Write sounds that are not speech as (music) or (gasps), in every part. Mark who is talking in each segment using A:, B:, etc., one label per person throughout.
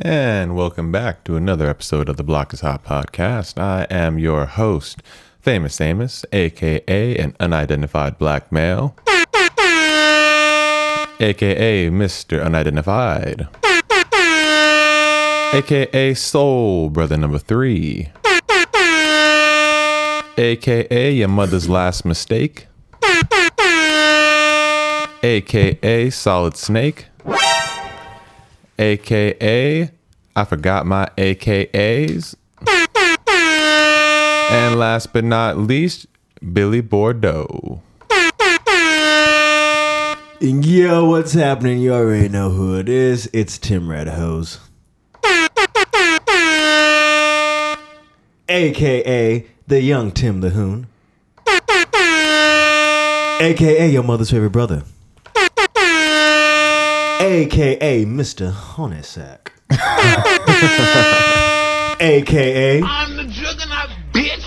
A: And welcome back to another episode of the Block is Hot podcast. I am your host, Famous Amos, aka an unidentified black male, aka Mr. Unidentified, aka Soul Brother Number Three, aka Your Mother's Last Mistake, aka Solid Snake aka I forgot my AKAs. And last but not least, Billy Bordeaux.
B: Yo, what's happening? You already know who it is. It's Tim Red Hose. AKA the young Tim the Hoon. AKA your mother's favorite brother. AKA Mr. Honeysack. (laughs) AKA
C: I'm the juggernaut, bitch.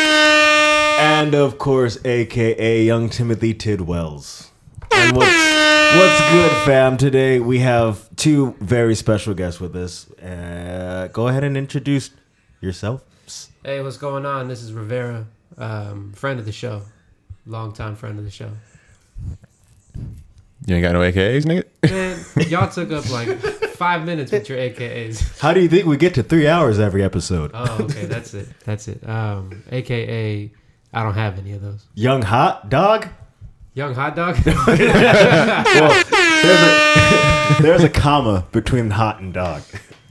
B: And of course, aka Young Timothy Tidwells. And what's, what's good, fam? Today we have two very special guests with us. Uh, go ahead and introduce yourself.
D: Hey, what's going on? This is Rivera, um, friend of the show, longtime friend of the show.
A: You ain't got no AKAs, nigga? (laughs)
D: Man, y'all took up like five minutes with your AKAs.
B: How do you think we get to three hours every episode?
D: Oh, okay, that's it. That's it. Um, AKA, I don't have any of those.
B: Young hot dog?
D: Young hot dog. (laughs)
B: Well, there's a, there's a comma between hot and dog.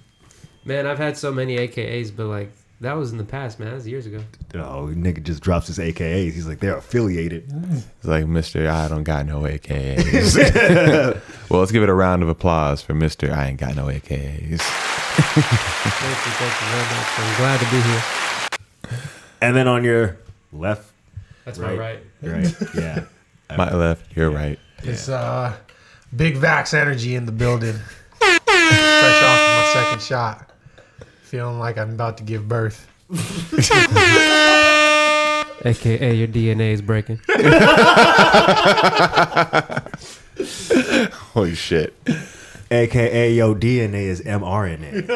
B: (laughs)
D: Man, I've had so many AKAs, but like that was in the past, man. That was years ago.
B: Oh, nigga just drops his AKAs. He's like, they're affiliated.
A: It's like, Mr. I don't got no AKAs. (laughs) well, let's give it a round of applause for Mr. I ain't got no AKAs.
D: Thank you, thank you very much. I'm glad to be here.
B: And then on your left,
D: That's
B: Right.
D: my right.
B: right, yeah.
A: My left, your right.
E: It's uh, big Vax energy in the building. Fresh off of my second shot, feeling like I'm about to give birth.
D: AKA, your DNA is breaking.
A: Holy shit.
B: AKA yo DNA is (laughs) mRNA.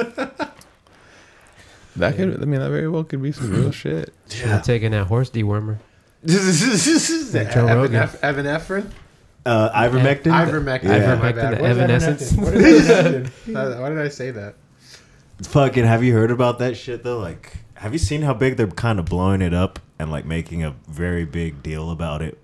A: That could, I mean, that very well could be some real shit.
D: Should have taken that horse dewormer. Joe
E: Evan-
D: Rogan.
E: Eph- Evanephrine,
B: Uh, ivermectin.
E: ivermectin.
B: Yeah.
E: my
D: Ivermectin,
E: bad.
D: the
E: What is
D: evanescence.
E: ivermectin? What (laughs) is evanescence? Why did I say that?
B: Fucking, have you heard about that shit though? Like, have you seen how big they're kind of blowing it up and like making a very big deal about it?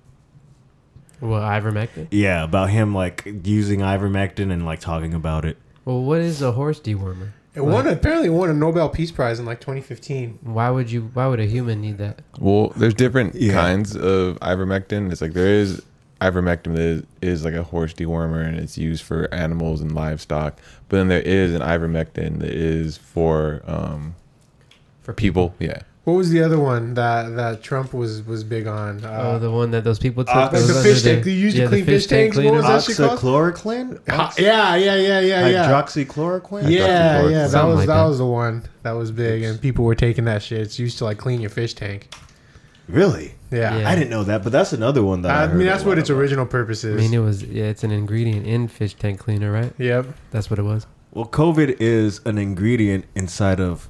D: Well, ivermectin.
B: Yeah, about him like using ivermectin and like talking about it.
D: Well, what is a horse dewormer?
E: It won apparently won a Nobel Peace Prize in like 2015.
D: Why would you? Why would a human need that?
A: Well, there's different
B: Yeah.
A: kinds of ivermectin. It's like there is ivermectin that is, is like a horse dewormer and it's used for animals and livestock. But then there is an ivermectin that is for um,
D: For
A: people. Yeah.
E: What was the other one that that Trump was was big on? Uh,
D: Oh, the one that those people took.
B: uh,
D: that was
B: the
D: under
E: fish
D: there.
E: tank they used to clean fish tanks, what
D: cleaner.
E: was that shit called?
B: Oxychloroquine,
E: ha- yeah, yeah, yeah, yeah, yeah.
B: hydroxychloroquine.
E: yeah,
A: Hydroxychloroquine.
E: yeah, that
D: Something
E: was
D: like
E: that
D: that.
E: was the one that was big, and people were taking that shit. It's used to like clean your fish tank.
B: Really?
E: Yeah,
D: Yeah.
B: I didn't know that, but that's another one that I,
E: I
B: heard
E: mean that's
B: a lot
E: what its
B: about.
E: original purpose
D: I
E: is.
D: mean, it was. Yeah, it's an ingredient in fish tank cleaner, right?
E: Yep.
D: That's what it was.
B: Well, COVID is an ingredient inside of.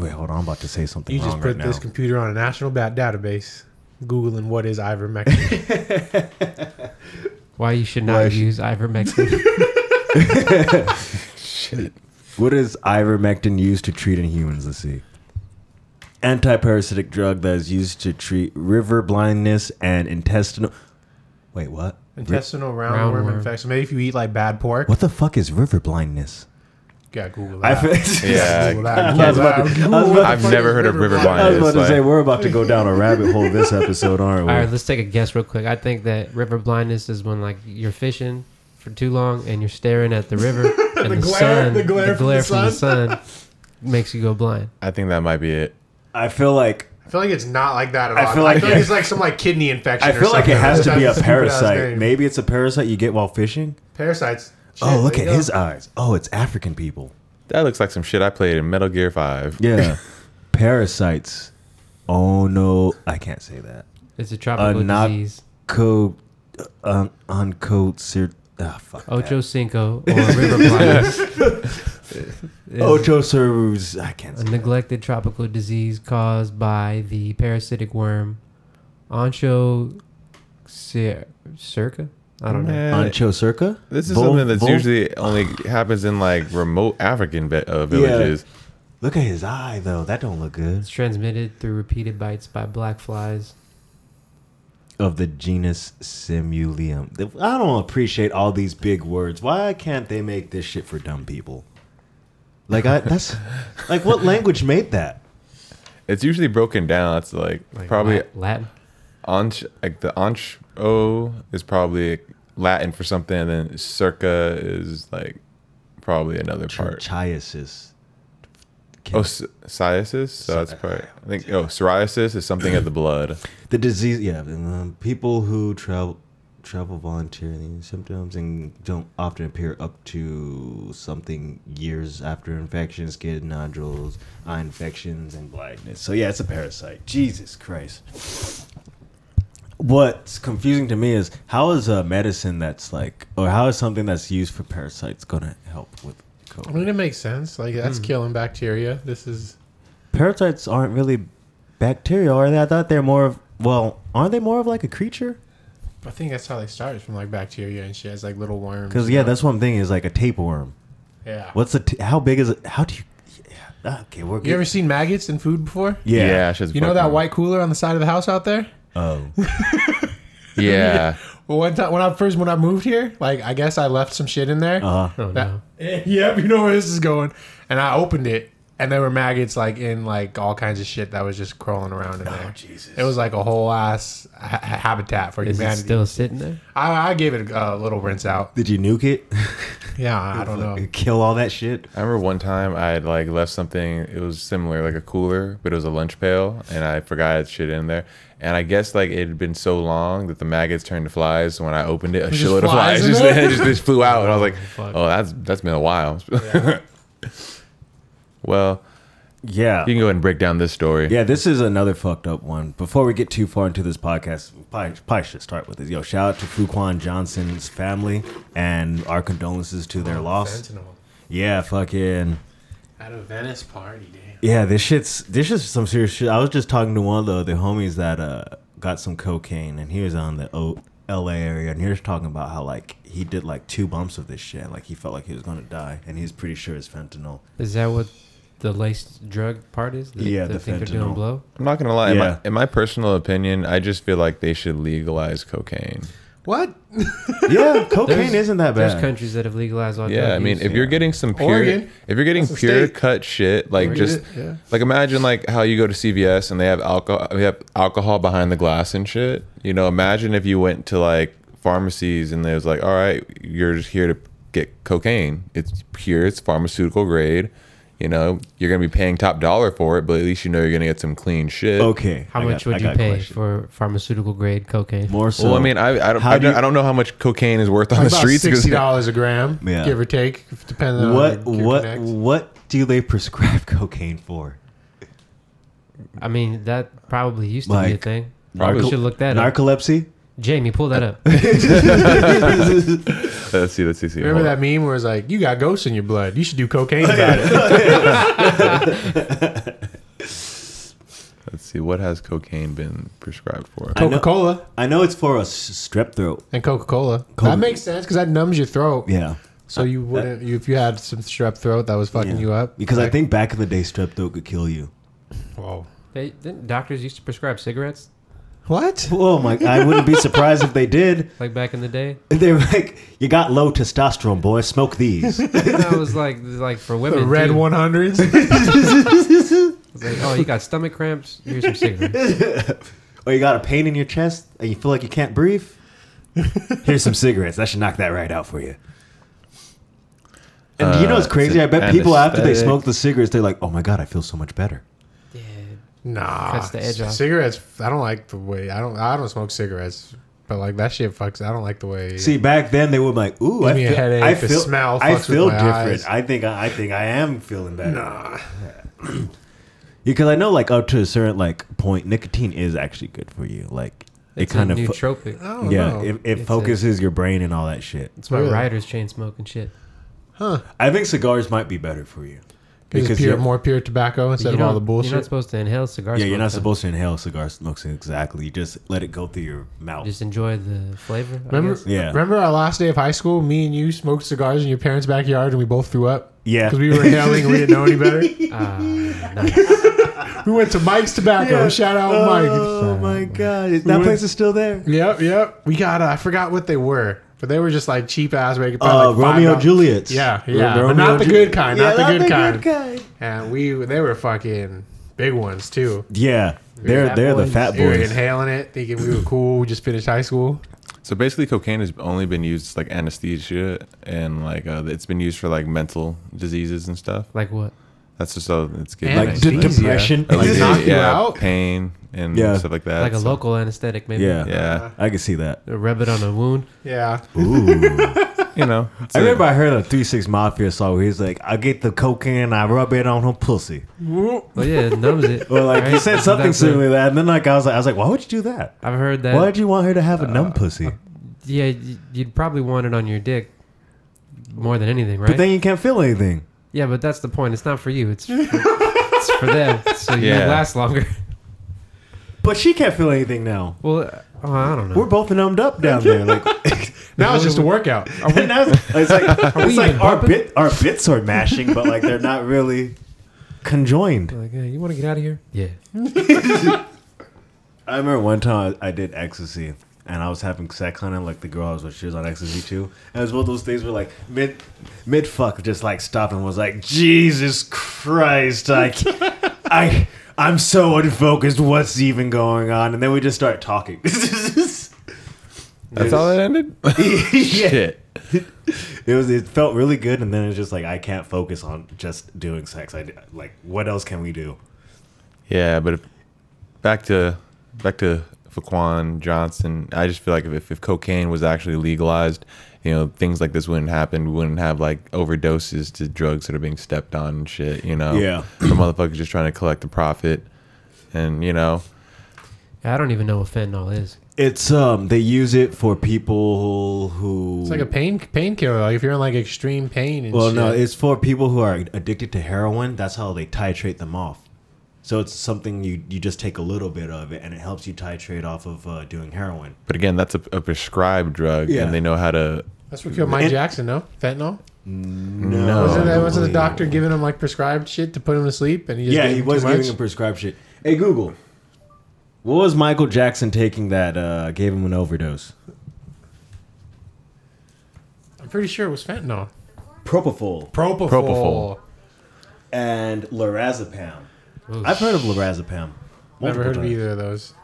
B: Wait, hold on. I'm about to say something
E: You
B: wrong
E: just
B: right
E: put
B: now.
E: this computer on a national bat database, googling what is ivermectin.
D: Why you should not
B: Why should-
D: use
E: (laughs)
D: ivermectin.
B: What is ivermectin used to treat in humans? Let's see. Antiparasitic drug that is used to treat river blindness and intestinal. Wait, what?
E: Intestinal roundworm,
D: Roundworm.
E: infection. Maybe if you eat like bad pork,
B: What the fuck is river blindness?
E: yeah, Google
B: I
E: that.
B: feel- (laughs)
A: Yeah.
E: Google that.
B: I was about to-
E: Google
B: I was
E: what
B: about
E: the
A: I've
E: fuck
A: never
E: is
A: heard of river blindness.
B: I was about to
A: It's
B: say
A: like-
B: we're about to go down a rabbit hole this episode, aren't we?
D: All right, let's take a guess real quick. I think that river blindness is when like you're fishing for too long and you're staring at the
E: (laughs)
D: river and the,
E: glare-
D: sun,
E: the glare from the
D: from the sun makes you go blind.
A: I think that might be it.
B: I feel like
E: I feel like it's not like that at
B: I
E: all.
B: feel
E: I feel
B: like-
E: like, it's like some like kidney infection.
B: I
E: or
B: feel like it
E: (laughs) something.
B: has to be a
E: That's stupid-ass
B: parasite.
E: name.
B: Maybe it's a parasite you get while fishing.
E: parasites.
B: Oh, look
E: there
B: at
E: you go.
B: his eyes. Oh, it's African people.
A: That looks like some shit I played in Metal Gear Five.
B: Yeah. (laughs) Parasites. Oh no, I can't say that.
D: It's a tropical
B: Uh, not-
D: disease.
B: Co, um, on code, sir. Ah, fuck.
D: Ocho Cinco or
E: (laughs)
D: river blindness is
B: that. Ocho servers. I can't.
D: a
B: Say
D: neglected tropical disease caused by the parasitic worm Ancho circa. I don't know.
A: Man,
B: Ancho circa.
A: This is
B: Vol-
A: something that's
B: Vol-
A: usually only happens in like remote African vi- uh, villages.
B: Look at his eye though. That don't look good.
D: It's transmitted through repeated bites by black flies.
B: Of the genus Simulium. I don't appreciate all these big words. Why can't they make this shit for dumb people? Like I.
A: (laughs)
B: That's like what language made that?
A: It's usually broken down. It's like,
D: Like
A: probably
D: Lat- Latin.
A: Anch, like the Anch O is probably Latin for something, and then Circa is like probably another part.
B: Trichiasis.
A: Oh, s- psoriasis. So that's part. I think. Oh, psoriasis is something of the blood.
B: The disease, yeah. Um, people who travel travel voluntarily symptoms and don't often appear up to something years after infections, skin nodules, eye infections, and blindness. So yeah, it's a parasite. Jesus Christ. What's confusing to me is how is a medicine that's like, or how is something that's used for parasites going to help with
E: I
B: COVID?
E: mean, it makes sense. Like
B: Hmm.
E: that's killing bacteria. This is
B: Parasites aren't really bacterial, are they? I thought they're more of, well, aren't they more of like a creature?
E: I think that's how they started from like bacteria and shit. It's like little worms.
B: Because yeah, that's one thing is like a tapeworm.
E: yeah.
B: What's the t- how big is it? How do you? Yeah. Okay, we're
E: You ever
B: good.
E: seen maggots in food before?
B: Yeah.
A: shit's
E: You know
A: fucking-
E: that white cooler on the side of the house out there?
B: Oh.
E: (laughs)
A: Yeah.
E: Well, one time when I first when I moved here, like I guess I left some shit in there.
B: Uh,
D: Oh
E: That- (laughs)
D: no.
E: Eh, yep, you know where this is going. And I opened it, and there were maggots like in like all kinds of shit that was just crawling around in there.
B: Oh, Jesus.
E: It was like a whole ass ha- ha- habitat for
D: Is it
E: humanity.
D: still sitting there?
E: I, I gave it a, a little rinse out. (laughs)
B: Did you nuke it?
E: Yeah, I don't know.
B: (laughs) Kill all that shit.
A: I remember one time I had like left something. It was similar, like a cooler, but it was a lunch pail, and I forgot I had shit in there. And I guess like it had been so long that the maggots turned to flies. So when I opened it, a
E: just
A: shitload of
E: flies
A: flies (laughs)
E: in
A: just,
E: there?
A: just, just flew out, and I was like,
D: Fuck.
A: "Oh, that's that's been a while." (laughs) well,
B: Yeah.
A: you can go ahead and break down this story.
B: Yeah, this is another fucked up one. Before we get too far into this podcast, probably, probably should start with this. Yo, shout out to Fuquan Johnson's family and our condolences to
E: Oh,
B: their loss.
E: Sentinel
B: Yeah, fucking.
E: at a Venice party, damn.
B: Yeah, this shit's this is some serious shit. I was just talking to one of the, the homies that uh, got some cocaine, and he was on the o- L.A. area, and he was talking about how like he did like two bumps of this shit, like he felt like he was gonna die, and he's pretty sure it's
D: (laughs)
B: fentanyl.
D: Is that what the laced drug part is? They-
B: Yeah,
D: they
B: the
D: think they're doing
B: fentanyl.
D: blow.
A: I'm not gonna lie. In,
B: Yeah.
A: my, in my personal opinion, I just feel like they should legalize cocaine.
E: What?
B: Yeah, cocaine
D: There's-
B: isn't that
D: There's
B: bad.
D: countries that have legalized all drug
A: Yeah, I mean,
D: use.
A: if you're getting some pure,
E: Oregon.
A: if you're getting
E: That's a
A: pure
E: state.
A: cut shit, like
E: Oregon,
A: just
E: yeah.
A: like imagine like how you go to CVS and they have alcohol, they have alcohol behind the glass and shit. You know, imagine if you went to like pharmacies and they was like, all right, you're just here to get cocaine. It's pure, it's pharmaceutical grade. You know, you're gonna be paying top dollar for it, but at least you know you're gonna get some clean shit.
B: Okay,
D: How
B: I
D: much
B: got- I
D: would you
B: got a
D: pay
B: question.
D: for pharmaceutical grade cocaine?
B: More so.
A: well, I mean, I I don't,
B: how
A: I,
B: do
A: don't,
B: you-
A: I don't know how much cocaine is worth on the
E: (laughs) About
A: streets. 'cause-
E: sixty dollars a gram,
B: Yeah.
E: give or take, depending
B: what
E: on your
B: what
E: connects.
B: what do they (laughs) prescribe cocaine for?
D: I mean, that probably used to be a
B: Like,
D: thing.
A: Probably-
D: we should look that up.
B: Narcolepsy.
D: Jamie, pull that up.
A: (laughs) Let's see, let's see, see.
E: Remember
A: hold on.
E: that meme where it's like, "You got ghosts in your blood. You should do
B: (laughs)
E: cocaine about it."
A: Let's see what has cocaine been prescribed for.
B: I know-
E: Coca Cola
B: I know it's for a s- strep throat.
E: and Coca Cola.
B: Coca-
E: That makes sense because that numbs your throat.
B: Yeah.
E: So you wouldn't, you, if you had some strep throat that was fucking
B: Yeah.
E: you up.
B: Because I think back in the day, strep throat could kill you.
E: Whoa.
D: they, didn't doctors used to prescribe cigarettes
E: What?
B: Oh my! I wouldn't be surprised if they did.
D: like back in the day?
E: (laughs)
B: They were like, "You got low testosterone, boy. Smoke
A: (laughs)
B: these."
D: that was like like for women.
E: The red
D: too. (laughs)
E: one hundreds. It
D: It's like, oh, you got stomach cramps? Here's some
E: (laughs)
D: cigarettes.
B: or you got a pain in your chest and you feel like you can't breathe. Here's some cigarettes. That should knock that right out for you. And you know what's
A: Uh,
B: crazy? I
A: it's an
B: bet people after they
A: anesthetic.
B: smoke the cigarettes, they're like, "Oh my god, I feel so much better."
D: yeah.
E: Nah.
D: Cuts the edge off.
E: Cigarettes. I don't like the way. I don't. I don't smoke cigarettes. But like that shit fucks. I don't like the way.
B: See, back then they were like, "Ooh, I
E: me a
B: feel,
E: headache,
B: I
E: the
B: feel,
E: smell fucks
B: I
E: with
B: feel
E: my eyes.
B: different. I think, I, I think I am feeling better." Nah, because I know, like, up to a certain like point, nicotine is actually good for you. Like,
D: It's
B: it kind of, fo-
D: nootropic.
E: I don't
B: yeah,
E: know.
B: it, it
D: It's
B: focuses your brain and all that shit.
D: That's why
E: Really?
D: riders chain smoke and shit.
B: I think cigars might be better for you
E: because pure,
B: you're-
E: more pure tobacco instead of all the bullshit.
D: You're not supposed to inhale cigars.
B: Yeah, you're not supposed to inhale cigar smokes exactly. You just let it go through your mouth.
D: Just enjoy the flavor. I
E: Remember,
D: guess.
B: Yeah.
E: remember our last day of high school? Me and you smoked cigars in your parents' backyard, and we both threw up.
B: Yeah.
E: because we were inhaling, and we didn't know any better.
B: (laughs)
D: Ah, nice.
E: We went to Mike's Tobacco. Shout out Mike.
B: Oh my god, that place is still there.
E: Yep, yep. We got. Uh, I forgot what they were, but they were just like cheap ass. Like, probably,
B: Uh,
E: like, five
B: Romeo
E: dollars.
B: and Juliet's.
E: Yeah, yeah,
B: Romeo
E: but not the
B: and
E: good
B: Juliet.
E: kind.
B: Yeah,
E: Not the good kind.
B: kind.
E: And we, they were fucking big ones too.
B: Yeah, they're
D: Fat
B: they're the
D: boys.
B: fat
E: We were
B: boys.
E: inhaling it, thinking we were cool. We just finished high school.
A: So basically, cocaine has only been used like anesthesia and like uh, it's been used for like mental diseases and stuff.
D: like what?
A: That's just so it's good.
E: Like
B: Like de-
E: Anesthesia.
B: depression.
E: Like,
A: yeah,
E: knock you
A: yeah,
E: out?
A: pain and
B: Yeah. Uh-huh.
A: stuff like that.
D: like a
A: So-
D: local anesthetic, maybe. Uh,
B: Yeah,
A: Yeah,
B: I can see that.
D: Rub it on a wound.
E: Yeah,
A: you know. it's
B: I
A: a-
B: remember I heard a Three Six Mafia song where he's like, "I get the cocaine and I rub it on her pussy,"
D: Well, yeah, it
B: (laughs)
D: numbs it.
B: or like he
D: right?
B: said
D: That's
B: something
D: what-
B: similar to that. And then like I was like, I was like, "Why would you do that?
D: I've heard that.
B: Why would you want her to have a
E: Uh,
B: numb pussy?"
D: Yeah, y- you'd probably want it on your dick more than anything, right?
B: But then you can't feel anything.
D: yeah, but that's the point. It's not for (laughs) you. It's for, it's for them. So you
A: Yeah.
D: last longer. (laughs)
B: But she can't feel anything now.
D: Well, oh, I don't know.
B: We're both numbed up
E: (laughs)
B: down there. Like,
E: now it's just a (laughs) workout.
B: and now it's it's like,
D: we
B: it's like
D: even
B: our
D: bumping?
B: bit, our bits are mashing, but like they're not really conjoined.
D: like, hey, you want to get out of here? Yeah.
B: I remember one time I, I did ecstasy. And I was having sex on it, like the girl I was with, she was on ecstasy too. And it was one of those things where, like, mid mid fuck, just like stopped and was like, Jesus Christ,
D: (laughs)
B: I, I, I'm so unfocused. What's even going on? And then we just start talking. (laughs)
A: that's how it ended. Shit.
B: It was. It felt really good, and then it's just like I can't focus on just doing sex. I like, what else can we do?
A: Yeah, but if, back to back to Faquan Johnson. I just feel like if, if cocaine was actually legalized, you know, things like this wouldn't happen. We wouldn't have like overdoses to drugs that are being stepped on and shit. You know,
B: Yeah.
A: the motherfuckers just trying to collect the profit, and you know,
D: I don't even know what fentanyl is.
B: It's um. They use it for people who.
E: It's like a pain painkiller. Like if you're in like extreme pain and
B: well,
E: shit.
B: no, it's for people who are addicted to heroin. That's how they titrate them off. So it's something you you just take a little bit of it, and it helps you titrate off of uh, doing heroin.
A: but again, that's a, a prescribed drug,
B: Yeah.
A: and they know how to.
E: that's what killed Mike
B: And-
E: Jackson. No fentanyl.
B: No,
E: Wasn't that wasn't the doctor giving him like prescribed shit to put him to sleep? And he just
B: Yeah,
E: gave
B: he
E: him
B: was
E: too much?
B: giving him prescribed shit. Hey Google, what was Michael Jackson taking that uh, gave him an overdose?
E: I'm pretty sure it was fentanyl.
B: Propofol.
E: Propofol.
A: Propofol.
B: and lorazepam.
D: Oh,
B: I've heard of lorazepam.
E: Never
B: multiple
E: heard of
B: times.
E: either of those.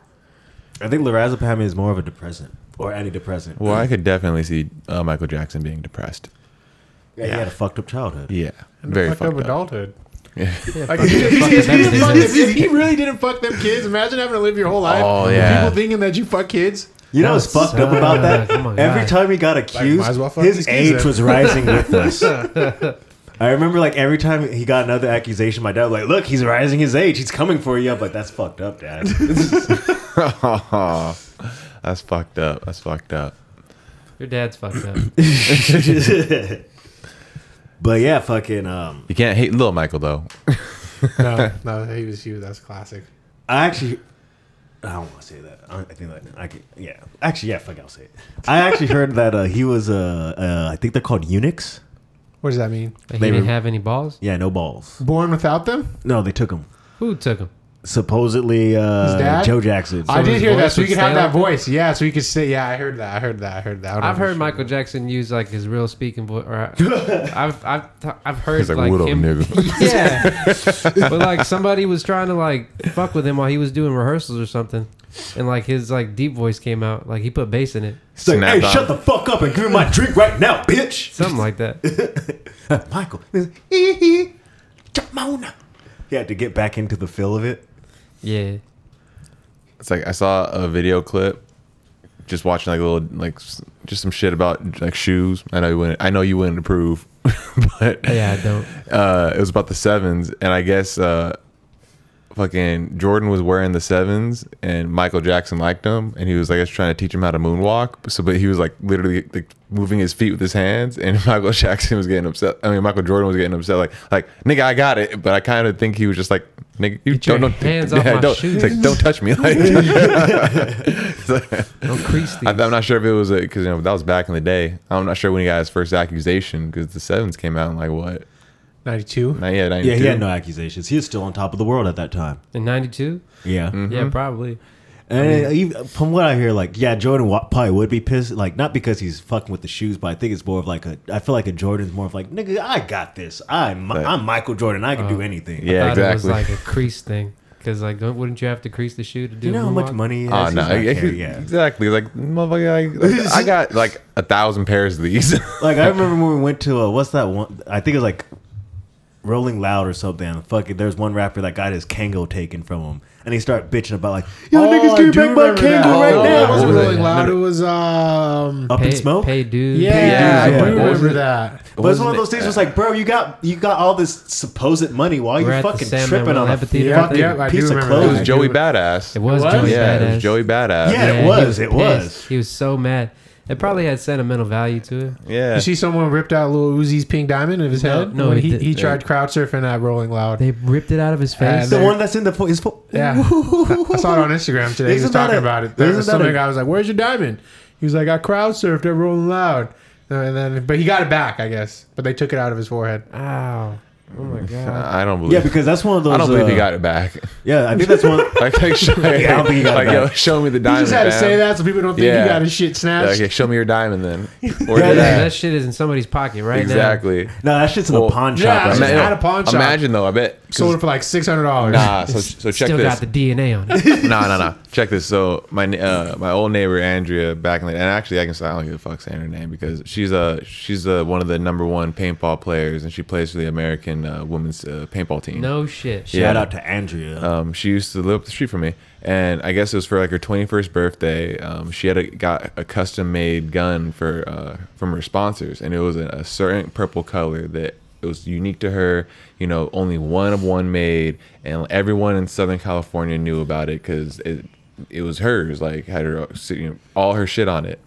B: I think lorazepam is more of a depressant or antidepressant.
A: Well, I could definitely see uh, Michael Jackson being depressed.
B: yeah, he had a fucked up childhood.
A: Yeah,
E: And
A: very
E: fucked, up adulthood.
A: (laughs) Yeah.
E: Like, if, he-
D: fucked
E: if
D: up
E: he didn't fuck-
D: everything.
E: if (laughs) he really didn't fuck them kids, imagine having to live your whole life.
A: Oh,
E: with
A: yeah.
E: People thinking that you fuck kids.
B: (laughs) You know
D: That
B: what's
D: would
B: fucked up
D: suck.
B: about that?
D: Oh my
B: Every
D: God.
B: time he got
E: might
B: accused,
E: as well fuck
B: his
E: these kids
B: age
E: then.
B: was rising with
E: (laughs)
B: us. I remember like every time he got another accusation, my dad was like, "Look, he's rising his age. He's coming for you." I'm like, "That's fucked up,
A: (laughs)
B: dad." (laughs)
A: That's fucked up. That's fucked up.
D: Your dad's
A: (coughs)
D: fucked up.
B: but yeah, fucking. Um,
A: You can't hate little Michael though.
E: No, no, he was he was that's classic.
B: I actually, I don't want to say that. I, I think that I could, yeah. Actually, yeah, fuck, it, I'll say it. I actually heard that uh, he was uh, uh, I think they're called eunuchs.
E: What does that mean?
D: Like,
B: They
D: he didn't
B: were-
D: have any balls.
B: Yeah, no balls.
E: Born without them?
B: No, they took him.
D: Who took him?
B: Supposedly,
E: His
B: uh,
E: dad?
B: Joe Jackson.
E: I did
D: his
E: hear that,
D: voice
E: so you
D: would
E: could
D: stay
E: have that
D: like that?
E: voice. Yeah, so you could say, yeah, I heard that, I heard that, I heard that. I don't
D: I've
E: know
D: heard
E: for
D: Michael Jackson use like his real speaking voice, or (laughs) I- I've I've I've heard
A: He's like,
D: like
A: "What up,
D: him.
A: nigga?"
D: (laughs) Yeah, but like somebody was trying to like fuck with him while he was doing rehearsals or something, and like his like deep voice came out, like he put bass in it,
B: He's like,
A: Snap
B: hey,
A: on.
B: shut the fuck up and give me my drink right now, bitch.
D: something like (laughs) that.
B: Michael, he's like, "Hee hee, Jamona." He had to get back into the feel of it.
D: Yeah,
A: It's like I saw a video clip just watching like a little like s- just some shit about like shoes. I know you wouldn't. I know you wouldn't approve, (laughs) but
D: Yeah, I don't.
A: uh, it was about the sevens, and I guess uh, fucking Jordan was wearing the sevens, and Michael Jackson liked him, and he was like, I was trying to teach him how to moonwalk. So, but he was like literally like moving his feet with his hands, and (laughs) Michael Jackson was getting upset. I mean, Michael Jordan was getting upset, like like nigga, I got it, but I kind of think he was just like nigga, you
D: your
A: don't, don't (laughs)
D: hands off my
A: don't,
D: shoes.
A: It's like don't touch me, like. (laughs)
D: Don't crease these.
A: I, I'm not sure if it was because you know that was back in the day. I'm not sure when he got his first accusation because the sevens came out in like what?
E: 92.
A: Not yet,
B: Yeah, he had no accusations. He was still on top of the world at that time.
D: In '92,
B: Yeah.
A: Mm-hmm.
D: yeah, probably.
B: And Eh, even, from what I hear, like, yeah, Jordan wa- probably would be pissed. Like, not because he's fucking with the shoes, but I think it's more of like a. I feel like a Jordan's more of like, nigga, I got this. I'm
A: Right.
B: I'm Michael Jordan. I can do anything.
A: Yeah,
D: Thought
A: exactly.
D: It was like a crease thing, because like, don't, wouldn't you have to crease the shoe to do?
B: You know how much
D: moonwalk?
B: money? He
A: Oh
B: has? He's
A: no!
B: not
A: (laughs)
B: carrying- yeah.
A: Exactly. Like motherfucker, like, like, I got like a thousand pairs of these. (laughs)
B: Like I remember when we went to uh, what's that one? I think it was like Rolling Loud or something. And fuck it, there's one rapper that got his Kango taken from him, and he started bitching about like, yo,
E: Oh,
B: niggas
E: I
B: give
E: do
B: me back my
E: remember that.
B: Kango right
E: Oh,
B: now.
E: That was
A: What was
E: really
A: it?
E: loud. It was, um,
B: Up
D: Pay,
B: in smoke.
D: Pay dues.
E: yeah,
B: yeah, yeah.
E: I do
B: What
E: remember that.
B: But it's one of
A: Wasn't
B: those
A: it-
B: things. where It's like, bro, you got you got all this supposed money. Why are
D: We're
B: you
D: at the
B: fucking
D: Sandman
B: tripping on
D: World
B: a
D: Amphitheater, I
B: fucking
D: think. Yeah,
E: I do
B: piece of
E: remember
A: It
E: that.
A: was
E: I
B: clothes?
E: do
A: Joey
E: remember-
A: Badass.
D: It was,
E: It was?
D: Joey
A: yeah,
D: Badass.
A: it was Joey Badass.
B: Yeah. it
D: he
B: was,
D: pissed.
B: it was.
D: He was so mad. It probably had sentimental value to it.
A: yeah.
E: You see someone ripped out Lil Uzi's pink diamond of his
D: No,
E: head?
D: no,
E: When
D: he
E: he,
D: did-
E: he tried crowd surfing at Rolling Loud.
D: They ripped it out of his face.
E: And
B: The
E: there.
B: one that's in the fo- his fo- (laughs)
E: Yeah. I saw it on Instagram today. he
B: Isn't
E: was
B: that
E: talking
B: a-
E: about it. There was
B: isn't that
E: some
B: a-
E: guy was like, "Where's your diamond?" He was like, "I crowd surfed at Rolling Loud." Uh, And then, but he got it back, I guess. But they took it out of his forehead.
D: Ow. Oh my god.
A: I don't believe.
B: Yeah, because that's one of those.
A: I don't believe he
B: uh,
A: got it back. (laughs)
B: Yeah, I think that's one. (laughs)
A: Like, like, show,
B: I don't think he got it
A: like, yo,
B: back.
A: show me the
E: He
A: diamond.
E: just had to
A: fam.
E: say that so people don't think
A: Yeah.
E: he got his shit
A: Yeah,
E: snatched.
A: okay, show me your diamond then. Or
B: Yeah,
A: that.
B: yeah.
D: That shit is in somebody's pocket right now.
A: Exactly.
B: No, that shit's in
A: Well,
B: the pawn
E: yeah,
B: shop.
E: I
B: right
E: mean-
B: now.
E: at a pawn shop.
A: Imagine though, I bet. 'cause-
E: Sold it for like six hundred dollars.
A: Nah, so, so check
D: Still
A: this.
D: got the DNA on
A: (laughs)
D: it.
A: no, no, no. Check this. So my ne- uh, my old neighbor Andrea back in the and actually I can say I don't give a fuck saying her name because she's uh she's uh, one of the number one paintball players and she plays for the American uh, women's uh, paintball team.
D: No shit.
B: Shout
A: Yeah.
B: out to Andrea.
A: Um, she used to live up the street from me, and I guess it was for like her 21st birthday. Um, she had a, got a custom made gun for uh, from her sponsors, and it was a, a certain purple color that it was unique to her. You know, only one of one made, and everyone in Southern California knew about it because it it was hers. Like had her uh, you know, all her shit on it.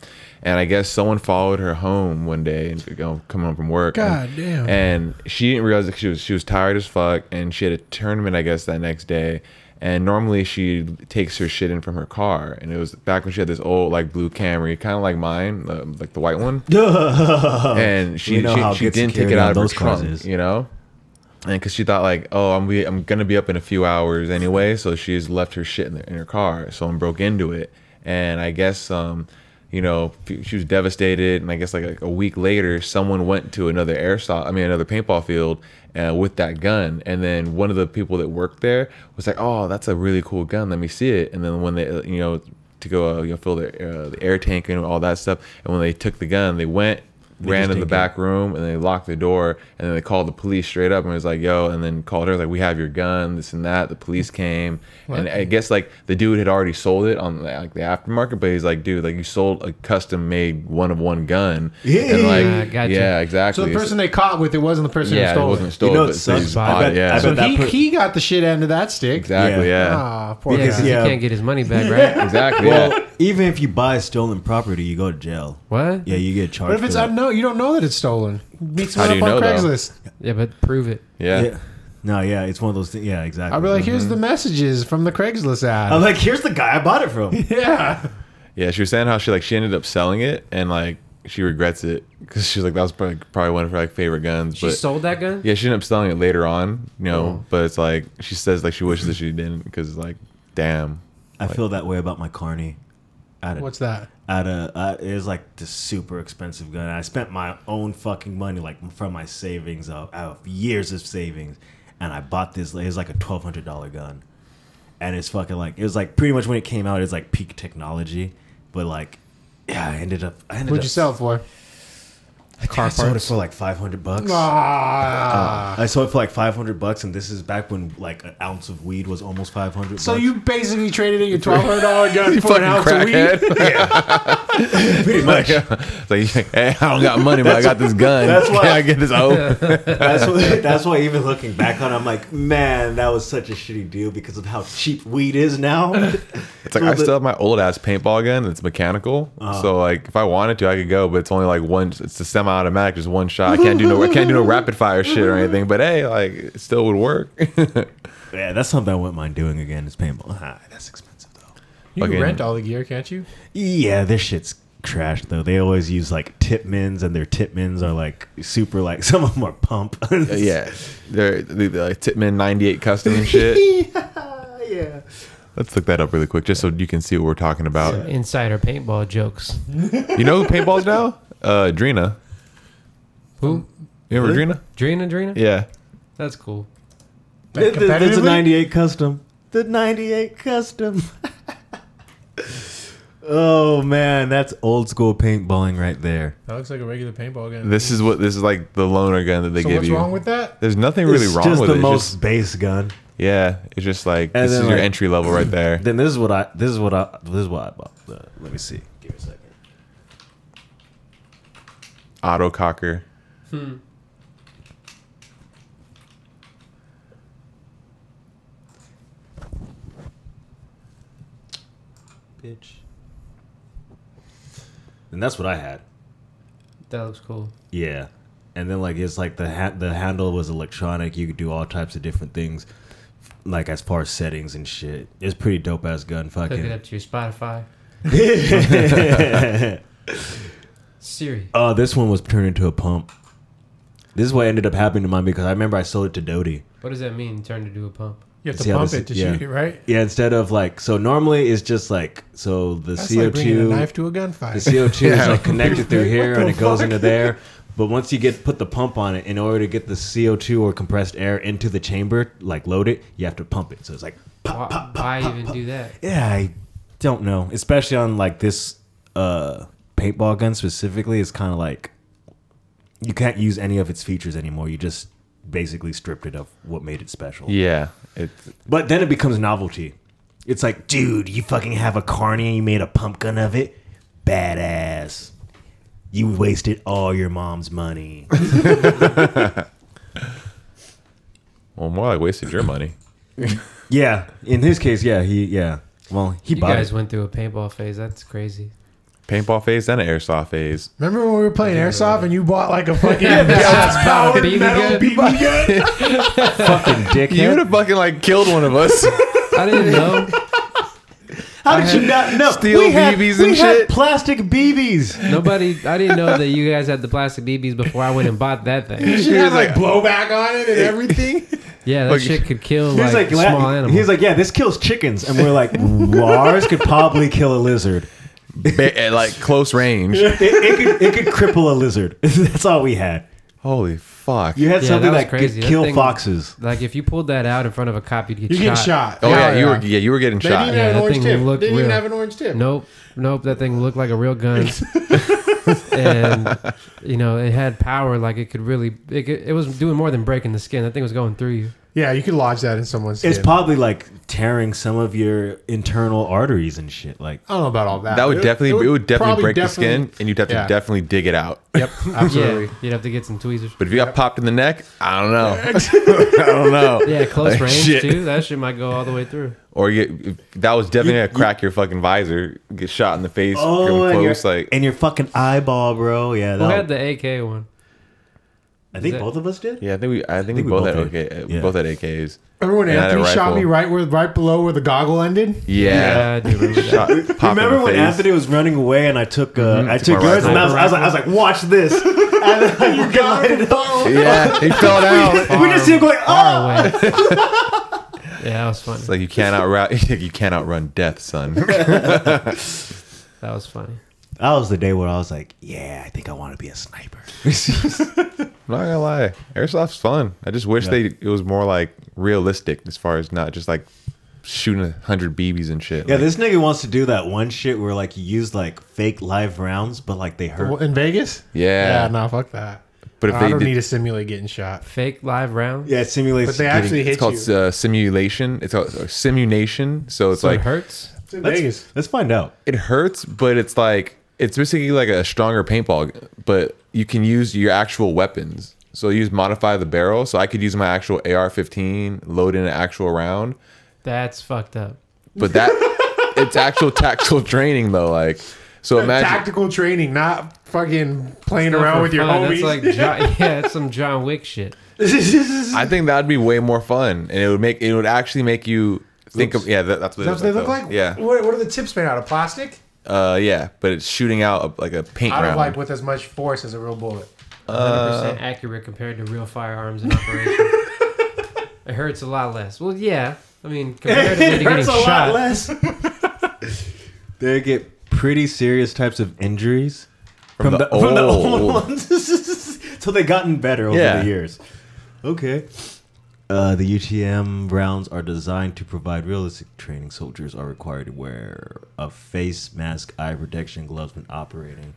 A: And I guess someone followed her home one day and you know, coming home from work.
E: God
A: and,
E: damn.
A: and she didn't realize that she was she was tired as fuck, and she had a tournament, I guess, that next day. And normally she takes her shit in from her car, and it was back when she had this old like blue Camry, kind of like mine, uh, like the white
B: (laughs)
A: one. and she
B: We know how
A: she, she
B: good
A: didn't take
B: security
A: it
B: on
A: out of her
B: those cars
A: trunk,
B: is.
A: you know. And because she thought like, oh, I'm be, I'm gonna be up in a few hours anyway, so she's left her shit in, the, in her car. So I broke into it, and I guess um, you know, f- she was devastated. And I guess like a, a week later, someone went to another airsoft, I mean another paintball field, uh, with that gun. And then one of the people that worked there was like, oh, that's a really cool gun. Let me see it. And then when they, uh, you know, to go uh, you know fill the uh, the air tank and all that stuff. And when they took the gun, they went ran
B: just
A: in the
B: take it.
A: back room and they locked the door and then they called the police straight up and was like, "Yo!" And then called her like, "We have your gun, this and that." The police came and I guess like the dude had already sold it on like the aftermarket, but he's like, "Dude, like you sold a custom made one of one gun." And
D: Yeah,
A: like,
D: gotcha.
A: yeah,
E: so
A: exactly.
E: the person they caught with it wasn't the person
A: yeah,
E: who
A: it
E: stole it.
A: wasn't stolen.
B: You know
A: but
B: it sucks,
A: they
D: but I
A: bought it,
B: bet-
A: yeah,
B: I bet-
E: So
B: But that
E: he,
B: per-
E: he got the shit end of that stick.
A: (laughs) exactly,
B: Yeah.
A: yeah,
E: Ah, poor
D: Yeah, 'cause
E: guy.
D: he
B: Yeah.
D: can't get his money back, right?
B: (laughs)
A: exactly.
B: well,
A: yeah.
B: even if you buy stolen property, you go to jail.
D: What?
B: Yeah, you get charged.
E: But if it's
B: for that.
E: unknown, you don't know that it's stolen. Meet someone
A: do
E: up
A: you
E: on
A: know, though?
E: Craigslist.
D: Yeah, but prove it.
A: yeah,
B: Yeah. No, yeah, it's one of those things. Yeah, exactly.
E: I'll be like, here's the messages from the Craigslist ad. (laughs)
B: I'm like, here's the guy I bought it from.
E: yeah.
A: Yeah, she was saying how she like she ended up selling it and like she regrets it because she's like that was probably, probably one of her like favorite guns.
D: She
A: but
D: sold that gun?
A: yeah, she ended up selling it later on, you
B: Oh.
A: know. But it's like she says like she wishes that she didn't because like damn,
B: I feel that way about my carney. Out of,
E: What's that?
B: out of uh, it was like this super expensive gun. I spent my own fucking money, like from my savings, of, out of years of savings, and I bought this. It was like a twelve hundred dollar gun, and it's fucking like it was like pretty much when it came out, it's like peak technology, but like yeah, I ended up. I ended
E: What'd
B: up,
E: you sell it for?
B: I sold it for like 500 bucks.
E: Ah.
B: I sold it for like 500 bucks, and this is back when like an ounce of weed was almost 500.
E: so
B: bucks.
E: you basically traded in your twelve hundred dollar gun
A: You
E: for an ounce
A: fucking
E: of weed.
A: crackhead. (laughs)
B: pretty much.
A: It's like, hey, I don't got money, but I
B: (laughs)
A: got this gun.
B: that's
A: Can
B: why-
A: I
B: (laughs)
A: get this out?
B: that's
A: (laughs)
B: why, that's why even looking back on, it, I'm like, man, that was such a shitty deal because of how cheap weed is now.
A: It's like I still have my old ass paintball gun. It's mechanical,
B: Uh-huh.
A: so like if I wanted to, I could go, but it's only like one. It's a semi-automatic, just one shot. I can't do no, I can't do no rapid fire shit or anything. But hey, like it still would work. (laughs)
B: yeah, that's something I wouldn't mind doing again. Is paintball. Ah, that's expensive though.
E: You
A: Fucking-
E: can rent all the gear, can't you?
B: Yeah, this shit's trash though. They always use like tipmins, and their tipmins are like super. Like (laughs) some of them are pump.
A: yeah, they're, they like Titman '98 custom and shit.
B: yeah, (laughs) yeah.
A: Let's look that up really quick, just so you can see what we're talking about.
D: Insider paintball jokes.
A: You know who paintballs now? Uh, Drina.
D: Who?
A: You remember Drina?
D: Drina, Drina?
A: Yeah.
D: That's cool.
E: Like,
B: Th- th- That's a
E: competitively?
B: 98 custom. The 98 custom. (laughs) oh man, that's old school paintballing right there.
E: That looks like a regular paintball gun.
A: This is what this is like the loaner gun that they
E: so
A: give
E: what's
A: you.
E: wrong with that?
A: There's nothing really
B: it's
A: wrong
B: just
A: with
B: the
A: it. It's
B: most
A: just-
B: base gun.
A: yeah, it's just like
B: And
A: this is
B: then,
A: your
B: like-
A: entry level right there.
B: Then this is what I this is what I this is what I bought. Uh, let me see. Give me a second.
A: Auto cocker.
B: Bitch. And that's what I had.
D: That looks cool.
B: Yeah. And then like it's like the ha- the handle was electronic. You could do all types of different things, like as far as settings and shit. It's pretty dope ass gun.
D: Hook it
B: Fucking.
D: up to your Spotify.
B: (laughs)
D: Siri.
B: Oh, this one was turned into a pump. This is what ended up happening to mine because I remember I sold it to Dodie.
D: What does that mean? Turn to do a pump.
E: You have
B: See
E: to
B: how
E: pump
B: this-
E: it to
B: yeah.
E: shoot it, right?
B: Yeah, instead of like so normally it's just like so the
E: That's
B: CO
E: like bringing a
B: two
E: knife to a
B: the
E: gunfight.
B: CO2 is like connected through here and it goes into there. But once you get put the pump on it, in order to get the CO2 or compressed air into the chamber, like load it, you have to pump it. So it's like, pop,
D: Why, why even do that?
B: yeah, I don't know. Especially on like this uh, paintball gun specifically, it's kind of like you can't use any of its features anymore. You just basically stripped it of what made it special.
A: Yeah, it's
B: But then it becomes novelty. It's like, dude, you fucking have a carny and you made a pump gun of it? Badass. You wasted all your mom's money.
A: well more like wasted your money.
B: (laughs) yeah. In his case, yeah, he yeah. Well, he
D: You
B: bought
D: guys (laughs)
B: it.
D: went through a paintball phase. That's crazy.
A: Paintball phase and an airsoft phase.
E: Remember when we were playing airsoft and you bought like a fucking
D: Powered
E: gas-powered
D: BB
E: metal
D: gun.
E: BB
B: (laughs)
E: gun?
B: fucking
A: You would
B: dickhead.
A: have fucking like killed one of us.
D: I
B: (laughs)
D: didn't know.
B: How did you not know?
A: Steel
B: we had,
A: BBs
B: we
A: and
B: had
A: shit?
B: plastic
D: (laughs)
B: BBs.
D: Nobody. I didn't know that you guys had the plastic BBs before I went and bought that thing.
E: She
A: He
E: had
A: was like-
E: like blowback on it and everything.
D: Yeah, that
A: Look,
D: shit could kill
B: He's like,
D: like, small
B: la-
D: animals.
B: he's like, yeah, this kills chickens, and we're like, (laughs) Lars could probably kill a lizard.
A: (laughs) Ba- at like close range.
B: It, it could, it could cripple a lizard. (laughs) That's all we had.
A: Holy fuck.
B: You had
D: Yeah,
B: something
D: that was
B: that,
D: crazy.
B: could
D: That
B: kill
D: thing-
B: foxes.
D: Like, if you pulled that out in front of a cop, you'd get
E: You're
D: shot.
E: getting shot.
A: Oh yeah, you were yeah, you were getting
E: They didn't
A: shot.
E: even have
D: that
E: an orange
D: thing
E: tip.
D: looked
E: Didn't even
D: real.
E: have an orange tip.
D: Nope, nope. That thing looked like a real gun, and you know it had power. Like it could really, it, could, it was doing more than breaking the skin. That thing was going through you.
E: Yeah, you could lodge that in someone's
B: It's
E: skin.
B: probably like tearing some of your internal arteries and shit. Like,
E: I don't know about all that.
A: That would definitely it would definitely
E: probably
A: break the
E: definitely-
A: skin and you'd have to
E: yeah.
A: definitely dig it out. (laughs)
E: Yep, absolutely.
D: Yeah, you'd have to get some tweezers.
A: But if you got popped in the neck, I don't know. (laughs) I don't know.
D: Yeah, close
A: Like,
D: range
A: shit.
D: too. That shit might go all the way through.
A: Or you, that was definitely gonna crack your fucking visor, get shot in the face,
B: oh,
A: come
B: and your,
A: close, like
B: and your fucking eyeball, bro. Yeah,
D: Who
B: that-
D: had the AK one?
B: I think
D: that-
B: both of us did.
A: Yeah, I think we. I think, we,
B: we
A: both,
B: both
A: had
B: did.
A: OK. We
B: Yeah.
A: both had AKs.
E: Remember when
A: And I had a
E: Anthony shot
A: rifle.
E: me right where, right below where the goggle ended?
A: Yeah.
D: I do remember that.
A: Shot, popped in
B: Remember
A: the
B: when
A: face.
B: Anthony was running away and I took uh,
D: Mm-hmm.
B: I took
A: my
B: yours and I was,
E: rifle.
B: I was like I was like watch
D: (laughs)
B: this and then you got it up.
A: Yeah, (laughs) he fell down.
B: (laughs) We just see him going oh
D: Far away. yeah, that was funny.
A: (laughs) It's like you can't outrun. You can't outrun death, (laughs) son.
D: That was funny.
B: that was the day where I was like yeah I think I want to be a sniper
A: I'm not gonna lie, airsoft's fun. I just wish
B: Yeah.
A: they it was more like realistic as far as not just like shooting a hundred BBs and shit.
B: Yeah,
A: Like,
B: this nigga wants to do that one shit where like you use like fake live rounds, but like they hurt.
E: in Vegas?
A: Yeah.
E: Yeah, nah, fuck that.
A: But if
E: I
A: they
E: don't
A: did-
E: need to simulate getting shot.
D: Fake live round.
B: Yeah, it simulates.
E: But they
B: getting-
E: actually
A: it's
E: hit
A: called
E: you.
A: uh, simulation. It's called or simulation. So it's
D: So
A: like
D: it hurts.
E: It's in
B: let's,
E: Vegas.
B: let's find out.
A: it hurts, but it's like it's basically like a stronger paintball, but you can use your actual weapons. So you just modify the barrel. So I could use my actual AR-15, load in an actual round,
D: That's fucked up.
A: but
E: (laughs)
A: that it's actual tactical training though. Like so, imagine
E: Tactical training, not fucking playing
D: Not
E: around
D: for
E: with your
D: fun.
E: homies.
D: That's
E: (laughs)
D: like John, (laughs) yeah, that's some John Wick shit.
E: Is
A: I think that'd be way more fun, and it would make it would actually make you think of yeah. That, that's what,
E: that
A: it
E: what
A: is
E: they look
A: though.
E: like?
A: Yeah,
E: What, what are the tips made out of? Plastic?
A: uh, yeah, but it's shooting out a, like a paint
E: Out of
A: round.
E: like with as much force as a real bullet.
B: Uh,
D: 100% accurate compared to real firearms
B: (laughs)
D: in operation. it hurts a lot less. Well, yeah. I
B: (laughs)
D: mean, compared to
B: it
D: getting
B: hurts a lot
D: shot.
B: less. they get pretty serious types of injuries from,
A: the
B: the, from the old
A: old.
B: ones. (laughs) so they've gotten better over
A: Yeah.
B: the years. Okay. Uh, the UTM rounds are designed to provide realistic training. Soldiers are required to wear a face mask, eye protection, gloves when operating.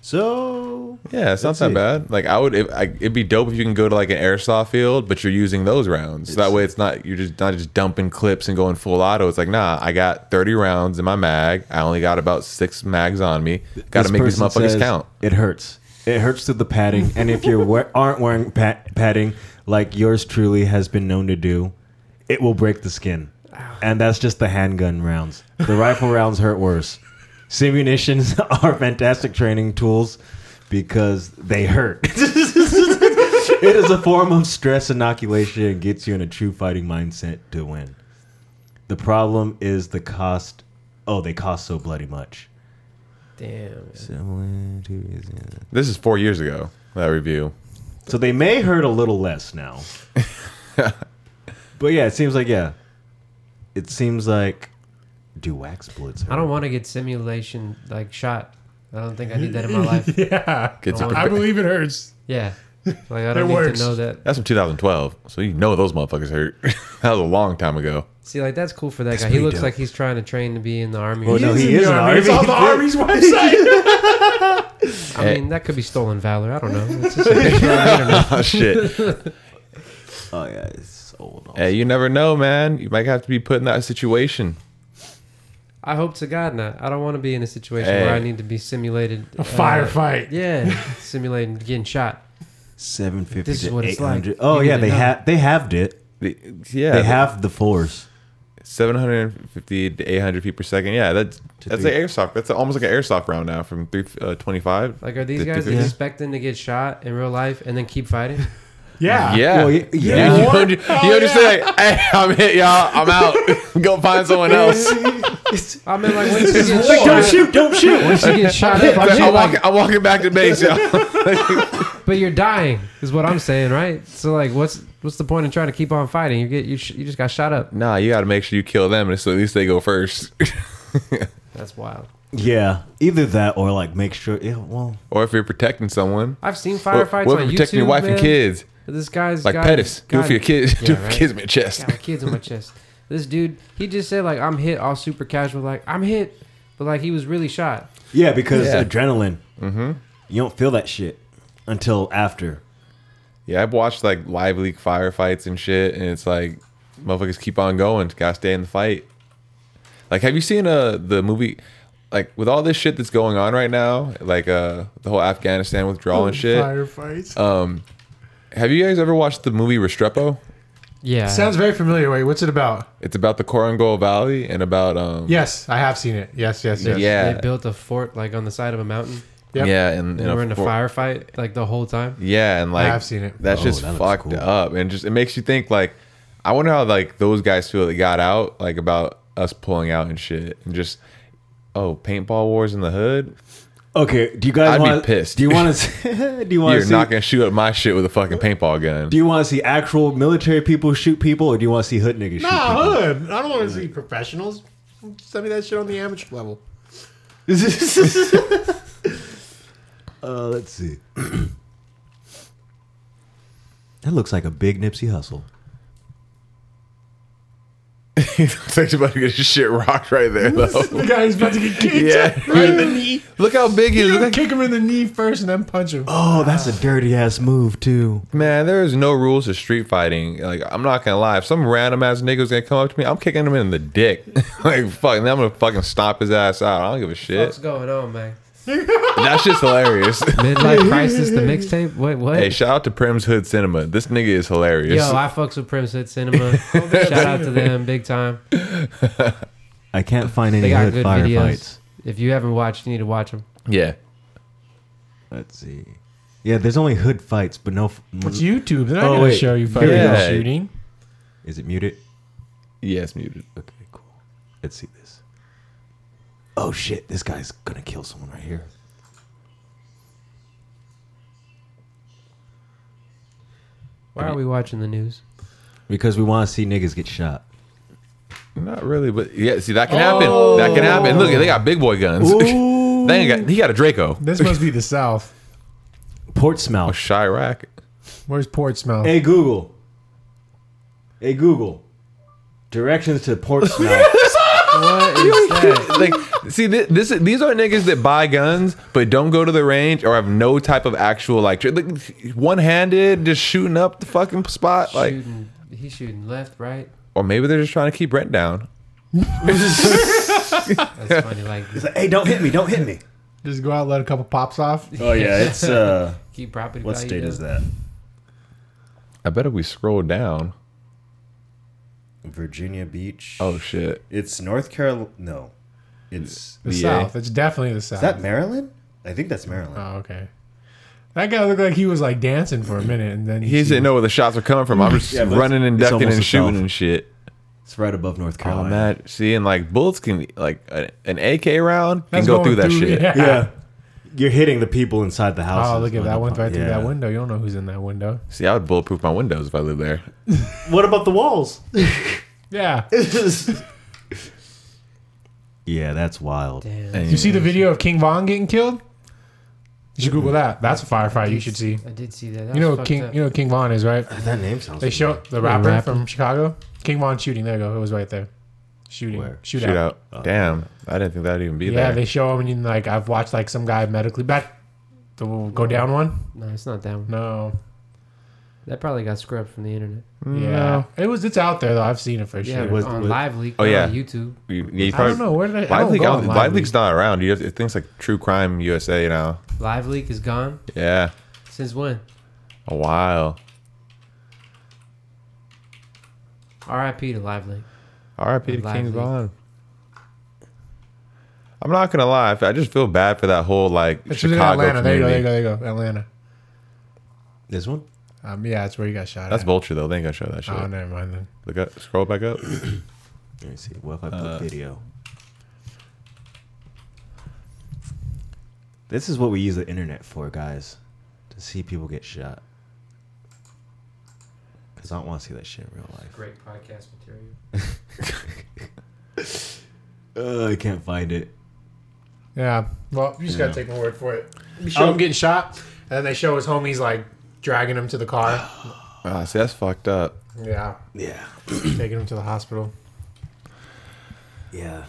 B: So
A: yeah, it's
B: Let's
A: not that
B: see.
A: bad. Like I would, if, I, it'd be dope if you can go to like an airsoft field, but you're using those rounds. So that way, it's not you're just not just dumping clips and going full auto. It's like nah, I got 30 rounds in my mag. I only got about six mags on me. Got to
B: This
A: make these
B: person
A: motherfuckers
B: says,
A: count.
B: It hurts. It hurts through the padding, and if you we- aren't wearing pa- padding, like yours truly has been known to do, it will break the skin. And that's just the handgun rounds. The rifle rounds hurt worse. Simunitions (laughs) are fantastic training tools because they hurt. (laughs) it is a form of stress inoculation and gets you in a true fighting mindset to win. The problem is the cost. Oh, they cost so bloody much.
D: Damn.
A: This is four years ago. That review.
B: So they may hurt a little less now. but yeah, it seems like yeah. It seems like do wax bullets hurt?
D: I don't want to get simulation like shot. I don't think I need
B: (laughs)
D: that in my life.
E: Yeah.
A: Kids
B: Oh,
A: are
D: I
E: I
A: prepared-
E: believe it hurts.
D: Yeah. Like I don't
E: It
D: need
E: works.
D: to know that.
A: That's from 2012, so you know those motherfuckers hurt. (laughs) that was a long time ago. (laughs)
D: See, like that's cool for that guy. He
B: pretty
D: looks
B: dope.
D: like he's trying to train to be in the army.
B: Well,
D: or
B: Oh, no,
D: something.
B: he
E: in
B: is
E: the
B: an
E: army. It's on the (laughs)
B: army.
E: army's website.
D: I mean, that could be stolen valor. I don't know.
B: (laughs)
D: It's just a picture on the internet.
A: Oh shit!
B: Oh yeah, it's old.
A: hey, you never know, man. You might have to be put in that situation.
D: I hope to God not. I don't want to be in a situation
A: Hey.
D: where I need to be simulated.
E: A
D: uh,
E: firefight.
D: yeah, simulating getting shot.
B: Seven fifty
D: This is
B: to
D: what it's
B: eight
D: like.
B: hundred. Oh
D: You
B: yeah,
D: need to
B: they
D: know.
B: have they halved it.
A: The- yeah,
B: They halved the force.
A: 750 to 800 feet per second. Yeah, that's that's
B: three-
A: like airsoft. That's almost like an airsoft round now from uh, 325.
D: Like, are these guys expecting to get shot in real life and then keep fighting?
E: Yeah.
A: Yeah.
B: Well, y-
A: yeah.
B: yeah.
A: You,
E: What?
A: don't, you
E: Oh,
A: don't just say, like, hey, I'm hit, y'all. I'm
D: (laughs)
A: out. Go find someone else.
D: I mean, Oh, like, once you
B: (laughs)
D: get
E: Like, don't
D: shot,
E: shoot, don't shoot.
D: once you get shot up,
A: I'm,
D: aren't you,
A: walking,
D: like,
A: I'm walking back to base,
D: (laughs)
A: y'all.
D: but you're dying, is what I'm saying, right? So, like, what's what's the point in trying to keep on fighting? You get you, sh- you just got shot up.
A: nah, you got to make sure you kill them so at least they go first. (laughs)
D: That's wild.
B: Yeah, either that or like make sure. Yeah, well,
A: or if you're protecting someone.
D: I've seen firefights
A: what
D: on
A: if you're
D: YouTube.
A: protecting your wife and
D: man.
A: kids?
D: This guy's
A: Like
D: got-
A: Pettis. Do it
D: got-
A: for your kids. (laughs)
D: (laughs) Yeah,
A: do it for
D: right.
A: kids in your chest.
D: Got my kids on my chest. This dude, he just said like I'm hit, all super casual, like I'm hit, but like he was really shot.
B: yeah, because
A: Yeah.
B: adrenaline. Mm-hmm. You don't feel that shit until after.
A: Yeah, I've watched like live leak firefights and shit, and it's like motherfuckers keep on going. Gotta stay in the fight. Like, have you seen uh the movie? Like with all this shit that's going on right now, like uh the whole Afghanistan withdrawal
E: Oh,
A: and shit.
E: Firefights.
A: Have you guys ever watched the movie Restrepo?
D: Yeah.
E: Sounds very familiar. Wait, what's it about?
A: It's about the Korangal Valley and about um
E: Yes, I have seen it. Yes, yes, yes.
A: yeah
D: They built a fort like on the side of a mountain.
E: Yep.
A: yeah and,
D: And
A: a
D: we're in a
A: for-
D: firefight like the whole time.
A: Yeah, and like
E: I've seen it.
A: That's
B: Oh,
A: just
B: that looks
A: fucked
B: cool.
A: up, and just it makes you think. Like, I wonder how like those guys feel that got out, like about us pulling out and shit, and just oh, paintball wars in the hood.
B: Okay, do you guys
A: I'd be
B: want?
A: pissed.
B: Do
A: (laughs)
B: you want to? (laughs) do you want
A: You're
B: to?
A: not gonna shoot at my shit with a fucking paintball gun.
B: Do you (laughs) want to see actual military people shoot people, or do you want to see hood niggas
E: Nah, hood. I don't want to see professionals. Send me that shit on the amateur level.
B: shoot people? (laughs)
D: (laughs)
B: uh, let's see. (clears throat) that looks like a big Nipsey Hustle.
A: Thanks about to get his shit rocked right there though.
E: The guy's about to get kicked
A: Oh. (laughs) Yeah.
E: (laughs) right in the knee.
A: Look how big he
E: You
A: is. Look
E: gotta
A: like,
E: kick him in the knee first and then punch him.
B: Oh, that's a dirty ass move too.
A: man, there is no rules to street fighting. Like, I'm not gonna lie. If some random ass nigga's gonna come up to me, I'm kicking him in the dick. (laughs) like, fuck, now I'm gonna fucking stomp his ass out. I don't give a
D: What's
A: shit.
D: going on, man?
A: That shit's hilarious. (laughs)
D: Midlife crisis, the mixtape. Wait, what?
A: hey, shout out to Prim's Hood Cinema. This nigga is hilarious.
D: Yo, I fucks with Prims
A: (laughs)
D: Hit Cinema. Shout out to them, big time.
B: I can't find any
D: They got
B: hood
D: good
B: firefights.
D: videos. If you haven't watched, you need to watch them.
A: yeah.
B: Let's see. Yeah, there's only hood fights, but no. F-
E: It's YouTube. They're not
B: Oh,
E: gonna
B: wait.
E: show you fighting
A: Yeah.
E: and shooting.
B: is it muted?
A: Yeah, it's muted.
B: Okay, cool. Let's see this. Oh shit! This guy's gonna kill someone right here.
D: Why are we watching the news?
B: Because we want to see niggas get shot.
A: Not really, but yeah, see
D: Oh.
A: that can happen. That can happen. Look, they got big boy guns. (laughs) they ain't got, he got a Draco. (laughs)
E: This must be the South.
A: Oh,
B: Portsmouth.
A: Chirac.
E: Where's Portsmouth?
B: Hey Google. Hey Google. Directions to Portsmouth.
D: What is that?
A: (laughs) like, see, thi- this, is these are niggas that buy guns but don't go to the range or have no type of actual like, one handed just shooting up the fucking spot, like,
D: shooting, he's shooting left, right.
A: or maybe they're just trying to keep rent down. (laughs)
D: That's funny. Like
B: hey, don't hit me! Don't hit me!
E: Just go out, let a couple pops off.
B: Oh yeah, it's (laughs) uh,
D: keep property.
B: what
D: value
B: state
D: down.
B: is that?
A: I bet if we scroll down,
B: Virginia Beach.
A: oh shit,
B: It's North Carolina. No, it's
E: The
A: VA.
E: South. It's definitely the South.
B: is that Maryland? I think that's Maryland.
E: oh, okay. That guy looked like he was like dancing for a minute, and then
A: he didn't know where the shots were coming from. I'm
D: Mm.
A: just
B: Yeah, but
A: running and
B: it's
A: ducking
B: almost
A: and
B: the South.
A: shooting and shit.
B: It's right above North
A: Oh
B: Carolina.
A: man, see, and like bullets can like a- an AK round can
E: That's
A: go through
E: going
A: that shit.
E: (laughs) Yeah.
B: Yeah, you're hitting the people inside the house.
E: Oh, look at that! Went right through that
B: window.
E: window. You don't know who's in that window.
A: See, I would bulletproof my windows if I lived there.
B: What about the walls? (laughs)
E: Yeah.
B: yeah, that's wild.
D: Damn.
A: And-
E: You see the video of King Von getting killed? You should Google that. That's a firefight you should see.
D: I did see that. that
E: You know
D: was
E: who
D: fucked
E: King.
D: up.
E: You know who King Von is right.
B: That name sounds.
E: They show the rapper,
D: rapper.
E: from Chicago. King Von shooting. There you go. It was right there. Shooting.
B: Where?
E: Shootout.
A: Shoot out. Damn, I didn't think that'd even be
E: Yeah,
A: there.
E: they show him and you, like I've watched like some guy medically back. The go down one.
D: no, it's not that one.
E: No.
D: That probably got scrubbed from the internet.
E: Oh, Yeah. It was. It's out there though. I've seen it for
D: Yeah,
E: sure.
B: was-
D: on
B: was-
D: Live Leak.
A: Oh,
D: not
A: yeah.
D: on YouTube.
A: You- you
E: I
A: probably-
E: don't know where did I, I
A: Live
E: don't
A: League,
E: go
A: I
E: on
A: don't-
E: Live
A: Live
E: League.
A: League's not around. You have it things like True Crime USA now.
D: Live Leak is gone
A: Yeah,
D: since when?
A: a while.
D: R.I.P. to Live Leak.
A: R.I.P. to
D: Live
A: King
D: League.
A: Von. I'm not gonna lie. I just feel bad for that whole like
E: It's in
A: Chicago
E: Atlanta. There you go. There
A: community.
E: you go. There you go. Atlanta.
B: This one.
E: Um, yeah, that's where you got shot.
A: That's
E: at.
A: Vulture though. They ain't gonna show that shit.
E: Oh, never mind then.
A: Look up, scroll back up.
B: Let me see. What if I put video? This is what we use the internet for, guys, to see people get shot. Cause I don't want to see that shit in real life.
D: Great podcast material.
B: Uh, I can't find it.
E: Yeah. Well, you just gotta take my word for it. You show him getting shot, and then they show his homies like dragging him to the car.
A: Ah, see, that's fucked up.
E: Yeah,
B: Yeah. (clears throat)
E: taking him to the hospital.
B: Yeah.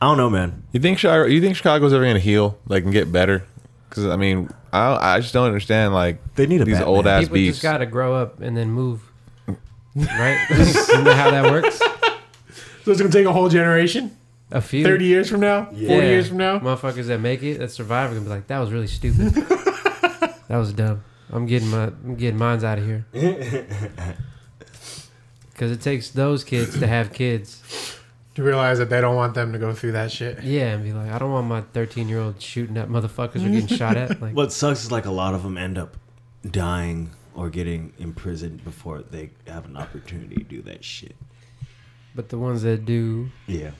B: I don't know, man.
A: You think Chicago, you think Chicago's ever gonna heal, like, and get better? Because I mean, I I just don't understand like
B: They need a
A: these
B: Batman.
A: old ass
D: People
A: beefs.
D: just got to grow up and then
E: (laughs)
D: move. Right? (laughs) you know how that works?
E: So it's gonna take a whole generation,
D: A few.
E: thirty years from now, forty
D: Yeah.
E: years from now.
D: Motherfuckers that make it, that survive, are gonna be like, that was really stupid.
E: (laughs)
D: that was dumb. I'm getting my, I'm getting mines out of
E: (laughs)
D: here. Because it takes those kids to have kids.
E: To realize that they don't want them to go through that shit.
D: Yeah, and be like, I don't want my 13 year old shooting at motherfuckers or getting shot at. Like,
B: What sucks is like a lot of them end up dying or getting imprisoned before they have an opportunity to do that shit.
D: but the ones that do
B: Yeah.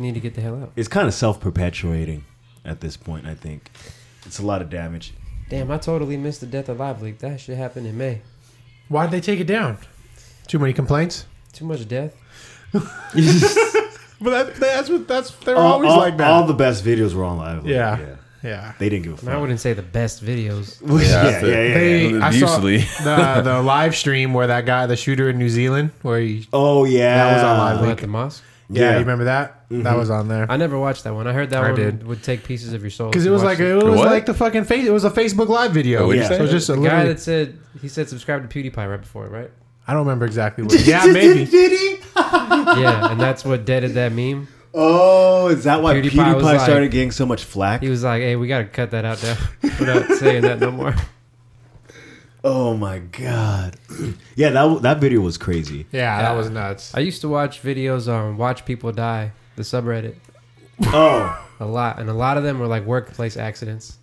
D: need to get the hell out.
B: It's kind of self perpetuating at this point, I think. It's a lot of damage.
D: Damn, I totally missed the death of Live Leak. That shit happened in May.
E: Why'd they take it down? Too many complaints.
D: Too much death.
E: But that, that's what that's they're
B: all,
E: always
B: all-
E: like that.
B: all the best videos were on live. Leak,
E: Yeah. Yeah.
B: They didn't give a
D: And I
B: fuck.
D: wouldn't say the best videos.
B: (laughs) yeah, yeah,
A: that's it.
B: yeah, yeah.
E: They, I saw
A: Usually.
E: the, the live stream where that guy, the shooter in New Zealand, where he,
B: Oh yeah,
E: That was on live.
D: Like, at the mosque.
E: yeah,
B: Yeah.
E: you remember that? That was on there.
D: I never watched that one. I heard that
E: I
D: one
E: did.
D: would take pieces of your soul.
E: Because
D: if
E: it
D: you
E: was
D: watched
E: like it was
A: What?
E: like the fucking face. It was a Facebook Live video.
A: Oh, what'd
B: you say?
E: So it was just a
D: the guy
E: little.
D: that said he said subscribe to PewDiePie right before,
E: (laughs)
D: right?
E: I don't remember
B: (laughs)
E: exactly. what Yeah, maybe.
B: Did he?
D: yeah, and that's what deaded that meme.
B: Oh, is that why PewDiePie,
D: PewDiePie was like-
B: started getting so much flack?
D: He was like, "Hey, we gotta cut that out now. (laughs) We're not saying that no more."
B: oh my god. (clears throat) yeah, that that video was crazy.
E: Yeah, that was nuts.
D: I used to watch videos on Watch People Die, the subreddit,
B: Oh,
D: a lot, and a lot of them were like workplace accidents.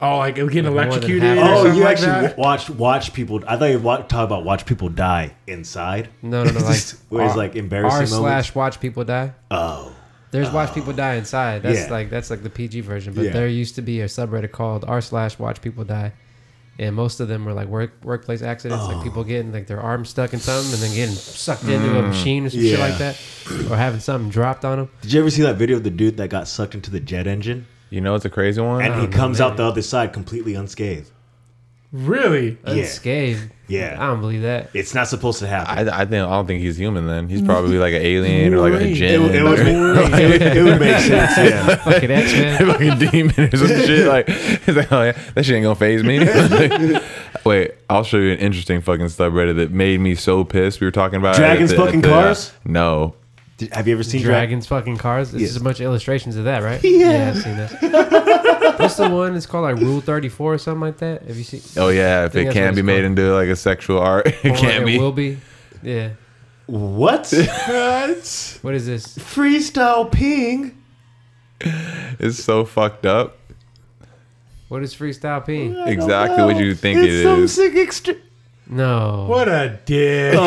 E: Oh, like getting
D: more than
E: electrocuted.
D: half.
E: or
B: oh,
E: something
B: you
E: like
B: actually
E: that?
B: wa- watched watch people. I thought you wa- talk about watch people die inside. (laughs)
D: No, no, no,
E: (laughs)
D: like
B: where it's
D: R-
B: like
D: R
B: embarrassing moments.
D: slash Watch People Die.
B: Oh,
D: There's Watch People Die inside. That's
B: Yeah.
D: like that's like the PG version. But
B: Yeah.
D: there used to be a subreddit called r slash Watch People Die, and most of them were like work workplace accidents, like
B: Oh.
D: people getting like their arm stuck in something and then getting sucked into a machine or some shit
B: Mm, Yeah.
D: like that, or having something dropped on them.
B: did you ever see that video of the dude that got sucked into the jet engine
A: You know it's a crazy one?
B: and he
D: no,
B: comes out
D: maybe.
B: the other side completely unscathed?
E: Really?
B: Yeah.
D: Unscathed.
B: Yeah.
D: I don't believe that.
B: It's not supposed to happen.
A: I, I think I don't think he's human. Then he's probably like an alien or like a
E: Wolverine.
B: it,
A: djinn.
B: would- it would,
A: or-
B: it, would, it would make
A: (laughs)
B: sense. Yeah.
D: Fucking
B: (laughs)
D: X Men.
A: like a demon or some shit. Like, (laughs) it's like, oh, yeah, that shit ain't gonna phase me. (laughs) Wait, I'll show you an interesting fucking subreddit that made me so pissed. We were talking about it at uh,
B: Dragons fucking cars?
A: no,
B: Did- have you ever seen Dragon?
D: Dragons fucking cars. It's
B: Yeah.
D: just a bunch of illustrations of that, right?
B: (laughs) Yeah.
D: I've seen that. What's the one? It's called like Rule Thirty Four or something like that. Have you seen?
A: oh yeah, if
D: think
A: it
D: that's
A: can
D: what
A: be
D: it's
A: made
D: called.
A: into like a sexual art, (laughs) it
D: Or
A: can't be.
D: It will be. Yeah.
B: What?
D: What is this?
B: Freestyle ping.
A: It's so fucked up.
D: What is freestyle peeing?
A: Exactly what you think it is.
B: sick extra.
D: No.
E: What a dick. People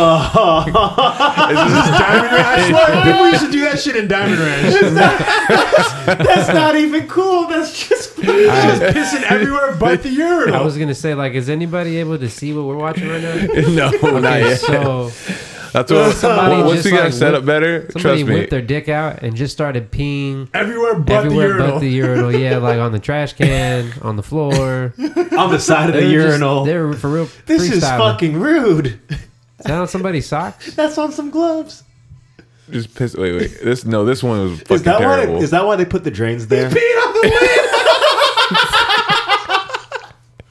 E: used to do that shit in Diamond (laughs) Ranch.
B: That's not even cool. That's just
E: Just pissing everywhere but the
D: I
E: urinal.
D: was gonna say like, is anybody able to see what we're watching right now?
E: (laughs)
A: no, (laughs) not
D: Okay,
A: yet.
D: so
A: That's what.
D: Somebody
A: Once
D: just,
A: you got
D: like,
A: set up
D: whip-
A: better,
D: somebody
A: trust me.
D: whipped their dick out and just started peeing
E: Everywhere but
D: everywhere
E: the urinal.
D: but the urinal. Yeah, like on the trash can, on the floor.
B: on the side of the urinal.
D: They're for real.
B: this is
D: freestyling.
B: fucking rude. (laughs)
D: Is that on somebody's socks?
B: That's on some gloves.
A: Just piss. Wait, wait. This no. This one was fucking
B: Is that why?
A: terrible.
B: Is that why they put the drains there?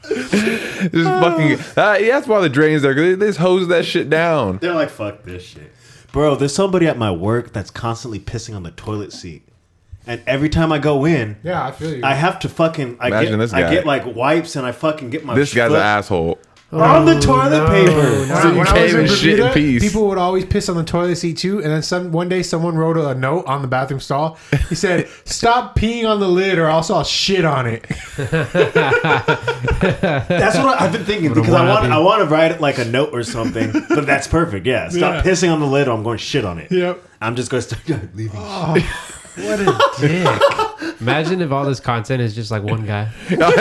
A: Just fucking.
E: (laughs)
A: Uh, yeah, that's why the drains there. 'cause They, they just hose that shit down.
B: They're like, fuck this shit, bro. There's somebody at my work that's constantly pissing on the toilet seat, and every time I go in,
E: yeah, I feel you.
B: I have to fucking. I
A: Imagine
B: get,
A: this
B: I
A: guy.
B: get like wipes, and I fucking get my.
A: This guy's an
B: foot
A: asshole.
B: on the toilet
D: no,
B: paper.
D: no.
E: When
A: So
E: I-
A: you
E: when I
A: came
E: was
A: and
E: Bermuda,
A: shit in peace.
E: People would always piss on the toilet seat too, and then some. One day, someone wrote a note on the bathroom stall. He said, "Stop peeing on the lid, or else I'll shit on it."
B: That's what I, I've been thinking because I want I want to write like a note or something. But that's perfect. Yeah, stop
E: Yeah.
B: pissing on the lid, or I'm going to shit on it.
E: Yep.
B: I'm just going to start (laughs) leaving.
D: What a dick. Imagine if all this content is just like one guy.
A: Just one
D: (laughs)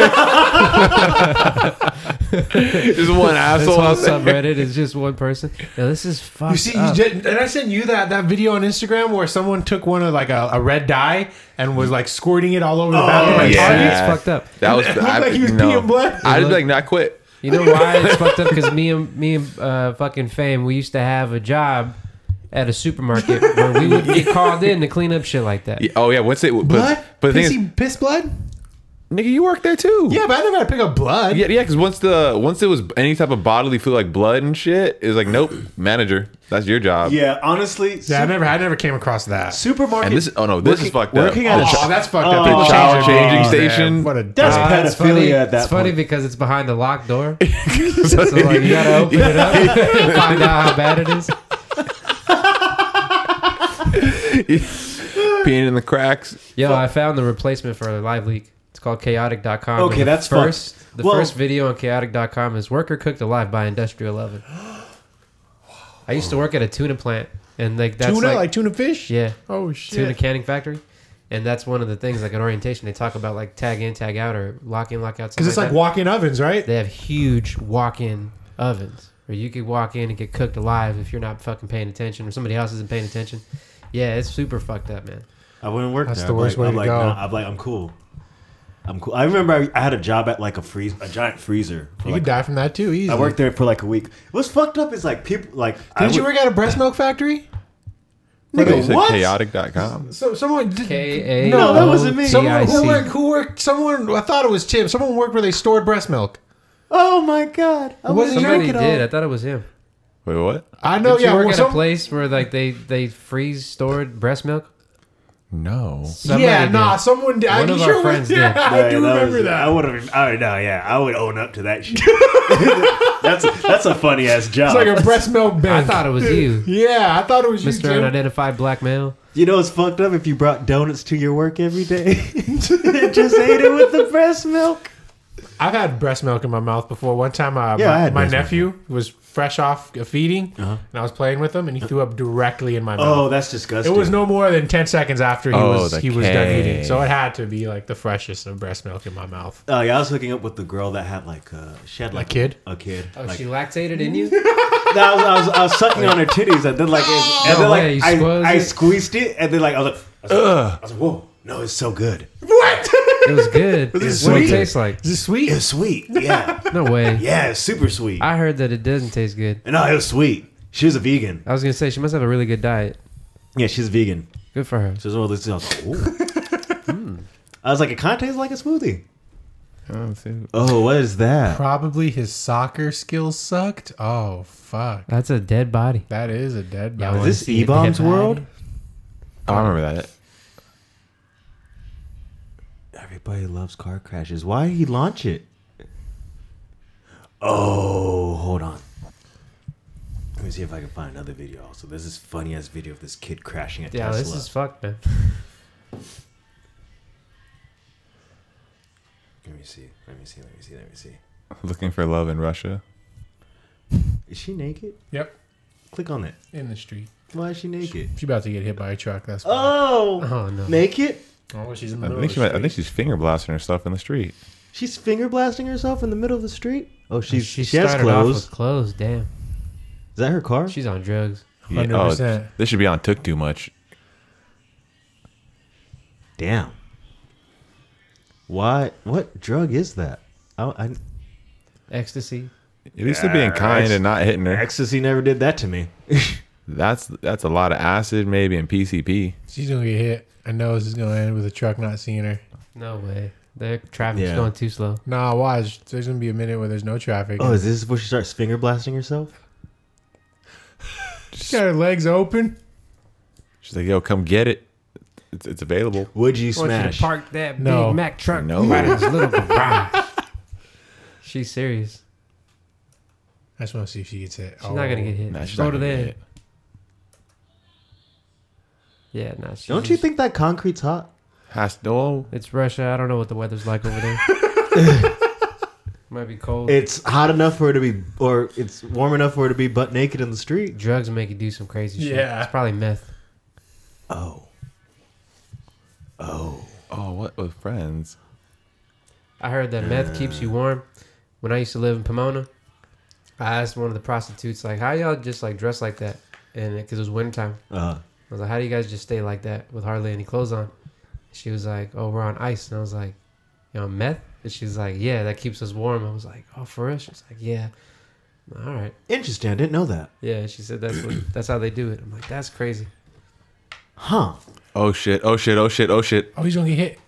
D: This
A: asshole.
D: whole
A: out there. (laughs)
D: subreddit is just one person. Now this is fucked
E: You see, you
D: up.
E: did, and I sent you that that video on Instagram where someone took one of like a, a red dye and was like squirting it all over the bathroom. at
D: yeah.
E: Target.
D: It's fucked up.
A: That
E: (laughs)
A: was.
E: It looked like he was
A: no.
E: peeing blood.
A: I'd be like, not quit.
D: You know why it's (laughs) fucked up? Because me and me and uh, fucking Fame, we used to have a job at a supermarket where we would get called in to clean up shit like that.
A: Yeah, Oh yeah, what's it? But,
E: Blood?
A: but the thing is,
E: Pissy, piss blood?
A: nigga, you work there too.
E: Yeah, but I never had to pick up blood.
A: Yeah, yeah, because once the once it was any type of bodily fluid like blood and shit, it was like, nope, manager, that's your job.
B: Yeah, honestly,
E: Yeah, I
B: su-
E: never, I never came across that.
B: supermarket.
A: And this, oh no, this
B: working-
A: is fucked up.
B: working at
A: The
B: a
A: chi-
E: Oh, that's fucked up.
B: The
E: They
A: child
E: changed
A: changing
E: names, man.
A: station.
E: What a
B: That's
E: dog.
D: Uh, it's funny,
B: pedophilia at that
D: it's funny
B: point.
D: because it's behind a locked door. so like you gotta open it up, (laughs) find out how bad it is.
A: (laughs) peeing in the cracks.
D: Yo, I found the replacement for Live Leak. It's called chaotic.com.
B: Okay,
D: And the
B: that's fucked.
D: first. The
B: Well-
D: first video on chaotic.com is Worker Cooked Alive by
B: (gasps)
D: Industrial Oven. I used to work at a tuna plant, and like that's
E: Tuna, like,
D: like,
E: tuna fish?
D: yeah,
E: Oh,
D: tuna
E: shit.
D: canning factory, and that's one of the things like at orientation they talk about like tag in, tag out, or lock in, lock out.
E: Because it's like walk-in ovens, right?
D: they have huge walk-in ovens where you could walk in and get cooked alive if you're not fucking paying attention or somebody else isn't paying attention. Yeah, it's super fucked up, man.
B: I wouldn't work
E: That's
B: there.
E: the worst
B: I'm like, I'm
E: way to
B: like,
E: go.
B: nah, I'm like, I'm cool. I'm cool. I remember I, I had a job at like a freeze, a giant freezer. for,
E: You
B: like,
E: could die from that too. Easy.
B: I worked there for like a week. What's fucked up is like people like. I
E: Didn't you
B: would-
E: work at a breast milk factory?
A: What?
B: Nigga,
A: You said
B: what?
A: chaotic.com.
E: So someone did,
D: K A.
E: No,
B: that wasn't me.
E: someone who
D: T I
E: worked
D: C.
E: who worked someone I thought it was Tim. Someone worked where they stored breast milk.
B: Oh my god! I wasn't
D: Somebody
B: drinking
D: did. I
B: all.
D: thought it was him.
A: Wait, what?
E: I know.
D: Did you
E: Oh, yeah,
D: work
E: well,
D: at
E: some-
D: a place where like they they freeze stored breast milk?
A: No.
D: Somebody
E: yeah,
D: did.
E: nah. Someone did.
D: One
E: I'm
D: of
E: sure
D: our
E: it was-
D: friends did.
E: (laughs) yeah, I
B: Right,
E: do
B: was-
E: remember that.
B: I would have. I know. Yeah, I would own up to that
E: (laughs)
B: shit. that's a, that's a funny ass job.
E: It's like a breast milk
D: I
E: bank.
D: thought it was you,
E: Yeah, I thought it was
D: Mister
E: you. Tim.
D: Unidentified Black Male.
B: you know, it's fucked up if you brought donuts to your work every day. (laughs) Just ate it with the breast milk.
E: I've had breast milk in my mouth before. One time, uh,
B: Yeah,
E: my,
B: I had
E: my
B: breast milk.
E: nephew was fresh off a feeding, and I was playing with him, and he threw up directly in my mouth.
B: Oh, that's
E: it
B: disgusting.
E: was no more than ten seconds after he
A: Oh,
E: was
A: the
E: he was done
A: K.
E: eating, so it had to be like the freshest of breast milk in my mouth.
B: Uh, yeah, I was hooking up with the girl that had like uh, she had like
E: kid?
B: a kid.
D: Oh,
B: like,
D: she lactated in you.
B: No, I, was, I, was, I was sucking on her titties and then like it- and
D: No
B: then like
D: way, you squeezed
B: I, I
D: it?
B: squeezed it and then like I was like, I was like, I was like whoa, no, it's so good.
E: What?
D: It was good.
B: Is it
D: what did it
B: sweet?
D: taste like?
E: Is it sweet?
B: It was sweet, yeah,
D: No way.
B: yeah, it's super sweet.
D: I heard that it doesn't taste good.
B: And no, it was sweet. She was a vegan.
D: I was gonna say she must have a really good diet.
B: Yeah, she's vegan.
D: Good for her.
B: She was one of those. I was like, ooh.
D: (laughs) Hmm.
B: I was like, it kind of tastes like a smoothie.
A: I don't see it.
B: Oh, what is that?
E: Probably his soccer skills sucked. Oh fuck,
D: That's a dead body.
E: that is a dead
D: Yeah, I
E: body.
D: wanna
B: this
D: see a
B: E-Bombs
D: dead body.
B: world?
A: Oh, I remember that.
B: Everybody loves car crashes. Why did he launch it? Oh, hold on. Let me see if I can find another video. Also, there's this funny ass video of this kid crashing a
D: Yeah,
B: Tesla.
D: this is fucked, man.
B: let me see. Let me see. Let me see. Let me see.
A: Looking for love in Russia.
B: Is she naked?
E: Yep,
B: Click on it.
E: in the street.
B: Why is she naked?
E: She's about to get hit by a truck. That's why.
B: Oh,
D: Oh, no.
B: naked.
E: oh, she's in the
A: I
E: middle
A: think
E: of
A: she
E: the
A: might, I
E: street.
A: think she's finger blasting herself in the street.
B: She's finger blasting herself in the middle of the street. Oh, she's
D: she,
B: she, has
D: started off
B: clothes.
D: with clothes. Damn,
B: Is that her car?
D: she's on drugs.
A: Yeah, oh,
E: 100%.
A: this should be on Took Too Much.
B: Damn. Why? What drug is that? I, I,
D: Ecstasy.
A: At least they're being kind and not hitting her.
B: ecstasy never did that to me.
A: That's that's a lot of acid, maybe, and PCP.
E: She's gonna get hit. I know this is gonna end with a truck not seeing her.
D: No way. Their traffic's
B: Yeah.
D: going too slow.
E: Nah, watch. There's gonna be a minute where there's no traffic.
B: Oh, is this where she starts finger blasting herself?
E: She's got her legs open.
A: She's like, "Yo, come get it. It's, it's available."
B: Would you
D: I want you
B: smash?
D: to park that
E: No.
D: Big Mac truck
A: No.
D: right in this little garage. She's serious.
E: I just want to see if she gets hit.
D: She's not gonna get hit.
A: Nah, she's
D: Go
A: not
D: to
A: gonna get
D: there.
A: hit.
D: Yeah, nah. she's
B: Don't you
D: just-
B: think that concrete's hot?
A: Has no.
D: It's Russia. I don't know what the weather's like over there. Might be
E: Oh.
D: cold.
B: It's hot enough for her to be, or it's warm enough for her to be butt naked in the street.
D: Drugs make you do some crazy shit.
E: Yeah.
D: It's probably meth.
B: Oh, oh,
A: Oh, what with friends?
D: I heard that meth keeps you warm. When I used to live in Pomona, I asked one of the prostitutes, like, how y'all just like dress like that? And because it was wintertime.
B: uh,
D: I was like, how do you guys just stay like that with hardly any clothes on? She was like, oh, we're on ice. And I was like, you know, meth? And she was like, yeah, that keeps us warm. I was like, oh, for real? She was like, yeah. I'm like, All right.
B: interesting. I didn't know that,
D: Yeah. And she said, that's what, that's how they do it. I'm like, that's crazy.
B: huh?
A: Oh shit! Oh shit! Oh shit! Oh shit!
E: Oh, he's gonna get hit.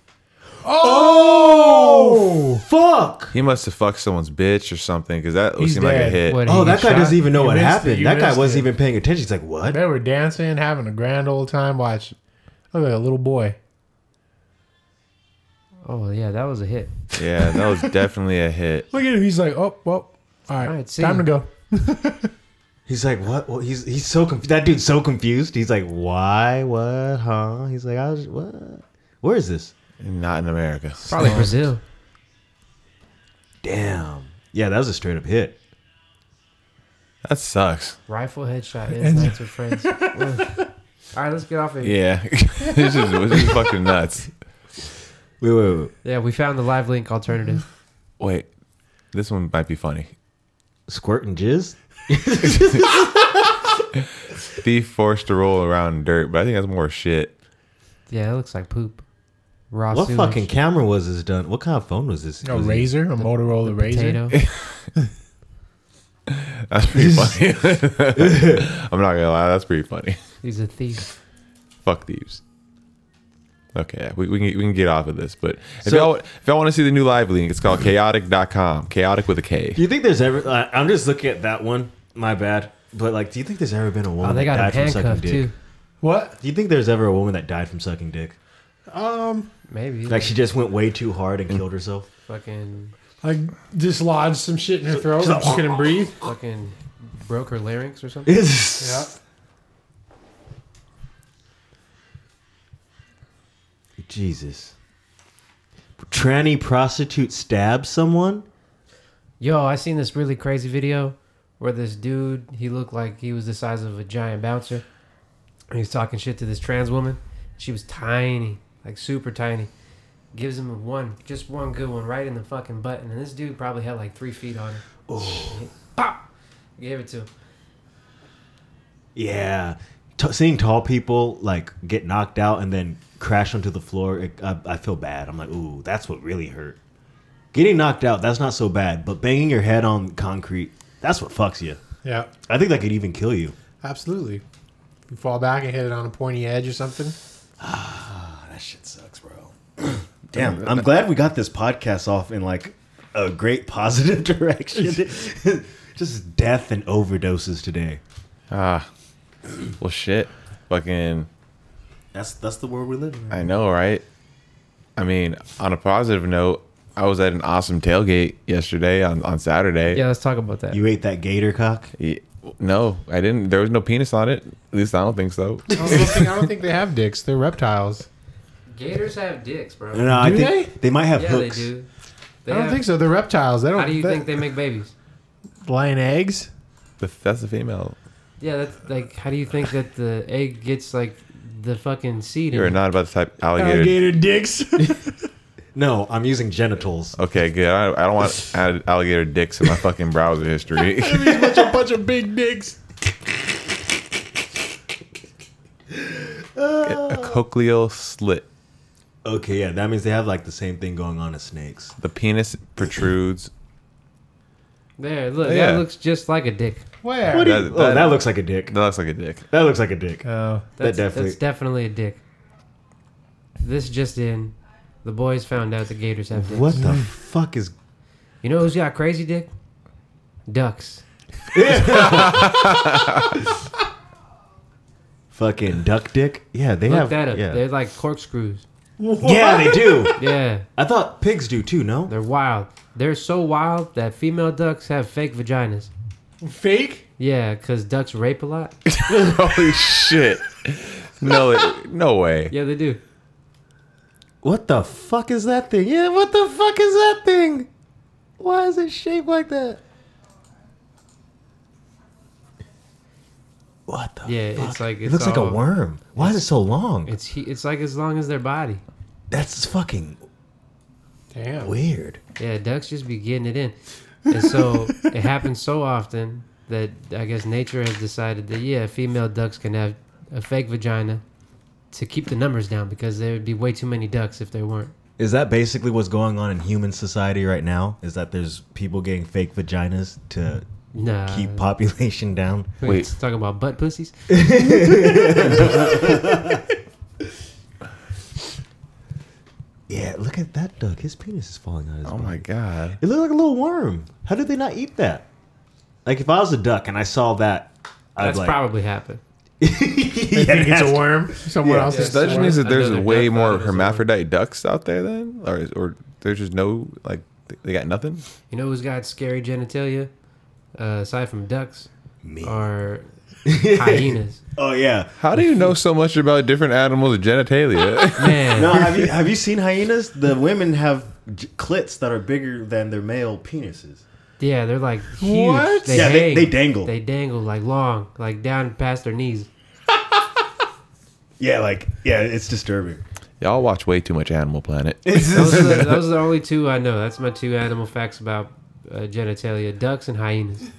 E: Oh,
B: Fuck!
A: He must have fucked someone's bitch or something, because that
E: He's
A: seemed like a
E: dead.
A: hit.
D: What,
B: Oh,
D: he
B: that
D: got
B: guy
D: shot?
B: doesn't even know
E: You
B: what
E: missed it.
B: happened.
E: You
B: That guy
E: missed
B: wasn't
E: it.
B: even paying attention. He's like, "What?
E: they were dancing, having a grand old time. Watch. Look like a little boy.
D: Oh, yeah. That was a hit.
A: Yeah, that was definitely a hit.
E: Look at him. He's like, oh, well, all right,
D: All right, see
E: time
D: ya.
E: to go.
B: He's like, what? Well, he's he's so confused. That dude's so confused. He's like, why? What? Huh? He's like, I was what? Where is this?
A: Not in America.
D: Probably Brazil.
B: Damn. Yeah, that was a straight up hit.
A: That sucks.
D: Rifle headshot insights with friends. Ugh. All right, let's get off of here.
A: Yeah, (laughs) this is this is fucking nuts.
B: Wait, wait, wait.
D: Yeah. we found the live link alternative.
A: Wait, this one might be funny.
B: Squirt and jizz.
A: Thief forced to roll around in dirt, but I think that's more shit.
D: Yeah, it looks like poop. raw
B: What
D: sewage.
B: fucking camera was this done? What kind of phone was this?
E: A
B: Was it-
E: razor, a Motorola razor.
D: potato?
B: (laughs)
A: That's (laughs) pretty funny. I'm not gonna lie, that's pretty funny. (laughs)
D: He's a thief.
A: Fuck thieves. Okay, we, we, can, we can get off of this, but if
B: So-
A: y'all if y'all want to see the new live link, it's called chaotic.com. Chaotic with a K.
B: Do you think there's ever? I I'm just looking at that one. My bad. But like, do you think there's ever been a woman
D: Oh,
B: that
D: they got him
B: died from sucking
D: handcuffed
B: dick?
D: too.
E: What?
B: Do you think there's ever a woman that died from sucking dick?
E: Um,
D: Maybe
B: Like she just went way too hard and killed
D: (laughs)
B: herself. (laughs)
D: fucking
E: like dislodged some shit in her throat. and She couldn't breathe.
D: fucking broke her larynx or something.
E: (laughs) Yeah.
B: Yeah. Jesus. Tranny prostitute stabs someone.
D: Yo, I seen this really crazy video where this dude, he looked like he was the size of a giant bouncer. And he was talking shit to this trans woman. She was tiny, like super tiny. Gives him one, just one good one right in the fucking button. And this dude probably had like three feet on her. Pop! Gave it to him.
B: Yeah. T- seeing tall people like get knocked out and then crash onto the floor, it, I, I feel bad. I'm like, ooh, that's what really hurt. Getting knocked out, that's not so bad, but banging your head on concrete, that's what fucks you.
E: Yeah.
B: I think that could even kill you.
E: Absolutely. You fall back and hit it on a pointy edge or (laughs) something.
B: Ah, That shit sucks, bro. (clears throat) Damn, I'm glad we got this podcast off in like a great (laughs) positive (laughs) direction. Just death and overdoses today.
A: Ah, well, shit. Fucking,
B: That's that's the world we live in.
A: I know, right? I mean, on a positive note, I was at an awesome tailgate yesterday on on Saturday.
D: Yeah, let's talk about that.
B: You ate that gator cock?
A: Yeah. No, I didn't. There was no penis on it. At least I don't think so.
E: I don't, think, I don't think they have dicks. They're reptiles.
D: Gators have dicks, bro.
B: No, I
E: Do
B: think they, might have
D: yeah,
B: hooks.
D: they do. They
E: I don't
D: have-
E: think so. They're reptiles. They don't.
D: How do you
E: they-
D: think they make babies?
E: laying eggs?
A: The- That's the female.
D: Yeah, that's like, how do you think that the egg gets like the fucking seed
A: You
D: in
A: are
D: it?
A: not about the type alligator.
E: Alligator dicks. (laughs)
B: No, I'm using genitals.
A: Okay, good. I, I don't want ad- alligator dicks in my fucking browser (laughs) history.
E: bunch of bunch of big dicks.
A: a cochleal slit.
B: Okay, yeah, that means they have like the same thing going on as snakes.
A: The penis protrudes.
D: There, look,
A: Yeah.
D: that looks just like a dick.
E: Where?
A: do you- That-
B: oh, that,
A: that-
B: looks like a dick.
A: That looks like a dick.
B: That looks like a dick.
E: oh,
D: That's,
B: definitely-
D: that's definitely a dick. This just in, the boys found out the gators have dicks.
B: What the fuck is?
D: You know who's got crazy dick? Ducks.
B: Fucking duck dick? Yeah, they
D: Look
B: have.
D: that up.
B: Yeah.
D: They're like corkscrews.
B: yeah, they do.
D: Yeah,
B: I thought pigs do too. No,
D: they're wild. They're so wild that female ducks have fake vaginas.
E: fake.
D: Yeah, because ducks rape a lot.
A: Holy shit. No, it, no way.
D: Yeah, they do.
B: What the fuck is that thing? Yeah, what the fuck is that thing? Why is it shaped like that? What the
D: Yeah,
B: fuck?
D: it's like-
B: it
D: it's
B: looks like a
D: all-
B: worm. Why is it so long?
D: It's he, It's like as long as their body.
B: That's fucking
E: Damn.
B: weird.
D: Yeah, ducks just be getting it in.
B: (laughs)
D: And so it happens so often that I guess nature has decided that, yeah, female ducks can have a fake vagina to keep the numbers down because there would be way too many ducks if there weren't.
B: Is that basically what's going on in human society right now? Is that there's people getting fake vaginas to
D: Nah.
B: keep population down?
D: Wait. it's Talking about butt pussies?
B: Yeah, look at that duck. His penis is falling out of his
A: Oh
B: body.
A: my god.
B: It looked like a little worm. How did they not eat that? Like if I was a duck and I saw that, I'd
D: That's
B: like, (laughs)
D: probably happened.
E: They think it's
B: has
E: a
B: to-
E: worm. Someone
B: Yeah.
E: else
A: Does
E: is
A: that
E: a
A: just
E: worm.
A: mean that there's
D: Another
A: way
D: duck
A: more
D: thought it was a-
A: hermaphrodite ducks out there then? Or or there's just no like they got nothing?
D: You know who's got scary genitalia? Uh, aside from ducks,
B: Me. (laughs)
D: are hyenas.
B: Oh yeah.
A: How do you know so much about different animals' genitalia? (laughs)
B: (laughs)
D: Man, (laughs)
B: No, have you have you seen hyenas? The women have j- clits that are bigger than their male penises.
D: yeah, they're like huge.
E: What?
D: They
B: Yeah, they-
D: hang.
B: they dangle.
D: They dangle like long, like down past their knees.
B: Yeah, like yeah, it's disturbing.
A: Y'all watch way too much Animal Planet.
D: those, are the, those are the only two I know. That's my two animal facts about uh, genitalia: ducks and hyenas.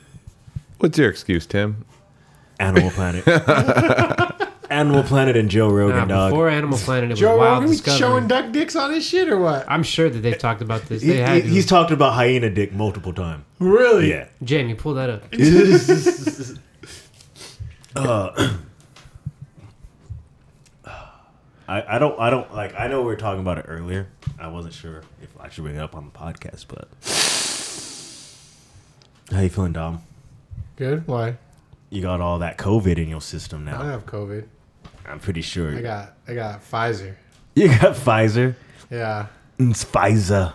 A: What's your excuse, Tim?
B: Animal Planet. (laughs) Animal Planet and Joe Rogan,
D: Nah,
B: dog.
D: before Animal Planet, it was
E: Joe
D: Wild
E: Rogan
D: Discovery.
E: showing duck dicks on his shit or what?
D: I'm sure that they've talked about this.
B: He-
D: They had
B: he- he's
D: to.
B: talked about hyena dick multiple times.
E: Really?
B: Yeah.
D: Jamie, pull that up.
B: Uh, I, I don't I don't like I know we were talking about it earlier. I wasn't sure if I should bring it up on the podcast, but how you feeling, Dom?
E: Good. Why?
B: You got all that COVID in your system
E: I don't
B: now.
E: have COVID.
B: I'm pretty sure.
E: Uh-huh. I got I got Pfizer.
B: you got Pfizer.
E: Yeah.
B: Mm, It's Pfizer.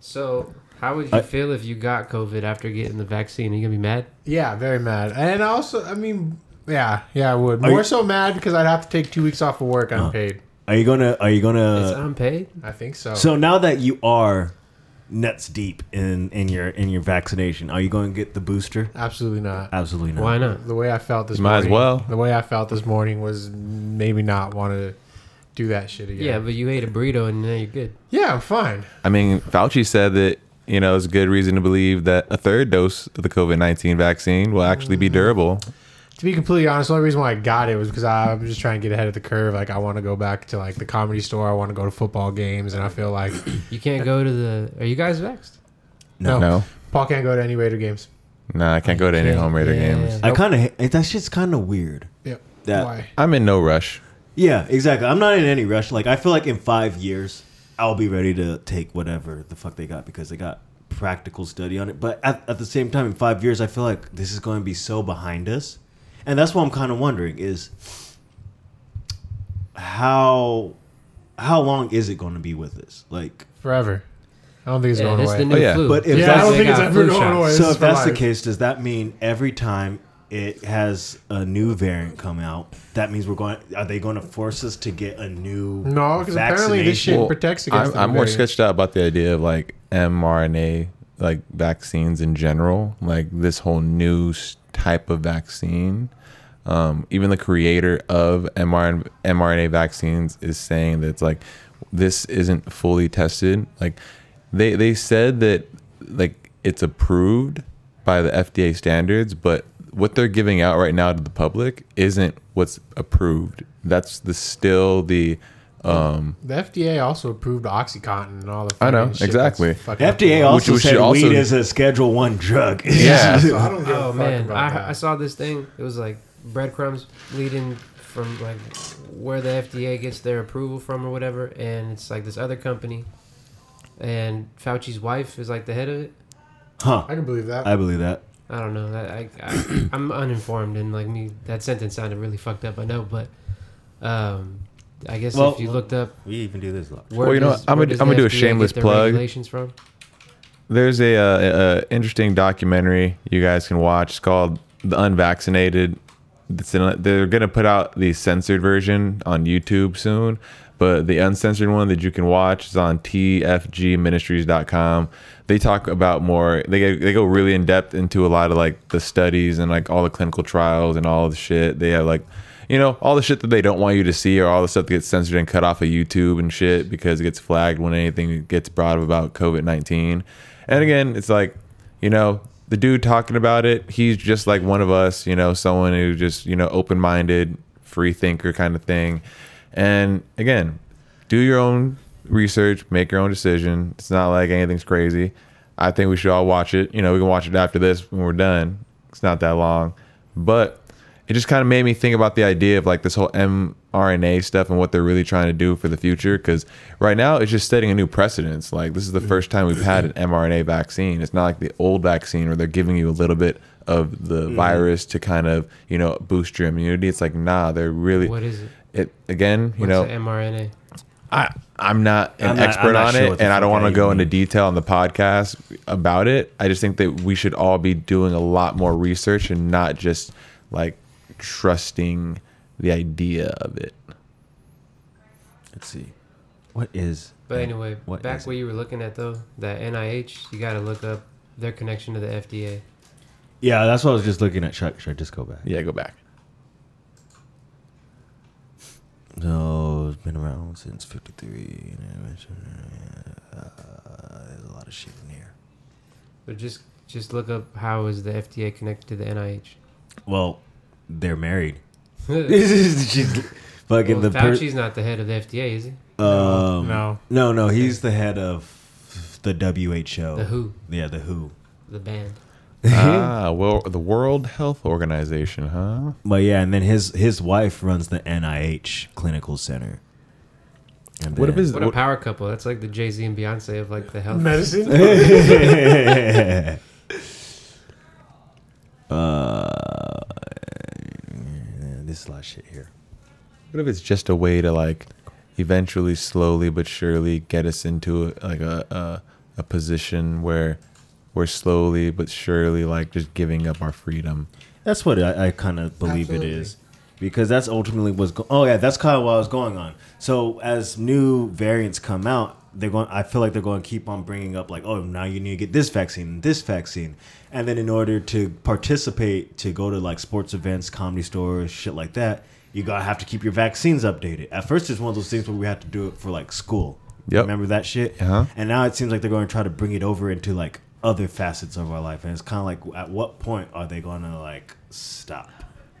D: So, how would you feel if you got COVID after getting the vaccine? Are you gonna be mad?
E: Yeah, very mad. And also, I mean, yeah, yeah, I would. More
B: you-
E: so mad because I'd have to take two weeks off of work unpaid.
B: Are you gonna are you
D: It's
B: gonna
D: unpaid.
E: I think so.
B: So now that you are nuts deep in, in your in your vaccination, are you gonna get the booster?
E: Absolutely not.
B: Absolutely not.
D: Why not?
E: The way I felt this
A: Might as
E: morning.
A: well.
E: The way I felt this morning was maybe not want to do that shit again.
D: Yeah, but you ate a burrito and now you're good.
E: Yeah, I'm fine.
A: I mean, Fauci said that you know it's good reason to believe that a third dose of the COVID nineteen vaccine will actually be durable.
E: To be completely honest, the only reason why I got it was because I'm just trying to get ahead of the curve. Like I want to go back to like the comedy store. I want to go to football games, and I
A: (clears throat)
E: feel like
D: You can't go to the. Are you guys vexed?
E: no,
A: No,
E: Paul can't go to any Raider games.
A: nah, I can't go to any home Raider games.
B: I kind of that shit's kind of weird.
E: Yep.
B: That-
E: Why?
A: I'm in no rush.
B: Yeah, exactly. I'm not in any rush. Like I feel like in five years, I'll be ready to take whatever the fuck they got because they got practical study on it. But at, at the same time, in five years, I feel like this is going to be so behind us, and that's what I'm kind of wondering is how how long is it going to be with us? Like,
E: Forever. I don't think it's
D: Yeah,
E: going
D: it's
E: away.
D: the new
A: Oh, yeah.
D: flu.
B: But if
E: yeah,
B: that's-
E: I don't
D: They
E: think it's
D: got
E: ever
D: flu
E: going
D: shots.
E: away.
B: so
E: It's
B: if that's the
E: life.
B: case, does that mean every time? It has a new variant come out. That means we're going. Are they going to force us to get a new?
E: No, 'cause apparently this
B: vaccination?
E: shit protects against
A: I'm, I'm
E: the
A: more
E: variant.
A: sketched out about the idea of like mRNA like vaccines in general, like this whole new s- type of vaccine. Um, even the creator of mRNA, mRNA vaccines is saying that it's like this isn't fully tested. Like they they said that like it's approved by the FDA standards, but what they're giving out right now to the public isn't what's approved. That's the still the
E: The FDA also approved OxyContin and all the.
A: I know,
E: fucking shit
A: exactly.
E: that's fucking up the
B: FDA
E: world.
A: Which
B: also
A: we should
B: said
A: also-
B: weed is a Schedule One
E: (laughs)
B: drug.
A: Yeah.
E: So I don't give
D: Oh
E: a fuck
D: man,
E: about that.
D: I, I saw this thing. It was like breadcrumbs leading from like where the FDA gets their approval from or whatever, and it's like this other company, and Fauci's wife is like the head of it.
B: huh?
E: I can believe that.
B: I believe that.
D: I don't know. That I,
A: (coughs)
D: I I'm uninformed, and like me, that sentence sounded really fucked up. I know, but um, I guess
B: Well-
D: if you looked up
B: We even do this.
D: where
A: Well, you know
D: does,
A: what? I'm
D: where
A: gonna-
D: does
A: I'm
D: the
A: gonna do a
D: FDA get
A: shameless
D: their
A: plug.
D: Regulations from
A: There's a, uh, a interesting documentary you guys can watch. It's called The Unvaccinated. It's in, they're gonna put out the censored version on YouTube soon, but the uncensored one that you can watch is on tfgministries.com. They talk about more. They go, they go really in depth into a lot of like the studies and like all the clinical trials and all the shit. They have like. You know, all the shit that they don't want you to see or all the stuff that gets censored and cut off of YouTube and shit because it gets flagged when anything gets brought up about COVID 19. And again, it's like, you know, the dude talking about it, he's just like one of us, you know, someone who just, you know, open minded, free thinker kind of thing. And again, do your own research, make your own decision. It's not like anything's crazy. I think we should all watch it. You know, we can watch it after this when we're done. It's not that long. But it just kind of made me think about the idea of like this whole mRNA stuff and what they're really trying to do for the future. Because right now it's just setting a new precedence. Like this is the first time we've had an mRNA vaccine. It's not like the old vaccine where they're giving you a little bit of the
D: Mm-hmm.
A: virus to kind of you know boost your immunity. It's like nah, they're really
D: what is it?
A: it again. You
D: What's
A: know,
D: the mRNA?
A: I I'm not an
B: I'm not-
A: expert
B: I'm not
A: on
B: sure what
A: it,
B: the
A: and I
B: fuck
A: don't want
B: that
A: to go
B: even
A: into detail on the podcast about it. I just think that we should all be doing a lot more research and not just like trusting the idea of it.
B: Let's see. What is?
D: But anyway,
B: What
D: back
B: is
D: where you were looking at though, that NIH, you got to look up their connection to the FDA.
B: Yeah, that's what I was just looking at. Should I, should I just go back?
A: Yeah, go
B: (laughs)
A: back.
B: No, it's been around since '53. uh, There's a lot of shit in here.
D: But just (laughs) just look up how is the FDA connected to the NIH.
B: Well, they're married.
D: well,
B: She's fucking the per-
D: Fauci's not the head of the FDA, is he?
B: um, (laughs)
E: No.
B: no no he's the head of the WHO
D: The WHO,
B: yeah the WHO
D: the band.
A: ah, well, the World Health Organization, huh?
B: but yeah and then his his wife runs the NIH clinical center and
A: What if his
D: What a power couple. That's like the Jay Z and Beyonce of like the health.
E: Medicine.
B: his (laughs) uh this is a lot of shit here
A: what if it's just a way to like eventually, slowly but surely, get us into like a a, a position where we're slowly but surely like just giving up our freedom.
B: That's what I, I kind of believe it is, because that's ultimately what's. Go- oh yeah, that's kind of what I was going on. So as new variants come out, they're going. I feel like they're going to keep on bringing up like, oh, now you need to get this vaccine, this vaccine, and then in order to participate, to go to like sports events, comedy stores, shit like that, you gotta have to keep your vaccines updated. At first, it's one of those things where we had to do it for like school.
A: Yep.
B: Remember that shit?
A: Uh-huh.
B: And now it seems like they're going to try to bring it over into like other facets of our life. And it's kind of like, at what point are they going to like stop?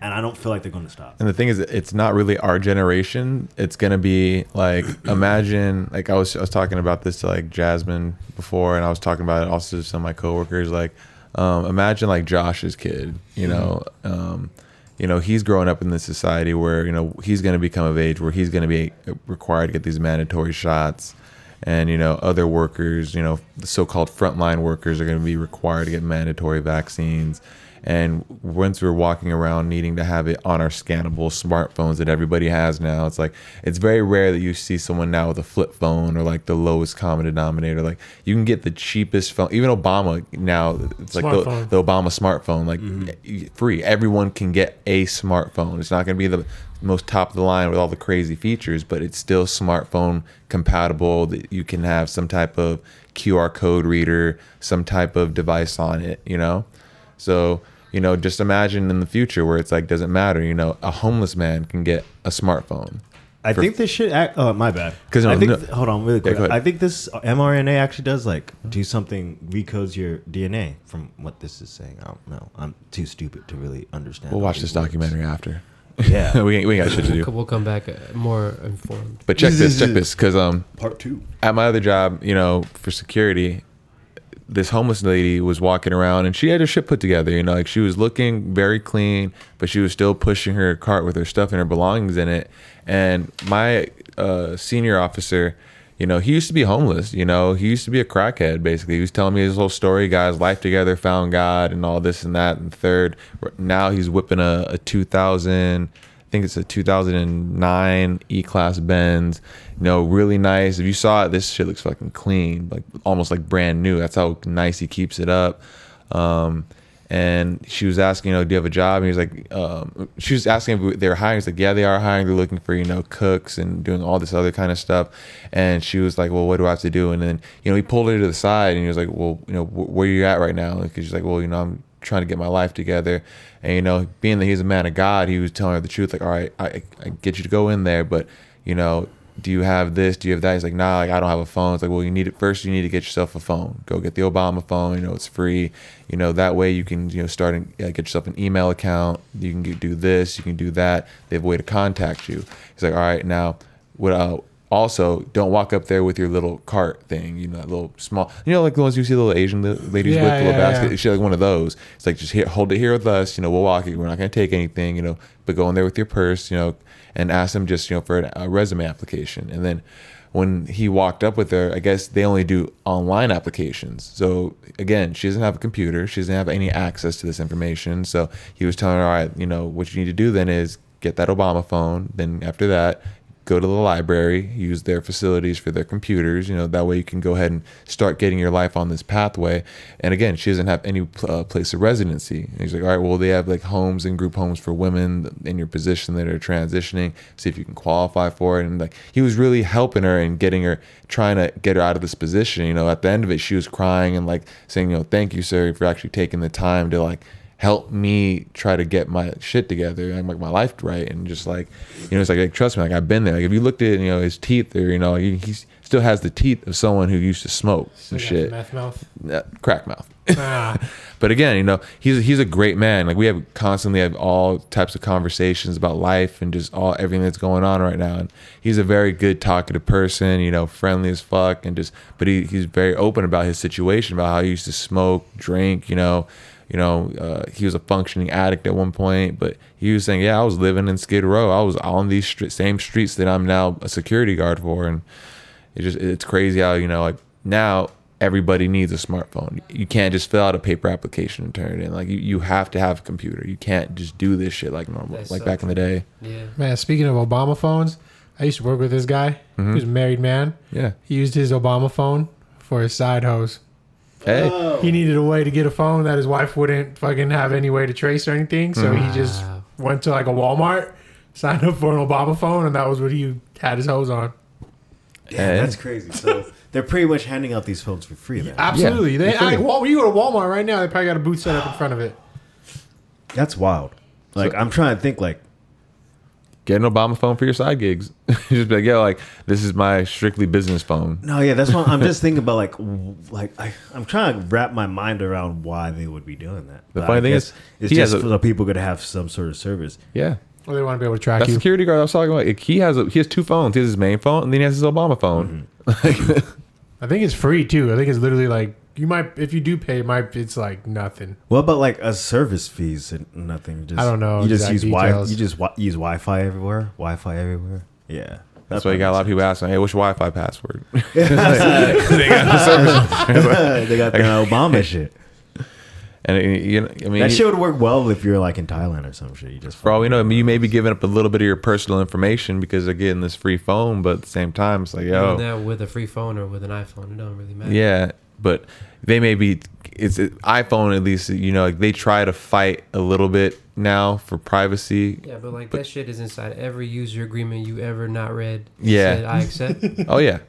B: And I don't feel like they're going to stop.
A: And the thing is, it's not really our generation. It's gonna be like (clears throat) imagine like I was I was talking about this to like Jasmine before, and I was talking about it also to some of my coworkers. Like, um, imagine like Josh's kid. You know, um, you know he's growing up in this society where you know he's gonna become of age where he's gonna be required to get these mandatory shots. And you know other workers, you know the so-called frontline workers are going to be required to get mandatory vaccines, and once we're walking around needing to have it on our scannable smartphones that everybody has now, it's like it's very rare that you see someone now with a flip phone or like the lowest common denominator. Like you can get the cheapest phone. Even Obama now, it's like the,
E: Smartphone.
A: the Obama smartphone, like e- free. Everyone can get a smartphone. It's not going to be the most top of the line with all the crazy features, but it's still smartphone compatible. That you can have some type of QR code reader, some type of device on it. You know. So, you know, just imagine in the future where it's like doesn't matter, you know, a homeless man can get a smartphone.
B: I think this shit. Act, oh, my bad.
A: 'Cause, no,
B: I think
A: no-
B: th- hold on, really quick.
A: go ahead.
B: I think this mRNA actually does like do something recodes your DNA from what this is saying. I don't know. I'm too stupid to really understand.
A: We'll
B: all
A: watch this
B: these words.
A: documentary after. (laughs)
B: Yeah,
A: we ain't, we ain't got shit to do.
D: (laughs) We'll come back uh, more informed.
A: But check this, check this, because um,
B: part two.
A: at my other job, you know, for security, this homeless lady was walking around and she had her shit put together, you know, like she was looking very clean, but she was still pushing her cart with her stuff and her belongings in it. And my uh, senior officer, you know, he used to be homeless, you know, he used to be a crackhead basically. He was telling me his whole story, got his life together, found God and all this and that. And third, now he's whipping a, a 2000. I think it's a 2009 E-Class Benz. You know, really nice. If you saw it, this shit looks fucking clean, like almost like brand new. That's how nice he keeps it up. Um, and she was asking, you know, do you have a job? And he was like, um, she was asking if they were hiring. He's like, yeah, they are hiring. They're looking for, you know, cooks and doing all this other kind of stuff. And she was like, well, what do I have to do? And then, you know, he pulled her to the side and he was like, well, you know, wh- where you at right now? Because she's like, well, you know, I'm trying to get my life together. And you know, being that he's a man of God, he was telling her the truth. Like, all right, I, I get you to go in there, but you know, do you have this? Do you have that? He's like, nah, like I don't have a phone. It's like, well, you need it first. You need to get yourself a phone. Go get the Obama phone. You know, it's free. You know, that way you can you know start and uh, get yourself an email account. You can do this. You can do that. They have a way to contact you. He's like, all right, now what? Uh, also, don't walk up there with your little cart thing. You know, that little small. You know, like the ones you see the little Asian li- ladies
E: Yeah,
A: with the little
E: yeah,
A: basket
E: yeah.
A: shit like one of those. It's like just here, hold it here with us. You know, we'll walk it. We're not gonna take anything. You know, but go in there with your purse. You know, and ask them just you know for a resume application. And then when he walked up with her, I guess they only do online applications. So again, she doesn't have a computer. She doesn't have any access to this information. So he was telling her, all right, you know, what you need to do then is get that Obama phone. Then after that, go to the library, use their facilities for their computers. You know, that way you can go ahead and start getting your life on this pathway. And again, she doesn't have any uh, place of residency. And he's like, all right, well, they have like homes and group homes for women in your position that are transitioning. See if you can qualify for it. And like, he was really helping her and getting her, trying to get her out of this position. You know, at the end of it, she was crying and like saying, you know, thank you, sir, for actually taking the time to like help me try to get my shit together and like my life right and just like you know it's like, like, trust me like I've been there like if you looked at you know his teeth or you know he he's, still has the teeth of someone who used to smoke and shit
E: Meth mouth.
A: Nah, crack mouth
E: Ah,
A: but again, you know, he's he's a great man. Like we have constantly have all types of conversations about life and just all everything that's going on right now. And he's a very good talkative person, you know, friendly as fuck, and just but he, he's very open about his situation, about how he used to smoke, drink, you know, you know, uh, he was a functioning addict at one point, but he was saying, yeah, I was living in Skid Row, I was on these str- same streets that I'm now a security guard for, and it just it's crazy how you know like now everybody needs a smartphone. You can't just fill out a paper application and turn it in. Like you, you have to have a computer. You can't just do this shit like normal,
D: That's
A: like
D: so
A: back in the day.
D: Yeah.
E: man, speaking of Obama phones, I used to work with this guy.
A: Mm-hmm.
E: He was a married man.
A: Yeah.
E: He used his Obama phone for his side hose.
A: Hey.
E: He needed a way to get a phone that his wife wouldn't fucking have any way to trace or anything. So he just
D: Wow.
E: went to like a Walmart, signed up for an Obama phone, and that was what he had his hose on.
A: hey.
B: Damn, that's crazy. So they're pretty much handing out these phones for free. Then.
E: Absolutely.
A: Yeah,
E: they
A: for free.
E: I, Wal- you go to Walmart right now, they probably got a booth set up in front of it.
B: That's wild. Like I'm trying to think. Like
A: Get an Obama phone for your side gigs. (laughs) just be like, yo, like this is my strictly business phone.
B: no, yeah, that's why I'm
A: (laughs)
B: just thinking about like w- like I, I'm trying to wrap my mind around why they would be doing that.
A: The
B: But
A: funny
B: I
A: thing
B: guess
A: is,
B: it's
A: he
B: just
A: has a-
B: so people could have some sort of service.
A: Yeah.
E: Or they want to be able to track
A: That
E: you.
A: security guard I was talking about, like, he has a, he has two phones. He has his main phone and then he has his Obama phone. Like,
E: I think it's free too. I think it's literally like you might if you do pay, it might it's like nothing.
B: What about like a service fees and nothing? Just
E: I don't know
B: You just
E: exact
B: use Wi.
E: details.
B: You just wi- use Wi-Fi everywhere. Wi-Fi everywhere. Yeah,
A: that's why you got a lot of people asking, hey, what's your Wi-Fi password?
B: (laughs)
A: (laughs)
B: they
A: (laughs)
B: got the Obama shit.
A: and it, you know, I mean,
B: That
A: he-
B: shit would work well if you're like in Thailand or some shit. You just
A: For all we know, you may be giving up a little bit of your personal information because they're getting this free phone, but at the same time, it's like,
D: Doing
A: yo,
D: that with a free phone or with an iPhone, it don't really matter.
A: yeah. But they may be, it's it, iPhone at least, you know, like they try to fight a little bit now for
B: (laughs)
A: privacy.
D: Yeah, but like that shit is inside every user agreement you ever not read.
A: Yeah.
D: Said, I accept.
A: Oh, yeah.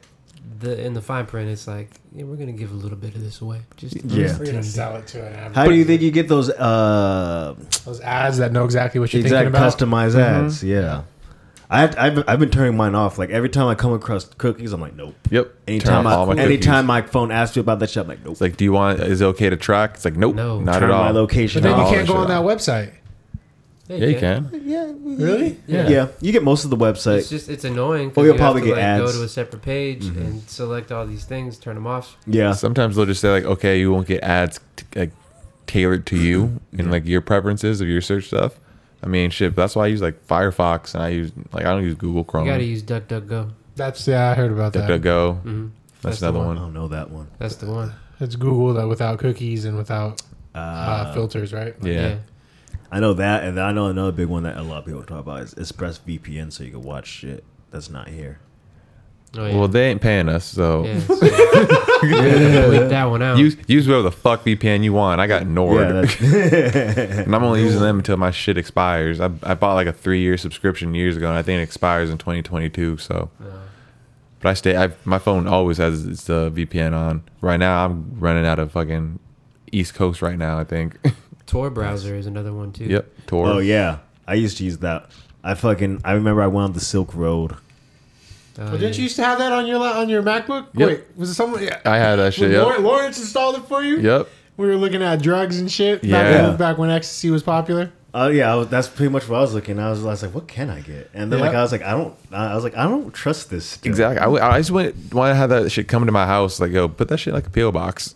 D: the in the fine print, it's like yeah, we're gonna give a little bit of this away. Just
B: Yeah.
D: just a tiny bit.
E: it to an average.
B: How do you think you get those uh,
E: those ads that know exactly what you're
B: exact
E: thinking about? Mm-hmm.
B: customized ads? Yeah. I have, I've, I've been turning mine off. Like every time I come across cookies, I'm like, nope.
A: Yep.
B: Anytime
A: Turn off all my
B: I,
A: cookies.
B: anytime my phone asks you about that shit, I'm like, nope.
A: It's like, do you want, is it okay to track? It's like, nope,
D: No.
A: not
B: Turn
A: at all.
B: my
E: but
B: location
E: then you
A: No,
B: off.
A: that
E: can't go
A: shit
E: on that website.
A: Yeah, you can.
B: Yeah,
E: Really?
B: yeah. You get most of the website.
D: It's just it's annoying. 'cause
B: Or you'll
D: you
B: probably
D: have
B: get
D: to, like,
B: ads.
D: Go to a separate page and select all these things, turn them off.
B: yeah.
A: (laughs) Sometimes they'll just say, like, okay, you won't get ads t- like tailored to
D: (clears throat)
A: you and like your preferences of your search stuff. I mean, shit, that's why I use like Firefox and I use, like, I don't use Google Chrome.
D: You gotta use DuckDuckGo.
E: That's yeah, I heard about that.
A: DuckDuckGo.
D: Mhm.
A: That's,
D: That's
A: another
D: the
B: I
A: one.
B: don't know that one.
D: That's the one.
E: It's Google that without cookies and without
B: Uh,
E: uh, filters, right?
A: Yeah.
B: I know that, and then I know another big one that a lot of people talk about is Express VPN, so you can watch shit that's not here.
D: Oh, yeah.
A: Well, they ain't paying us, so (laughs)
D: yeah. so- Bleep that one out.
A: use use whatever the fuck VPN you want. I got Nord,
B: (laughs)
A: (laughs) and I'm only using them until my shit expires. I, I bought like a three year subscription years ago, and I think it expires in 2022. So, but I stay. I my phone always has its uh, VPN on. Right now, I'm running out of fucking East Coast right now. I
B: (laughs)
A: think.
D: Tor browser is another one too. Uh,
A: yep. Tor.
B: oh yeah, I used to use that. I fucking I remember I went on the Silk Road.
D: Uh,
E: Well, didn't
D: yeah.
E: you used to have that on your la- on your MacBook?
A: Yep.
E: Wait, was it someone? Yeah.
A: I had that shit.
E: When Lawrence,
A: Yep.
E: Lawrence installed it for you.
A: Yep.
E: We were looking at drugs and shit. Back
A: Yeah.
E: When, back when ecstasy was popular.
B: Oh yeah, I was, that's pretty much what I was looking. I was, I was like, what can I get? And then like
E: Yeah.
B: I was like, I don't. I was like, I don't trust this. Still.
A: Exactly. I, w- I just went want to have that shit come to my house. Like, yo, put that shit in, like a PO box.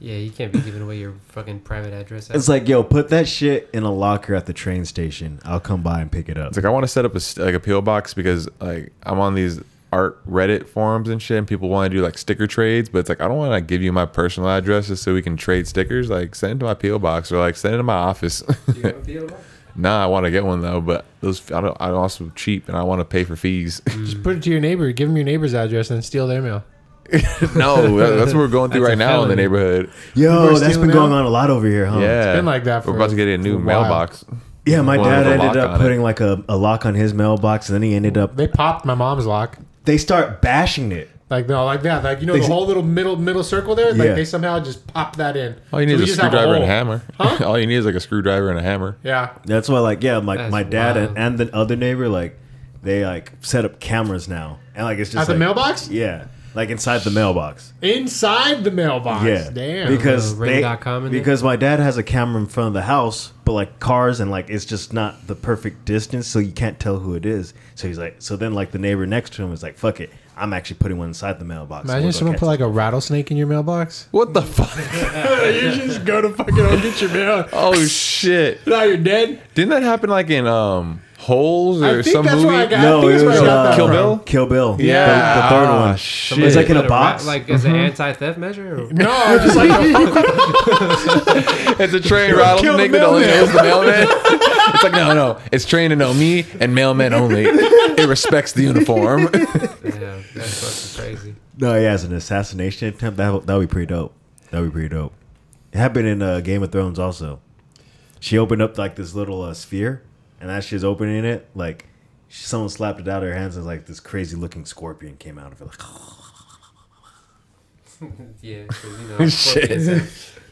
D: Yeah, you can't be giving away your fucking private address.
B: It's like, yo, put that shit in a locker at the train station. I'll come by and pick it up.
A: It's like I want to set up a st- like a PO box because like I'm on these art Reddit forums and shit, and people want to do like sticker trades, but it's like I don't want to give you my personal address just so we can trade stickers. Like send it to my PO box or like send it to my office. (laughs) nah, I want to get one though, but those I don't. I'm also cheap and I want to pay for fees. (laughs)
E: Just put it to your neighbor. Give him your neighbor's address and then steal their mail.
A: no, that- that's what we're going through
D: That's
A: right
D: a
A: now in the
D: felony.
A: neighborhood.
E: People
B: Yo,
E: are
B: that's
E: stealing
B: been going
E: now?
B: on a lot over here, huh?
A: yeah,
E: been like that
A: We're
E: for-
A: about to get a
E: for
A: new
E: a while.
A: mailbox.
B: Yeah, my
A: One with
B: dad
A: a
B: ended
A: lock on
B: up
A: it.
B: putting like a, a lock on his mailbox, and then he ended up.
E: They popped my mom's lock.
B: They start bashing it.
E: Like no, like that. Like you know, the
B: Exa-
E: whole little middle middle circle there. Like
B: Yeah.
E: they somehow just pop that in.
A: All Oh, you need
E: So we
A: is a
E: just have
A: screwdriver and a
E: hole.
A: hammer. (laughs) All you need is like a screwdriver and a hammer.
E: Yeah,
B: That's why, like, yeah, my,
D: That's
B: my dad
D: wild.
B: and, and the other neighbor, like, they like set up cameras now, and like it's
E: at
B: just
E: the
B: like-
E: mailbox.
B: Yeah, like inside the mailbox.
E: Inside the mailbox.
B: yeah,
E: Damn.
B: Because
D: Uh, Ring
B: they,
D: dot com in there?
B: because my dad has a camera in front of the house, but like cars and like it's just not the perfect distance, so you can't tell who it is. So he's like, so then like the neighbor next to him is like, fuck it, I'm actually putting one inside the mailbox. so we'll
E: Imagine
B: go
E: someone
B: catch
E: put
B: it."
E: like a rattlesnake in your mailbox.
A: What the fuck?
E: you just go to fucking go get your mail.
A: (laughs) oh shit!
E: Now you're dead.
A: Didn't that happen like in um holes or
E: I think
A: some
E: that's
A: movie?
E: where I got. I
B: No, it
E: think that's where
B: was
E: I got
B: uh,
E: that
A: Kill
E: from.
A: Bill?
B: Kill Bill. The-
A: Yeah, Ah,
B: the, third one.
A: Shit.
B: It's like in
D: Put
B: a box.
D: ra- like as an anti theft measure. Or,
E: No, I'm just like
A: It's a train rattlesnake
E: the
A: that only
E: mailman.
A: knows the mailman. it's like, no, no. It's trained to know me and mailman only. It respects the
E: (laughs)
A: uniform.
D: yeah, that's fucking crazy.
B: No, yeah, as an assassination attempt, that would- that would be pretty dope. That would be pretty dope. It happened in uh, Game of Thrones also. She opened up like this little uh, sphere, and as she's opening it, like she, someone slapped it out of her hands, and like this crazy looking scorpion came out of it. Like,
D: Yeah, 'cause, you know, scorpions
A: Shit.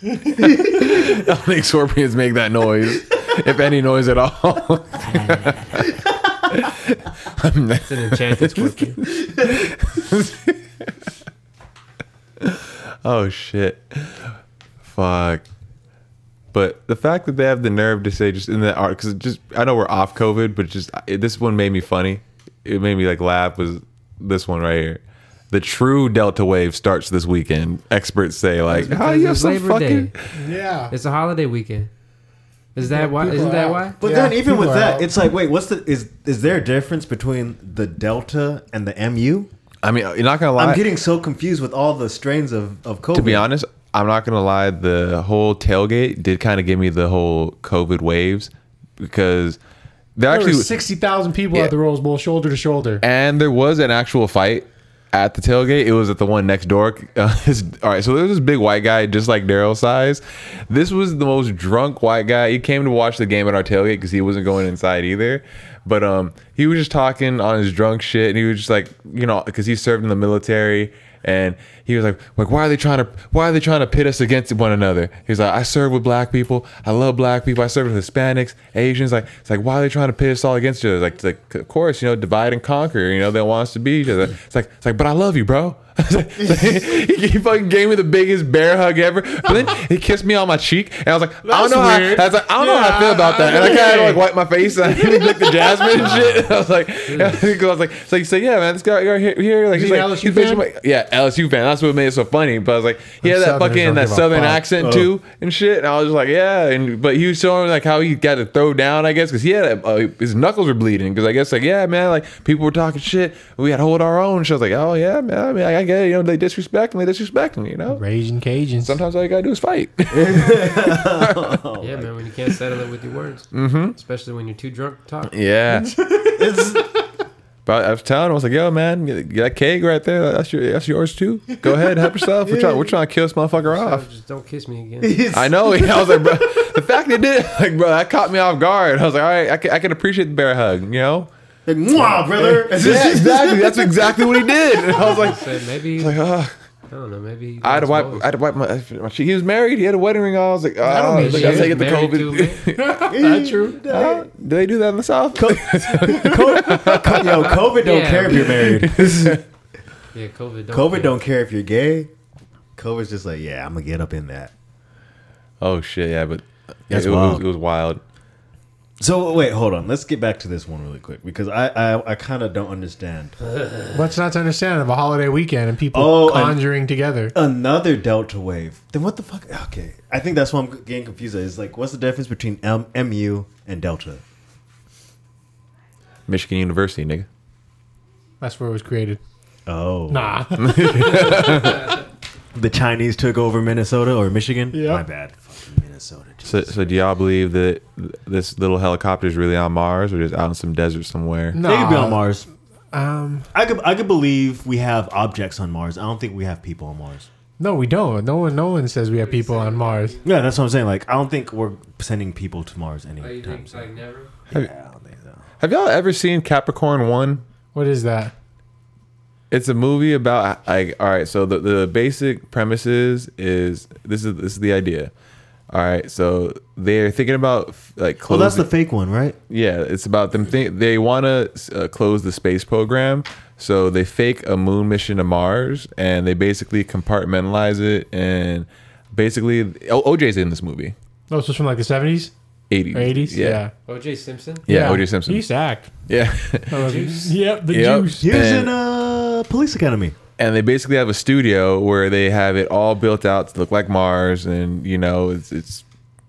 A: I don't think scorpions make that noise, if any noise at all.
D: It's an enchanted scorpion.
A: oh shit, fuck. But the fact that they have the nerve to say just in the art, because just I know we're off COVID, but just it, this one made me funny. It made me like laugh. Was this one right here? The true Delta wave starts this weekend. Experts say like, how
D: because
A: you have
D: it's
A: some
D: Labor
A: fucking.
D: Day.
E: yeah.
D: It's a holiday weekend. Is that why? Isn't that why?
B: but
E: Yeah,
B: then even
E: people
B: with
E: are
B: that,
E: out.
B: it's like, wait, what's the is is there a difference between the Delta and the MU?
A: I mean, you're not gonna lie.
B: I'm getting so confused with all the strains of of COVID.
A: to be honest, I'm not gonna lie. The whole tailgate did kind of give me the whole COVID waves because there
E: There
A: actually
E: were sixty thousand people
A: Yeah.
E: at the Rose Bowl, shoulder to shoulder.
A: and there was an actual fight at the tailgate. It was at the one next door. (laughs) Uh, his- all right, so there was this big white guy, just like Daryl size. This was the most drunk white guy. He came to watch the game at our tailgate because he wasn't going inside either. But um, he was just talking on his drunk shit, and he was just like, you know, because he served in the military. And he was like, like, why are they trying to, why are they trying to pit us against one another? He's like, I serve with black people, I love black people, I serve with Hispanics, Asians. Like, it's like, why are they trying to pit us all against each other? Like, it's like, of course, you know, divide and conquer. You know, they want us to be each other. It's like, it's like, but I love you, bro. (laughs) he, he fucking gave me the biggest bear hug ever. But then he kissed me on my cheek, and I was like, I don't
E: That's
A: know how.
E: weird.
A: I was like, I don't know how I feel about that. And I kind of like wiped my face and (laughs) I licked the jasmine and shit. (laughs) I was like, I was like, so you say, yeah, man, this guy right here, here, like,
E: Is
A: he's
E: he
A: like,
E: an LSU
A: he's bitching
E: fan?
A: my- yeah, LSU fan. That's what made it so funny. But I was like, he
E: Them
A: had that
E: Southerners
A: fucking
E: don't
A: that
E: give a
A: southern
E: fuck.
A: accent
B: Oh.
A: too and shit. And I was just like, yeah. And but he was showing like how he got to throw down, I guess, because he had a, uh, his knuckles were bleeding. Because I guess like, yeah, man, like people were talking shit. We had to hold our own. So I was like, oh yeah, man. I mean, I get it. You know, they disrespect me, they disrespect me. You know,
E: Raging Cajuns.
A: sometimes all you gotta do is fight. (laughs) Oh,
D: yeah, man. When you can't settle it with your (laughs) words, especially when you're too drunk to talk.
A: (laughs) yeah. But I was telling him, I was like, "Yo, man, get that keg right there. That's your, that's yours too. Go ahead, help yourself. We're trying, we're trying to kill this motherfucker
D: So
A: off." (laughs)
D: just don't kiss me again.
A: I know. (laughs) I was like, bro, the fact they did, (laughs) it, like, bro, that caught me off guard. I was like, all right, I can, I can appreciate the bear hug, you know?
B: like, mwah,
E: (laughs)
B: brother.
A: (laughs) Yeah, exactly. That's exactly what he did. And (laughs) I was like,
D: So
A: (laughs)
D: maybe
A: like ah.
D: I don't know. Maybe
A: I had to wipe, I had to wipe my, my cheek. He was married. He had a wedding ring on. I was like, oh, I
E: don't
A: don't
E: mean
A: like, I
E: shit.
A: take it the (laughs)
D: Married too,
A: COVID.
E: Not
B: (laughs)
E: true.
A: Huh? (laughs) do they do that in the South?
B: Yo, COVID don't
D: Yeah.
B: care if you're
A: (laughs)
B: married.
D: yeah, COVID. Don't
B: COVID
D: care.
B: don't care if you're gay. COVID's just like, yeah, I'm gonna get up in that.
A: oh, shit. Yeah, but
B: That's
A: it, was,
B: wild.
A: it was wild.
B: So wait, hold on. Let's get back to this one really quick because I I, I kind of don't understand.
E: What's not to understand of a holiday weekend and people
B: Oh, and-
E: conjuring together?
B: Another Delta wave. Then what the fuck? Okay, I think that's what I'm getting confused. at, Is like, what's the difference between M- MU and Delta?
A: Michigan University, nigga.
E: That's where it was created.
B: Oh,
E: (laughs) Nah.
B: the Chinese took over Minnesota or Michigan.
E: Yeah.
B: my bad. Fucking Minnesota.
A: So, so do y'all believe that th- this little helicopter is really on Mars or just out in some desert somewhere?
E: nah.
B: They could be on Mars.
E: Um,
B: I could I could believe we have objects on Mars. I don't think we have people on Mars.
E: no, we don't. No one, no one says we have people on Mars.
B: Yeah, that's what I'm saying. Like, I don't think we're sending people to Mars
D: Oh, you
B: anytime
D: think
B: soon.
D: like never?
B: Yeah, I don't think so.
A: Have y'all ever seen Capricorn One?
E: What is that?
A: it's a movie about like all right. So the, the basic premises is this is this is the idea. All right, so they're thinking about like
B: Well,
A: closing.
B: that's the fake one, right?
A: Yeah, it's about them. Think they want to uh, close the space program, so they fake a moon mission to Mars, and they basically compartmentalize it. And basically, o- OJ's in this movie.
F: Oh, so it's from like the 70s
A: Eighties.
F: or 80s?
A: Yeah.
D: OJ Simpson.
A: Yeah. OJ Simpson.
F: He used to act.
A: yeah. (laughs)
E: Oh,
F: I love him.
D: Juice.
F: Yep, the
A: Yep.
F: juice.
B: He was
A: And-
B: in uh, Police Academy.
A: and they basically have a studio where they have it all built out to look like Mars, and you know, it's it's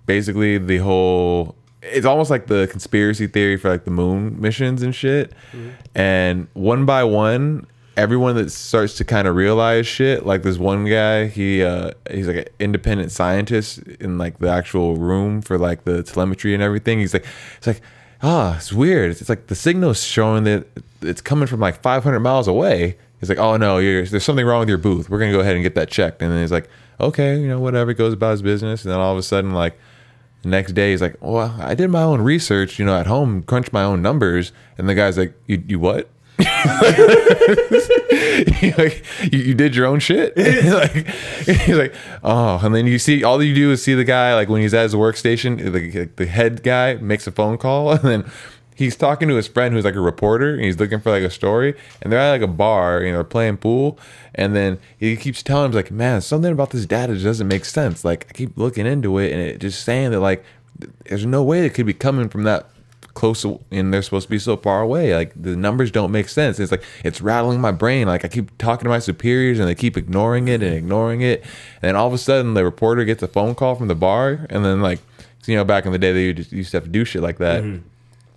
A: basically the whole. It's almost like the conspiracy theory for like the moon missions and shit.
F: Mm-hmm.
A: And one by one, everyone that starts to kind of realize shit, like this one guy, he uh, he's like an independent scientist in like the actual room for like the telemetry and everything. He's like, it's like. Ah, it's weird. It's, it's like the signal's showing that it's coming from like 500 miles away. He's like, oh no, you're, there's something wrong with your booth. We're gonna go ahead and get that checked. And then he's like, okay, you know, whatever. He goes about his business, and then all of a sudden, like, the next day, he's like, well, I did my own research, you know, at home, crunch my own numbers. And the guy's like, you, you what? (laughs) He's like, you, you did your own shit. (laughs) He's like, he's like, oh, and then you see all you do is see the guy like when he's at his workstation, the, the head guy makes a phone call, (laughs) and then he's talking to his friend who's like a reporter, and he's looking for like a story, and they're at like a bar, you know, playing pool, and then he keeps telling him like, man, something about this data just doesn't make sense. Like I keep looking into it, and it just saying that like there's no way it could be coming from that close to- and they're supposed to be so far away like the numbers don't make sense it's like it's rattling my brain like i keep talking to my superiors and they keep ignoring it and ignoring it and all of a sudden the reporter gets a phone call from the bar and then like you know back in the day they just used to have to do shit like that and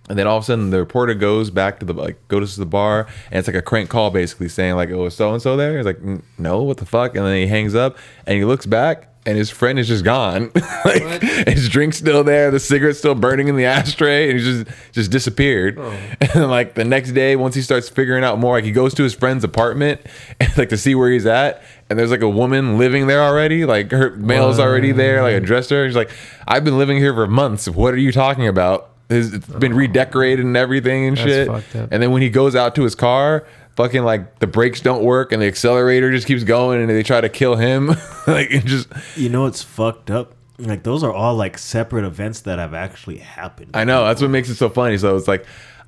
A: then all of a sudden, the reporter goes back to the like goes to the bar, and it's like a crank call, basically saying like, "Oh, is so and so there?" He's like, "N- "No, what the fuck?" And then he hangs up, and he looks back, and his friend is just gone. (laughs) like his drink's still there, the cigarette's still burning in the ashtray, and he just just disappeared.
D: Oh.
A: (laughs) And like the next day, once he starts figuring out more, like he goes to his friend's apartment, (laughs) and, like to see where he's at, and there's like a woman living there already. Like her mail's already there, like addressed her. She's like, "I've been living here for months. What are you talking about?" His, it's been redecorated and everything and
D: Oh. That's
A: shit.
D: fucked up.
A: And then when he goes out to his car, fucking like the brakes don't work and the accelerator just keeps going and they try to kill him. (laughs) like it just,
B: You know it's fucked up? Like those are all like separate events that have actually happened.
A: I know that's what makes it so funny. So it's like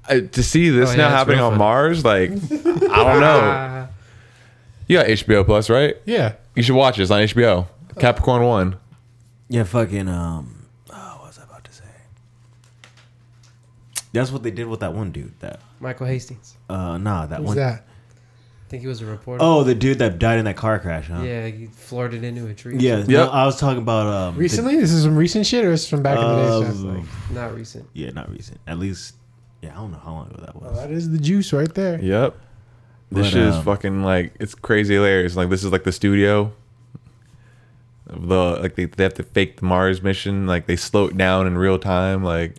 A: I, to see this
D: Oh, yeah,
A: now
D: it's
A: happening
D: real
A: on
D: funny.
A: Mars.
D: (laughs)
A: Like I don't know.
D: Ah,
A: You got HBO Plus, right?
F: Yeah.
A: You should watch this on HBO. Capricorn One.
B: Yeah, fucking um oh, what was I about to say? That's what they did with that one dude that
D: Michael Hastings.
B: uh nah that
E: Who's
B: one
E: that?
D: I think he was a reporter.
B: Oh, the dude that died in that car crash, huh?
D: Yeah, he flirted into a tree.
B: Yeah, no,
A: Yep.
B: I was talking about um the-
E: Recently? This is some recent shit or is this from back
A: Uh,
E: in the day?
B: um,
E: So like,
D: Not recent.
B: yeah, not recent. At least yeah, I don't know how long ago that was.
E: Oh, that is the juice right there.
A: Yep. This
B: But,
A: shit is
B: um,
A: fucking like it's crazy hilarious. Like this is like the studio. The like they, they have to fake the Mars mission. Like they slow it down in real time. Like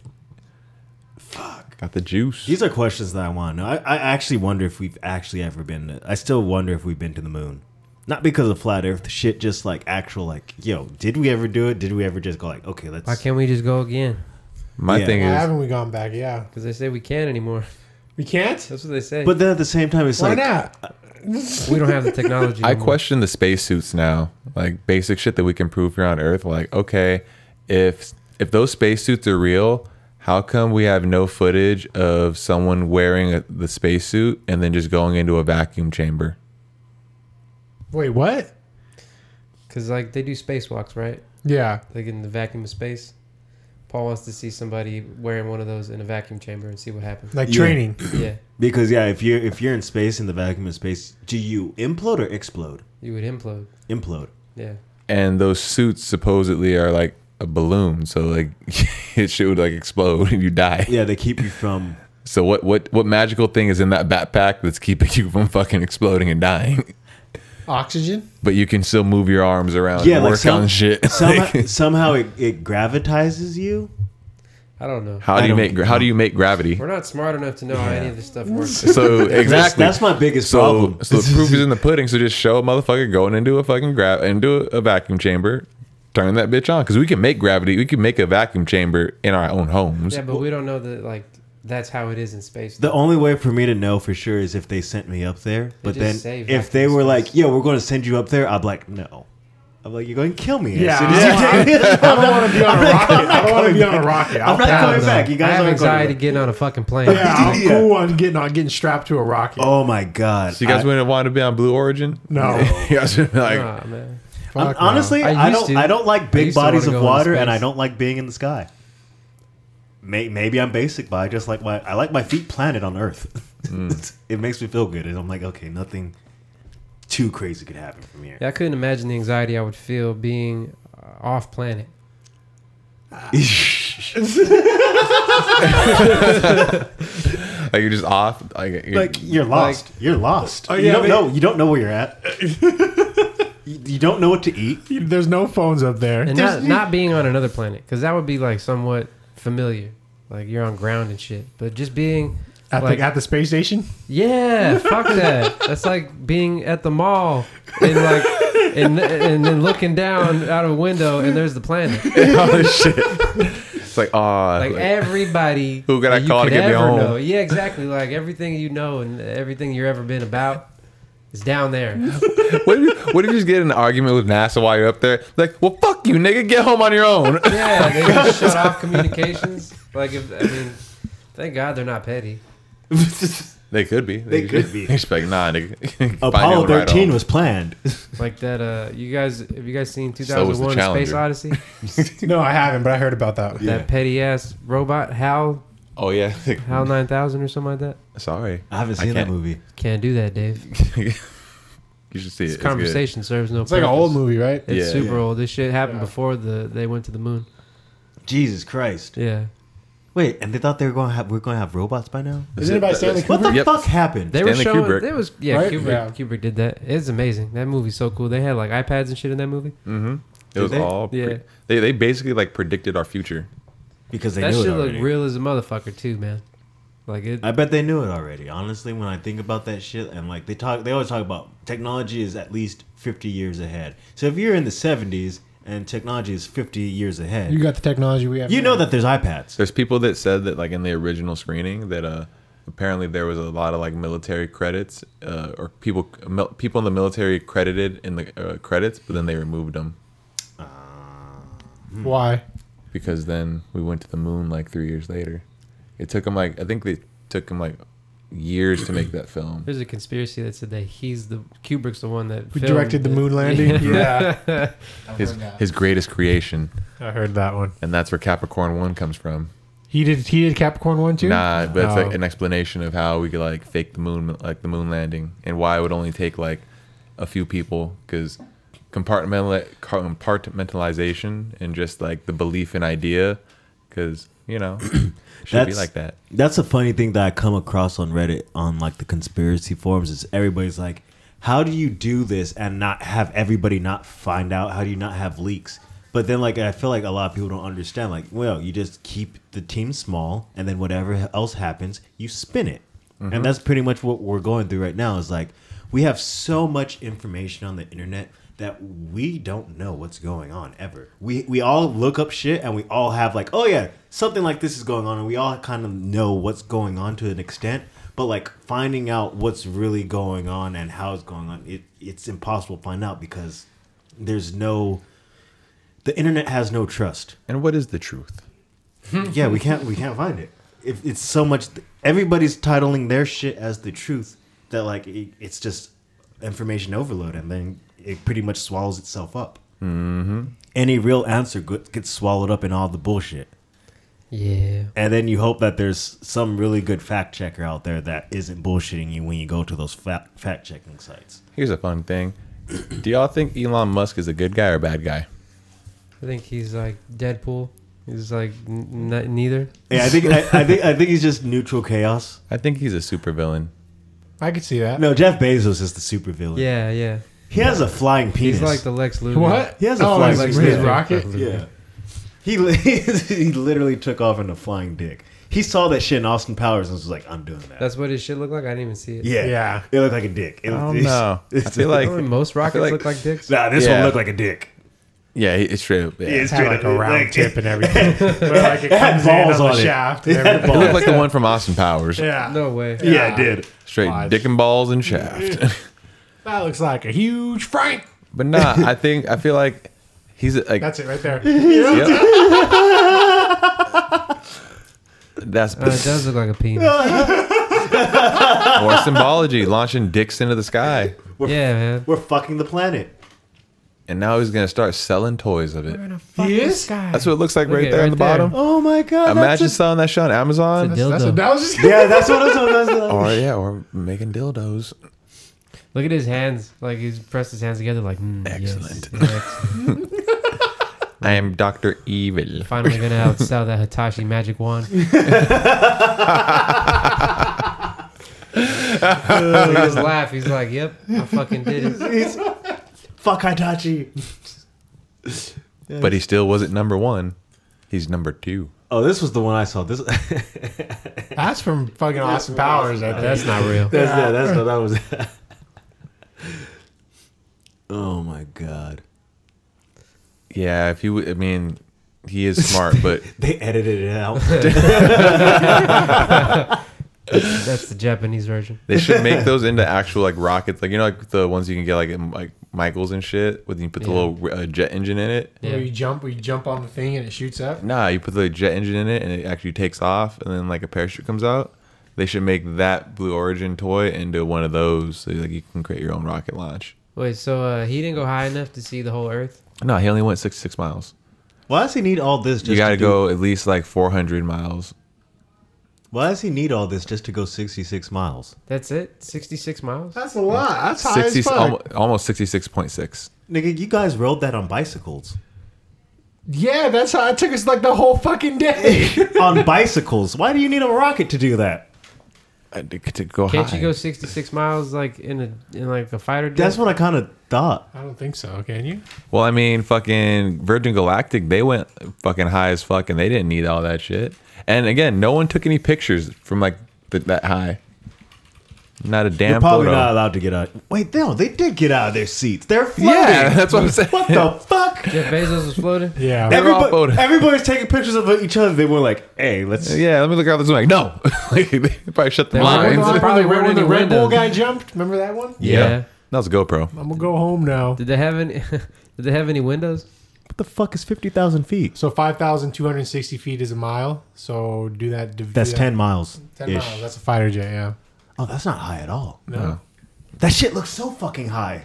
A: fuck, got the juice.
B: These are questions that I want to know. I, I actually wonder if we've actually ever been. To, I still wonder if we've been to the moon. Not because of flat Earth shit, just like actual like, yo, did we ever do it? Did we ever just go like, okay, let's?
D: Why can't we just go again?
A: My
B: yeah.
A: thing
E: Why
A: is,
E: haven't we gone back? Yeah.
D: Because they say we can't anymore. (laughs)
E: We can't?
D: That's what they say.
B: But then at the same time, it's
E: Why
B: like,
E: not?
D: we
A: (laughs)
D: don't have the technology.
A: I
D: no more.
A: question the spacesuits now. Like basic shit that we can prove here on Earth. Like okay, if if those spacesuits are real, how come we have no footage of someone wearing a, the spacesuit and then just going into a vacuum chamber?
E: Wait, what?
D: Cause like they do spacewalks, right?
E: Yeah.
D: Like in the vacuum of space. Paul wants to see somebody wearing one of those in a vacuum chamber and see what
E: (laughs)
D: happens.
E: Like
B: Yeah.
E: training.
D: yeah,
B: because yeah, if you're if you're in space in the vacuum of space, do you implode or explode?
D: you would implode.
B: Implode.
D: Yeah,
A: and those suits supposedly are like a balloon, so like (laughs) it shit would like explode and you die.
B: Yeah, they keep you from.
A: So what what what magical thing is in that backpack that's keeping (laughs) you from fucking exploding and dying?
E: Oxygen?
A: But you can still move your arms around
B: Yeah,
A: and
B: like
A: work
B: some-
A: on shit. (laughs)
B: Somehow,
A: Like,
B: somehow it, it gravitizes you.
D: I don't know.
A: how
B: I
A: do you
B: don't
A: make how do you make
B: (laughs)
A: gravity?
D: We're not smart enough to know how any of this stuff works.
A: So
B: That's,
A: exactly.
B: that's my biggest
A: so,
B: problem.
A: so the proof is in the pudding. So just show a motherfucker going into a fucking grab into a vacuum chamber, turn that bitch on because we can make gravity. We can make a vacuum chamber in our own homes.
D: yeah, but we don't know the like that's how it is in space.
B: The only way for me to know for sure is if they sent me up there. But
D: just
B: then
D: say
B: if they
D: vacuum
B: were
D: space.
B: like, "Yo, we're going to send you up there," I'm like, "No." I'm like, "You're going to kill me." as
E: Yeah,
B: soon as
E: (laughs) I-
B: you take-
E: I don't want to be on a rocket. I don't want to
B: coming
E: be on
B: back.
E: a
B: (laughs)
E: rocket.
B: I'm not
E: pass.
B: coming back. You
D: I
B: guys
D: have
B: aren't going
D: anxiety
B: back.
D: getting on a fucking plane.
E: Yeah, I'm
B: Yeah.
E: cool on getting on getting strapped to a rocket.
B: Oh my god!
A: So you guys
B: I-
A: wouldn't want to be on Blue Origin?
E: No.
A: (laughs) you guys would be like,
D: Nah, man.
B: I'm-
E: Fuck no.
B: honestly,
D: I
B: I,
D: used
B: don't.
D: to.
B: I don't like
D: I
B: big
D: used to
B: bodies
D: wanna
B: of
D: go into
B: water, and I
D: space.
B: don't like being in the sky. May, maybe I'm basic, but I just like my. I like my feet planted on Earth.
A: Hmm.
B: (laughs) it makes me feel good, and I'm like, okay, nothing too crazy could happen from here.
D: Yeah, I couldn't imagine the anxiety I would feel being uh, off planet.
B: (laughs)
A: like you're just off. Like, you're, (laughs)
B: like you're lost. you're lost. you
E: yeah,
B: don't
E: they-
B: know. You don't know where you're at. you, you don't know what to eat.
E: There's no phones up there.
D: And not, not being on another planet, because that would be like somewhat familiar. Like you're on ground and shit. But just being
E: at,
D: like,
E: the, at the space station?
A: (laughs)
D: yeah, fuck that. That's like being at the mall and like and and then looking down out of a window and there's the planet.
A: oh,
B: (laughs)
A: shit. It's like, ah.
D: Like everybody
A: Who can I
D: that you
A: call to
D: could
A: get me
D: ever
A: home?
D: know. Yeah, exactly. Like everything you know and everything you've ever been about is down there.
A: what, if you, what if you just get in an argument with NASA while you're up there? Like, well, fuck you, nigga. Get home on your own. (laughs)
D: Yeah, they just shut off communications. Like, if I mean, thank God they're not petty.
A: they could be.
B: They could
A: (laughs)
B: be.
A: They're just like, nah, nigga. Find your
B: Apollo
A: own ride
B: 13
A: home.
B: was planned.
D: Like that. Uh, you guys, have you guys seen
A: So was the
D: 2001: A Space
A: Challenger.
D: Odyssey?
E: No, I haven't, but I heard about that.
D: That petty ass robot Hal
A: Oh, yeah.
D: Hal 9000 or something like that.
A: (laughs) Sorry.
B: (laughs) I haven't seen that
A: can't-
B: movie.
D: Can't do that, Dave.
A: you should see it. It's
D: This
A: good.
D: conversation serves no.
E: It's like an old movie, right?
D: It's
A: Yeah.
D: super old. This shit happened before the they went to the moon.
B: Jesus Christ!
D: Yeah,
B: Wait, and they thought they were going to have we're going to have robots by now.
E: Isn't it by Stanley
B: What the
E: Kubrick?
A: Yep.
B: fuck happened?
D: they were
A: Stanley
D: showing.
A: Kubrick.
D: Kubrick. There was yeah,
E: Right?
D: Kubrick.
E: Yeah.
D: Kubrick did that. It's amazing. That movie's so cool. They had like iPads and shit in that movie.
A: It was
B: Did they?
A: all. Pre-
D: Yeah.
A: they, they basically like predicted our future.
B: because they
D: that
B: knew
D: shit
B: it already.
D: looked real as a motherfucker too, man. Like it.
B: I bet they knew it already. Honestly, when I think about that shit, and like they talk, they always talk about technology is at least fifty years ahead. So if you're in the seventies and technology is fifty years ahead,
E: You
B: you,
E: got the technology we have.
B: know that there's iPads.
A: There's people that said that like in the original screening that uh apparently there was a lot of like military credits uh, or people mil- people in the military credited in the uh, credits, but then they removed them
E: Why?
A: because then we went to the moon like three years later. It took them like I think they took them like years to make that
D: (clears throat)
A: film.
D: There's a conspiracy that said that he's the Kubrick's the one that
E: Who
D: filmed
E: directed the
D: it.
E: moon landing? Yeah.
A: His his greatest creation,
E: (laughs) I heard that one.
A: and that's where Capricorn One comes from.
E: He did he did Capricorn 1 too?
A: Nah, but it's
E: Oh.
A: like an explanation of how we could like fake the moon, like the moon landing, and why it would only take like a few people because compartmental compartmentalization and just like the belief in idea, because you (clears throat) know, should be
B: That's-
A: like that.
B: That's a funny thing that I come across on Reddit on like the conspiracy forums is everybody's like, how do you do this and not have everybody not find out? How do you not have leaks? But then like I feel like a lot of people don't understand like, well, you just keep the team small and then whatever else happens, you spin it. And that's pretty much what we're going through right now is like we have so much information on the internet that we don't know what's going on ever. We we all look up shit and we all have like, oh yeah, something like this is going on, and we all kind of know what's going on to an extent. But like finding out what's really going on and how it's going on, it it's impossible to find out because there's no the internet has no trust.
A: And what is the truth?
B: yeah, we can't we can't find it. If it's so much, everybody's titling their shit as the truth that like it, it's just information overload, and then it pretty much swallows itself up. Mm-hmm. Any real answer go- gets swallowed up in all the bullshit,
D: Yeah,
B: and then you hope that there's some really good fact checker out there that isn't bullshitting you when you go to those fa- fact checking sites.
A: Here's a fun thing. Do y'all think Elon Musk is a good guy or a bad guy?
D: I think he's like Deadpool. He's like n- n- neither.
B: Yeah, I think I, I think I think he's just neutral chaos.
A: I think he's a supervillain.
E: I could see that.
B: No, Jeff Bezos is the supervillain.
D: Yeah, yeah.
B: he has a flying penis.
D: He's like the Lex Luthor.
E: What?
B: He has a
E: oh,
B: flying
E: like
B: dick.
E: his
B: Yeah.
E: rocket?
B: Yeah. He, li- (laughs) he literally took off in a flying dick. He saw that shit in Austin Powers and was like, I'm doing that.
D: That's what his shit looked like. I didn't even see it.
B: yeah.
E: Yeah.
B: It looked like a dick. It
A: I
B: looked- (laughs)
A: don't know. (laughs) I feel like
D: Don't most rockets
A: like-
D: look like dicks.
B: Nah, this
A: Yeah.
B: one looked like a dick.
A: Yeah, he- it's straight up. Yeah.
E: It's
F: had
E: straight
F: like
E: up,
F: a round
E: like-
F: tip (laughs) and everything. But like it
B: It had
F: comes in on
B: balls
F: the
B: on it.
F: shaft. and
B: It had
F: (laughs) everything.
A: It looked like the one from Austin Powers.
F: Yeah.
D: No way.
B: Yeah, it did.
A: Straight
F: Odd.
A: dick and balls and shaft. (laughs)
F: That looks like a huge Frank.
A: but nah, (laughs) I think I feel like he's like
F: That's it right (laughs) there.
A: Yep. That's
D: Uh, it does look like a penis.
A: (laughs) more symbology, launching dicks into the sky.
D: yeah, man.
B: We're fucking the planet.
A: And now he's gonna start selling toys of it.
F: He is?
A: That's what it looks like right
D: at it
A: there on the
D: right there.
A: bottom.
B: Oh my god!
A: Imagine selling that shit on Amazon.
D: It's a
F: That's
D: Dildo.
F: what, that was just
B: (laughs) yeah, that's what I'm talking about.
A: (laughs) or yeah, or making dildos.
D: Look at his hands. Like he's pressed his hands together. Like mm, yes.
A: Excellent.
D: Next.
A: I am Doctor Evil.
D: Finally gonna outsell that Hitachi
A: (laughs)
D: magic wand. Look at his laugh. He's like, "Yep, I fucking did it."
B: Fuck Hitachi.
A: But he still wasn't number one. He's number two.
B: Oh, this was the one I saw. This. (laughs) that's
F: That's from fucking Austin Powers. I think.
D: Oh, That's not real.
B: yeah. That's what that was. (laughs) oh my god!
A: Yeah, if you, I mean, he
D: (laughs)
A: is smart, but
B: They edited it (laughs) out.
D: That's the Japanese version.
A: they should make those into actual like rockets, like you know, like the ones you can get like in, like Michaels and shit, when you put the
D: Yeah.
A: little uh, jet engine in it.
D: Yeah.
F: Where you jump, where you jump on the thing and it shoots up.
A: Nah, you put the jet engine in it, and it actually takes off, and then like a parachute comes out. They should make that Blue Origin toy into one of those. So, like you can create your own rocket launch.
D: Wait, so uh, he didn't go high enough to see the whole Earth?
A: No, he only went sixty six miles.
B: Why does he need all this? Just
A: you got
B: to
A: to
B: do-
A: go at least like four hundred miles.
B: Why does he need all this just to go 66 miles?
D: That's it. Sixty-six miles.
E: That's a lot. That's high
A: Sixty
E: as fuck.
A: almo- almost sixty six point six.
B: Nigga, you guys rode that on bicycles.
F: Yeah, that's how it took us like the whole fucking (laughs) day.
B: on (laughs) bicycles. Why do you need a rocket to do that?
A: Uh, to, to go
D: Can't
A: high.
D: you go sixty-six miles like in a in like a fighter jet?
B: That's what I kind of thought.
F: I don't think so. Can you?
A: well, I mean, fucking Virgin Galactic, they went fucking high as fuck, and they didn't need all that shit. And again, no one took any pictures from like th- that high. Not a damn
B: You're probably
A: photo.
B: not allowed to get out. Wait, no, they did get out of their seats. They're floating.
A: yeah, (laughs) that's what I'm saying.
B: What the fuck?
D: Jeff Bezos
A: (laughs)
D: was floating.
F: Yeah.
A: They're all
B: Everybody,
A: floating.
B: everybody's taking picters of each other. They were like, "Hey, let's."
A: Yeah, let me look out this way. No, (laughs) like, they probably shut the
D: They were-
A: blinds.
D: There
F: probably
D: probably
F: when
D: weren't
F: the
D: any
F: Red Bull
D: windows.
F: guy jumped. Remember that one?
D: Yeah.
A: that was a GoPro.
F: I'm gonna go home now.
D: Did they have any? (laughs) did they have any windows?
B: What the fuck is fifty thousand feet?
F: So five thousand two hundred sixty feet is a mile. So do that. div-
B: That's
F: do that-
B: ten miles.
F: Ten miles. That's a fighter jet. Yeah.
B: Oh, that's not high at all.
F: No.
B: That shit looks so fucking high.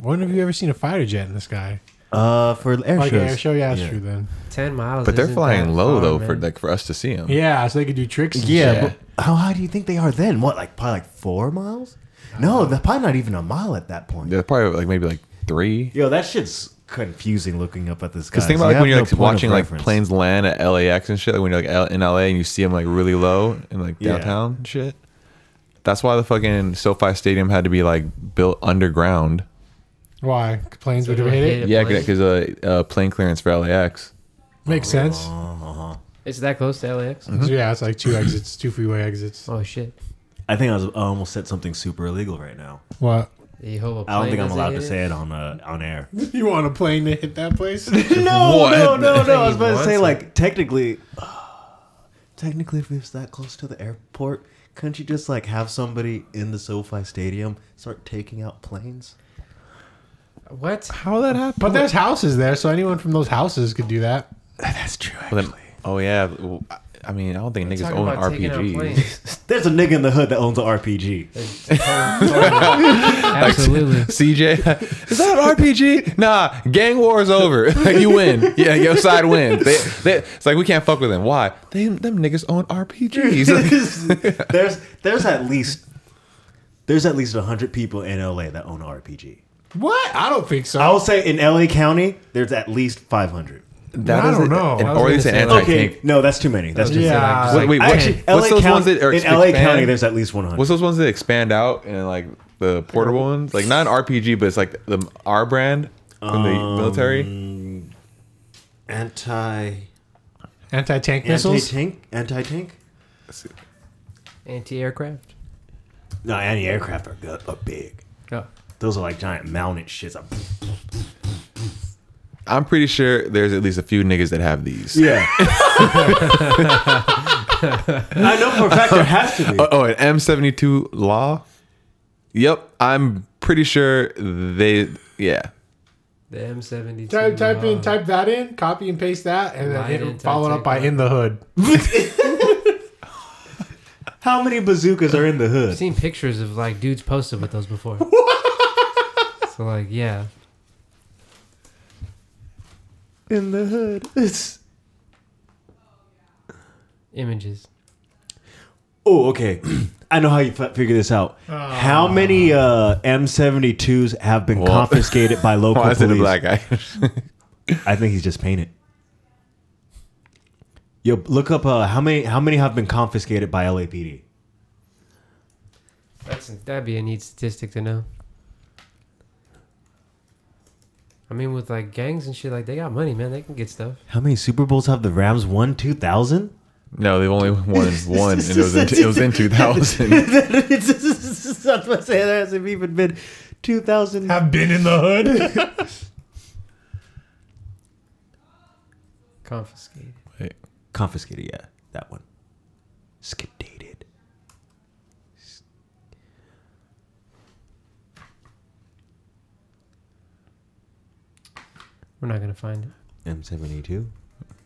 F: When have you ever seen a fighter jet in the sky?
B: Uh, for air
F: Like an
B: shows.
F: air show? Yeah, that's true then.
D: Ten miles.
A: But they're
D: isn't
A: flying
D: that
A: low
D: far,
A: though for
D: Oh, man.
A: like for us to see them.
F: Yeah, so they could do tricks. And
B: Yeah,
F: shit.
B: but how high do you think they are then? What, like probably like four miles? No, they're probably not even a mile at that point.
A: they're probably like maybe like three.
B: Yo, that shit's confusing looking up at this guy.
A: Because think about like when you're like watching like planes land at LAX and shit. Like when you're like L- in LA and you see them like really low and like
B: Yeah.
A: downtown and shit. That's why the fucking SoFi Stadium had to be like built underground.
F: Why? Planes would
D: they
F: have hit
D: hit
F: it.
D: it.
A: Yeah,
D: plane?
A: because uh, uh, plane clearance for LAX.
F: Makes sense.
B: Uh-huh.
D: It's that close to LAX.
B: Mm-hmm.
F: So yeah, it's like two exits, two freeway exits.
D: Oh shit!
B: I think I, was, I almost said something super illegal right now.
F: What?
D: You hope a
B: I don't
D: plane
B: think I'm
D: doesn't
B: allowed
D: hit
B: to
D: it?
B: say it on uh, on air. (laughs) no,
F: (laughs) You want a plane to hit that place?
B: no,
A: What?
B: no, (laughs) no. I was
D: He
B: about to say
D: wants
B: like technically, (sighs) technically, if it's that close to the airport, couldn't you just like have somebody in the SoFi Stadium start taking out planes?
D: What?
A: How that happen?
F: (laughs) but there's houses there, so anyone from those houses could do that.
B: That's true.
A: Well, then- oh yeah. Well, I- I mean, I don't think niggas
D: Talking
A: own
D: about taking out
A: RPGs. (laughs)
D: planes.
B: There's a nigga in the hood that owns an RPG.
D: Absolutely.
A: CJ, (laughs) is that an RPG? Nah, gang war is over. (laughs) you win. Yeah, your side wins. They, they, it's like we can't fuck with them. Why? They, them niggas
F: (laughs)
A: own RPGs.
B: (laughs) there's there's at least there's at least hundred people in LA that own RPG.
F: What? I don't think so.
B: I will say in LA County, there's at least five hundred.
A: That
F: I
A: is
F: don't
A: a-
F: know.
A: an-
F: I was
A: or at
D: gonna
A: least an
D: say-
A: anti
B: Okay,
A: tank.
B: no, that's too many. That's too many.
F: yeah.
A: Wait, wait, what,
B: Actually, LA
A: what's those
B: County,
A: ones that are
B: in LA
A: expand-
B: County, there's at least one
A: What's
B: hundred.
A: those ones that expand out and like the portable ones? Like not an RPG, but it's like the R brand from the
B: Um,
A: military.
B: Anti
F: Anti tank
B: anti
F: missiles.
B: tank anti tank.
D: Anti-aircraft.
B: No, anti aircraft are good, are big.
D: Oh.
B: Those are like giant mounted shits. Like,
A: I'm pretty sure there's at least a few niggas that have (laughs) these.
B: Yeah. I know for a fact there has to be.
A: Oh, oh, an M72 Law. Yep, I'm pretty sure they. Yeah,
D: The M72.
E: Type, type in,
D: uh,
E: type that in, copy and paste that, and then
D: Why
E: hit,
D: didn't I
E: follow it up
D: take
E: by
D: that?
E: in the hood.
B: How many bazookas are in the hood?
D: I've seen pictures of like dudes posted with those
E: (laughs)
D: before. so like, yeah,
B: In the hood. It's
D: images.
B: Oh, okay. (clears throat) I know how you f- figure this out. How many uh, M72s have been
A: Well-
B: confiscated
A: (laughs)
B: by local
A: why is it a
B: police?
A: black guy? (laughs)
B: I think he's just painted. Yo, look up uh, how many how many have been confiscated by LAPD.
D: That's that'd be a neat statistic to know. I mean, with like gangs and shit, like they got money, man. They can get stuff.
B: How many Super Bowls have the Rams won? Two thousand.
A: no, they've only won one, and it was in, it was in 2000.
B: (laughs) That's what I'm saying. There hasn't even been two thousand.
E: Have been in the hood. (laughs)
D: Confiscated.
A: Wait,
B: confiscated. Yeah, that one. Skip dated.
D: We're not gonna find it.
B: M seventy two.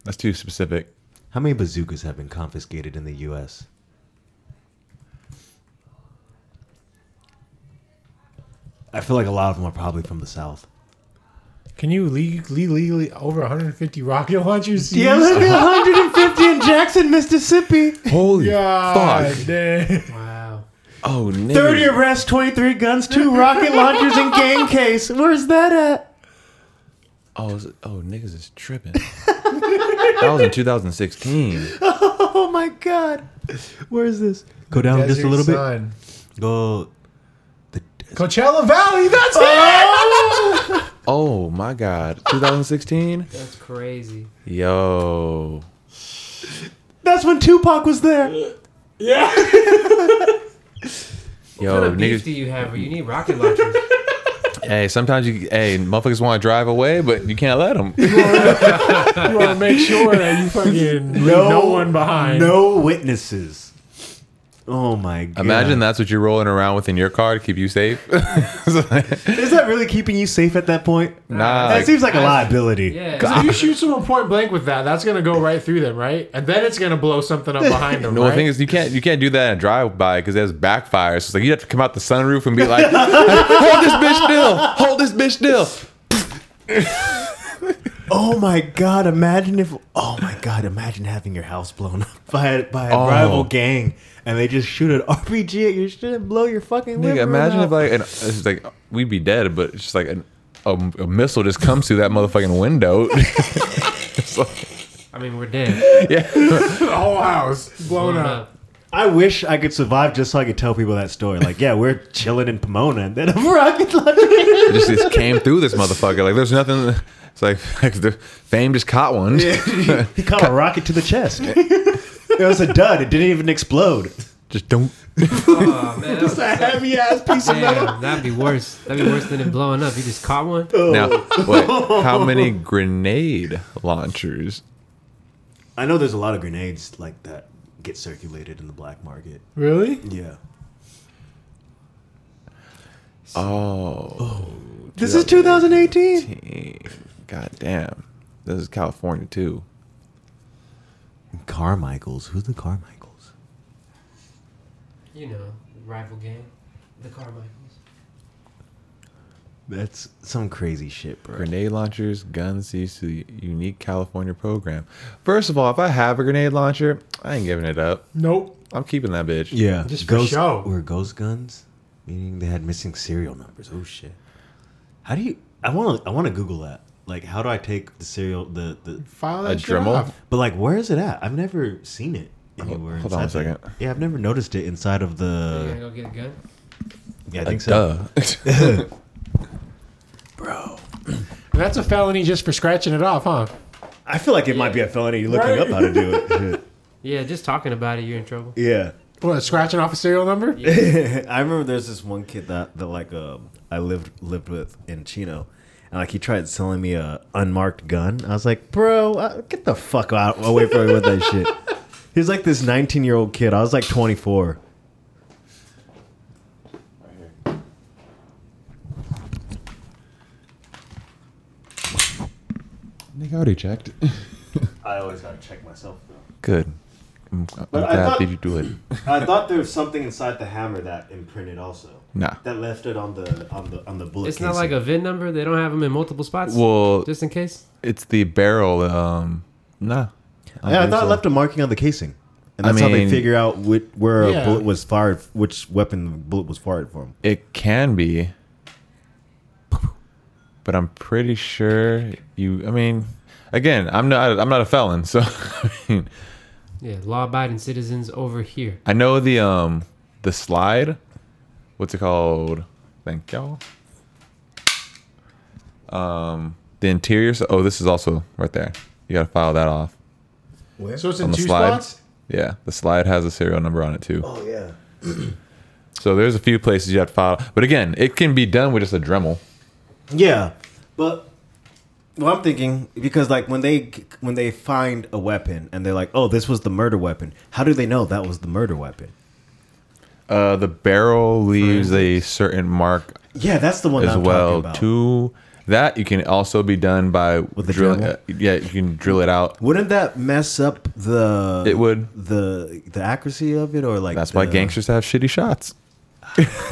A: that's too specific.
B: How many bazookas have been confiscated in the U.S.? I feel like a lot of them are probably from the South.
E: Can you le- le- legally over 150 rocket launchers?
B: Yeah,
E: used?
B: look at 150 in Jackson, Mississippi.
A: Holy
E: (laughs) God
A: fuck!
E: damn.
D: Wow.
A: Oh,
B: 30
A: nigga.
B: arrests, 23 guns, two rocket launchers, and (laughs) gang case. Where's that at?
A: Oh, is it- oh, niggas is tripping. that was in 2016.
B: Oh my God. Where is this? Go down just a
E: Desert
B: little
E: Sun.
B: bit. Go. The,
E: Coachella Valley. That's
A: Oh my god, 2016.
D: That's crazy.
A: Yo,
B: that's when Tupac was there.
D: what kind
A: yo,
D: of beef
A: Oh, niggas.
D: do you have? where You need
A: (laughs)
D: rocket launchers.
A: Hey, sometimes you, hey, motherfuckers want to drive away, but you can't let them.
E: it. You want to make sure that you fucking leave no, one behind.
B: No witnesses. Oh my God.
A: Imagine that's what you're rolling around with in your car to keep you safe. (laughs) It's like,
B: Is that really keeping you safe at that point?
A: nah,
B: That
A: like,
B: seems like a liability.
D: Yeah.
E: Because if you shoot someone point blank with that, that's gonna go right through them, right? And then it's gonna blow something up behind
A: (laughs)
E: them.
A: no.
E: right?
A: The thing is, you can't you can't do that in a drive by because there's backfires. It's like you have to come out the sunroof and be like, (laughs) hold this bitch still, hold this bitch still.
B: Oh my god! Imagine if oh my god! Imagine having your house blown up (laughs) by a, by a
A: Oh.
B: rival gang, and they just shoot an (laughs) RPG at your shit and blow your fucking.
A: Nigga,
B: liver
A: imagine if
B: out.
A: like an, it's just like we'd be dead, but it's just like an, a, a missile just comes through that motherfucking window. (laughs) It's like-
D: I mean, we're dead.
E: the whole house blown up.
B: I wish I could survive just so I could tell people that story. Like, yeah, we're chilling in Pomona, and then a (laughs) rocket
A: (laughs)
B: launcher.
A: it just, just came through this motherfucker. Like there's nothing. It's like, (laughs) the fame just caught one.
B: he caught a rocket to the chest. (laughs) it was a dud. It didn't even explode.
A: just don't.
D: Oh man,
B: (laughs)
D: that
B: A heavy ass piece of metal.
D: damn, that'd be worse. That'd be worse than it blowing up. You just caught one.
A: Now, wait, (laughs) how many grenade launchers?
B: I know there's a lot of grenades like that get circulated in the black market.
E: Really?
B: Yeah.
A: Oh,
B: This is 2018.
A: god damn. This is California too.
B: Carmichaels. Who's the Carmichaels?
D: You know, rival gang, the Carmichaels.
B: That's some crazy shit, bro.
A: Grenade launchers, guns seized to the unique California program. First of all, if I have a grenade launcher, I ain't giving it up.
E: Nope.
A: I'm keeping that bitch.
B: Yeah,
E: Just for
B: ghost,
E: show.
B: Were ghost guns, meaning they had missing serial numbers. Oh shit! How do you? I want to. I want to Google that. Like, how do I take the serial? The the.
E: File
A: A
E: that shit
A: Dremel?
E: off.
B: But like, where is it at? I've never seen it anywhere.
A: hold on
B: inside
A: a
B: the-
A: second.
B: Yeah, I've never noticed it inside of
D: You
A: Uh.
D: gonna
B: the.
D: go get a gun?
B: Yeah, I think so.
A: Duh.
B: Bro,
E: And that's a felony just for scratching it off, huh?
B: I feel like it might be a felony looking
E: Right.
B: up how to do it.
D: Yeah, just talking about it, you're in trouble.
B: (laughs) yeah.
E: What, scratching off a serial number?
B: I remember there's this one kid that that like um I lived lived with in Chino, and like he tried selling me a unmarked gun. I was like, bro, uh, get the fuck out away from me with that (laughs) shit. He was like this 19 year old kid. I was like 24.
A: Nick already checked.
B: I always gotta check myself.
A: (laughs) Good. I'm, I'm
B: But I
A: glad
B: thought-
A: that you do it.
B: (laughs) I thought there was something inside the hammer that imprinted also.
A: Nah.
B: That left it on the on the on the bullet.
D: It's not like a VIN number. They don't have them in multiple spots.
A: Well,
D: just in case.
A: it's the barrel. Um, nah. don't
B: Yeah, I
A: think
B: thought
A: so.
B: it left a marking on the casing, and
A: I
B: that's how they
A: mean-
B: figure out which, where
E: Yeah.
B: a bullet was fired, which weapon the bullet was fired from.
A: It can be, but I'm pretty sure you. I mean, again, I'm not. I'm not a felon, so (laughs) I, mean,
D: Yeah, law-abiding citizens over here.
A: I know the um the slide. What's it called? Thank y'all. Um, the interior. s- Oh, this is also right there. You gotta file that off.
E: So it's
A: On
E: in
A: the
E: two
A: slide?
E: spots.
A: Yeah, the slide has a serial number on it too.
B: Oh yeah.
A: So there's a few places you have to file. But again, it can be done with just a Dremel.
B: Yeah, but well, I'm thinking because like when they when they find a weapon and they're like, oh, this was the murder weapon. How do they know that was the murder weapon?
A: Uh, the barrel leaves a certain mark
B: Yeah, that's the one
A: as
B: I'm talking
A: well
B: about.
A: too. That you can also be done by
B: the
A: drilling.
B: Dremel?
A: uh, yeah, you can drill it out.
B: Wouldn't that mess up the
A: It would.
B: the the accuracy of it or like
A: That's
B: the-
A: why gangsters have shitty shots.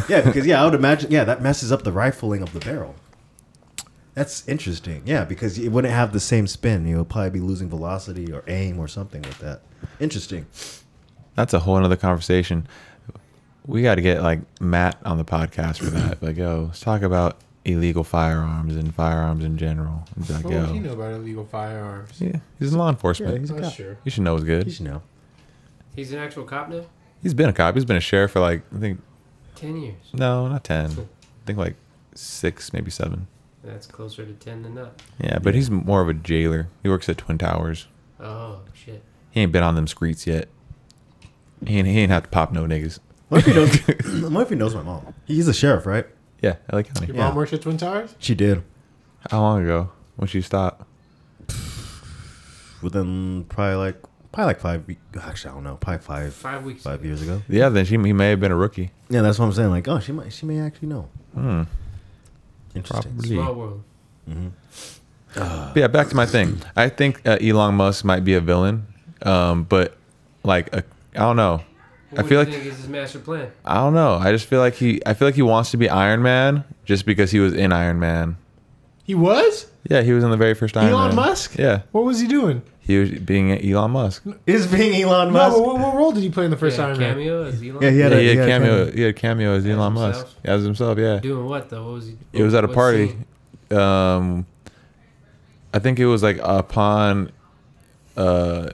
B: Yeah, because yeah, I would imagine yeah that messes up the rifling of the barrel. That's interesting. Yeah, because it wouldn't have the same spin. You'll probably be losing velocity or aim or something with that. Interesting.
A: That's a whole other conversation. We got to get like Matt on the podcast for that. Like, yo, let's talk about illegal firearms and firearms in general. He's like,
E: What
A: yo,
E: would Oh, he know about illegal firearms?
A: yeah, he's in law enforcement.
B: he's a
A: he's
E: Not sure.
A: you should know what's good.
B: You should know.
D: He's an actual cop now.
A: He's been a cop. He's been a sheriff for like I think
D: Ten years.
A: no, not ten. I think like six, maybe seven.
D: That's closer to ten than not.
A: Yeah, but he's more of a jailer. He works at Twin Towers.
D: Oh shit.
A: He ain't been on them streets yet. He ain't, he ain't have to pop no niggas.
B: What if he knows? (coughs) what if he knows my mom? He's a sheriff, right?
A: Yeah, LA County.
E: Your
B: Yeah.
E: mom works at Twin Towers?
B: She did
A: How long ago? When she stop?
B: within probably like probably like five. ye- Actually, I don't know. Probably five
D: Five weeks.
B: five
D: ago.
B: years ago.
A: Yeah, then she he may have been a rookie.
B: Yeah, that's what I'm saying. Like, oh, she might she may actually know.
A: Hmm,
B: Interesting.
A: probably.
D: Small world.
A: But yeah, back to my thing. I think uh, Elon Musk might be a villain, um, but like a, I don't know.
D: What
A: I feel
D: do
A: like
D: you think is his master plan.
A: I don't know. I just feel like he. I feel like he wants to be Iron Man just because he was in Iron Man.
E: He was?
A: Yeah, he was in the very first Iron
E: Elon
A: Man.
E: Musk?
A: Yeah,
E: What was he doing?
A: he was being Elon Musk.
B: Is being Elon
E: No,
B: Musk?
E: but what, what role did he play in the first
D: Yeah,
E: Iron Man?
D: cameo as Elon.
B: Yeah, he had
A: Yeah,
B: a
A: he had
B: yeah,
A: cameo. He had cameo as Elon Musk
D: himself?
A: as himself. Yeah,
D: Doing what though? What was he?
A: it was at a
D: what
A: party.
D: scene?
A: Um, I think it was like upon. Uh,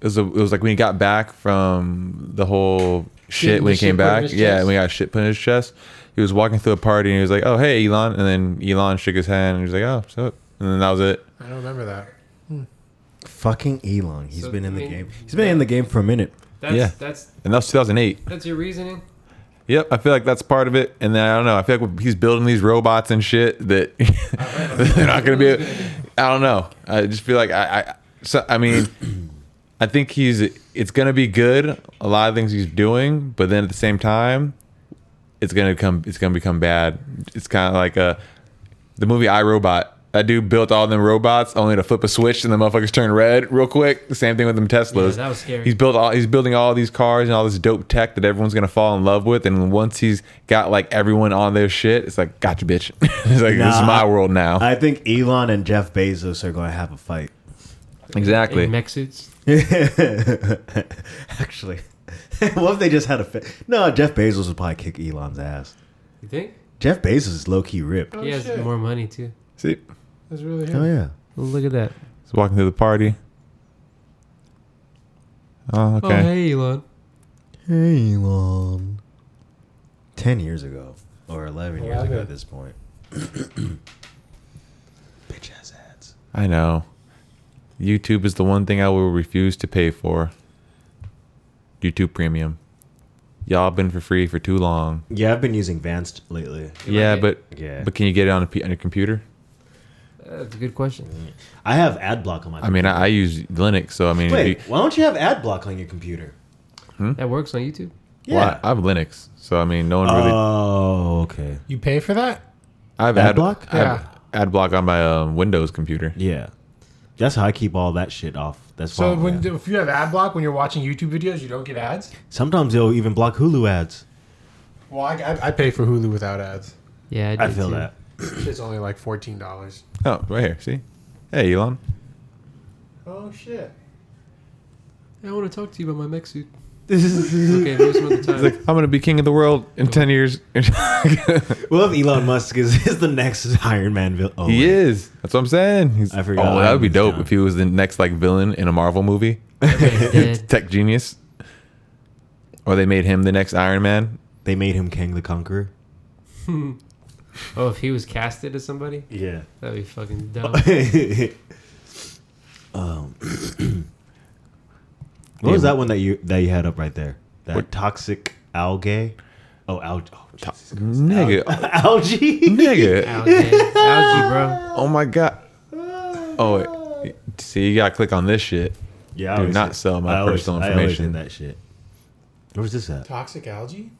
A: it was a, it was like when he got back from the whole shit
E: the
A: when he
E: shit
A: came
E: put in
A: back.
E: his
A: Yeah,
E: chest?
A: when he got shit put in his chest. He was walking through a party and he was like, "Oh hey Elon," and then Elon shook his hand and he was like, "Oh, so," and then that was it.
E: I don't remember that.
B: Fucking Elon. He's
D: So,
B: been in the
D: I mean,
B: game. He's been in the game for a minute.
D: That's,
A: Yeah.
D: That's
A: And that was 2008.
D: that's your reasoning.
A: Yep, I feel like that's part of it. And then I don't know. I feel like he's building these robots and shit that (laughs) they're not going to be. I don't know. I just feel like I. I so, I mean, I think he's. It's going to be good. A lot of things he's doing, but then at the same time, it's going to come. It's going to become bad. It's kind of like uh the movie I Robot. That dude built all them robots only to flip a switch and the motherfuckers turn red real quick. The same thing with them Teslas.
D: Yeah, that was scary.
A: He's built all he's building all these cars and all this dope tech that everyone's gonna fall in love with. And once he's got like everyone on their shit, it's like, gotcha, bitch. (laughs) it's like this is
B: Nah,
A: my
B: I-
A: world now.
B: I think Elon and Jeff Bezos are going to have a (laughs) fight.
A: exactly.
D: In mech suits.
B: Actually, (laughs) what if they just had a fi- no? Jeff Bezos would probably kick Elon's ass.
D: You think?
B: Jeff Bezos is low key ripped.
E: Oh,
D: He has
E: shit.
D: more money too.
A: See,
E: That's really him.
B: Oh yeah,
D: Look at that.
A: he's walking through the party. Oh, okay.
D: Oh hey Elon.
B: hey Elon. Ten years ago or eleven years ago
E: Eleven.
B: at
A: (coughs)
B: this point. Bitch ass ads.
A: I know. YouTube is the one thing I will refuse to pay for. YouTube Premium. Y'all been for free for too long.
B: Yeah, I've been using Vanced lately.
D: You
A: yeah,
D: like
A: but
B: Yeah,
A: but can you get it on a, p- on your computer?
D: That's a good question.
B: I have ad block on my.
A: I mean, I, I use Linux, so I mean,
B: Wait,
A: if you-
B: why don't you have ad block on your computer?
A: Hmm?
D: That works on YouTube.
A: well, I have Linux, so I mean, no one really.
B: Oh, okay.
E: You pay for that?
A: I have
B: Adblock?
A: I have AdBlock on my um, Windows computer.
B: Yeah, that's how I keep all that shit off. That's
E: So
B: why.
E: when if you have ad block when you're watching YouTube videos, you don't get ads.
B: sometimes they'll even block Hulu ads.
E: Well, I, I, I pay for Hulu without ads.
D: Yeah,
B: I
D: do
B: feel
D: too.
B: that.
E: It's only like fourteen dollars.
A: Oh, right here. See? Hey, Elon.
E: Oh shit!
D: I want to talk to you about my mech (laughs) suit. okay,
A: (laughs)
D: maybe some other time.
A: He's like, I'm going to be king of the world in 10 years. (laughs)
B: Oh, Well, if Elon Musk is, (laughs) is the next Iron Man villain, oh,
A: he
B: wait.
A: is. That's what I'm saying. He's,
B: I forgot.
A: Oh, that would be
B: He's
A: dope
B: down.
A: if he was the next like villain in a Marvel movie. (laughs)
D: Dead.
A: Tech genius. Or they made him the next Iron Man.
B: They made him Kang the Conqueror.
D: Oh, if he was casted as somebody,
B: Yeah.
D: that'd be fucking dumb.
B: (laughs) um, (clears throat) what was that one that you that you had up right there? That
A: What?
B: toxic algae. Oh, algae. Oh, Jesus.
A: Nigga.
B: (laughs) algae.
A: nigga.
D: Algae, algae, bro.
A: Oh my God. Oh, wait. See, you got to click on this shit.
B: Yeah, I
A: Do
B: always
A: not
B: did-
A: sell my
B: I always-
A: personal
B: I always
A: information.
B: did that shit. Where was this at?
E: Toxic algae.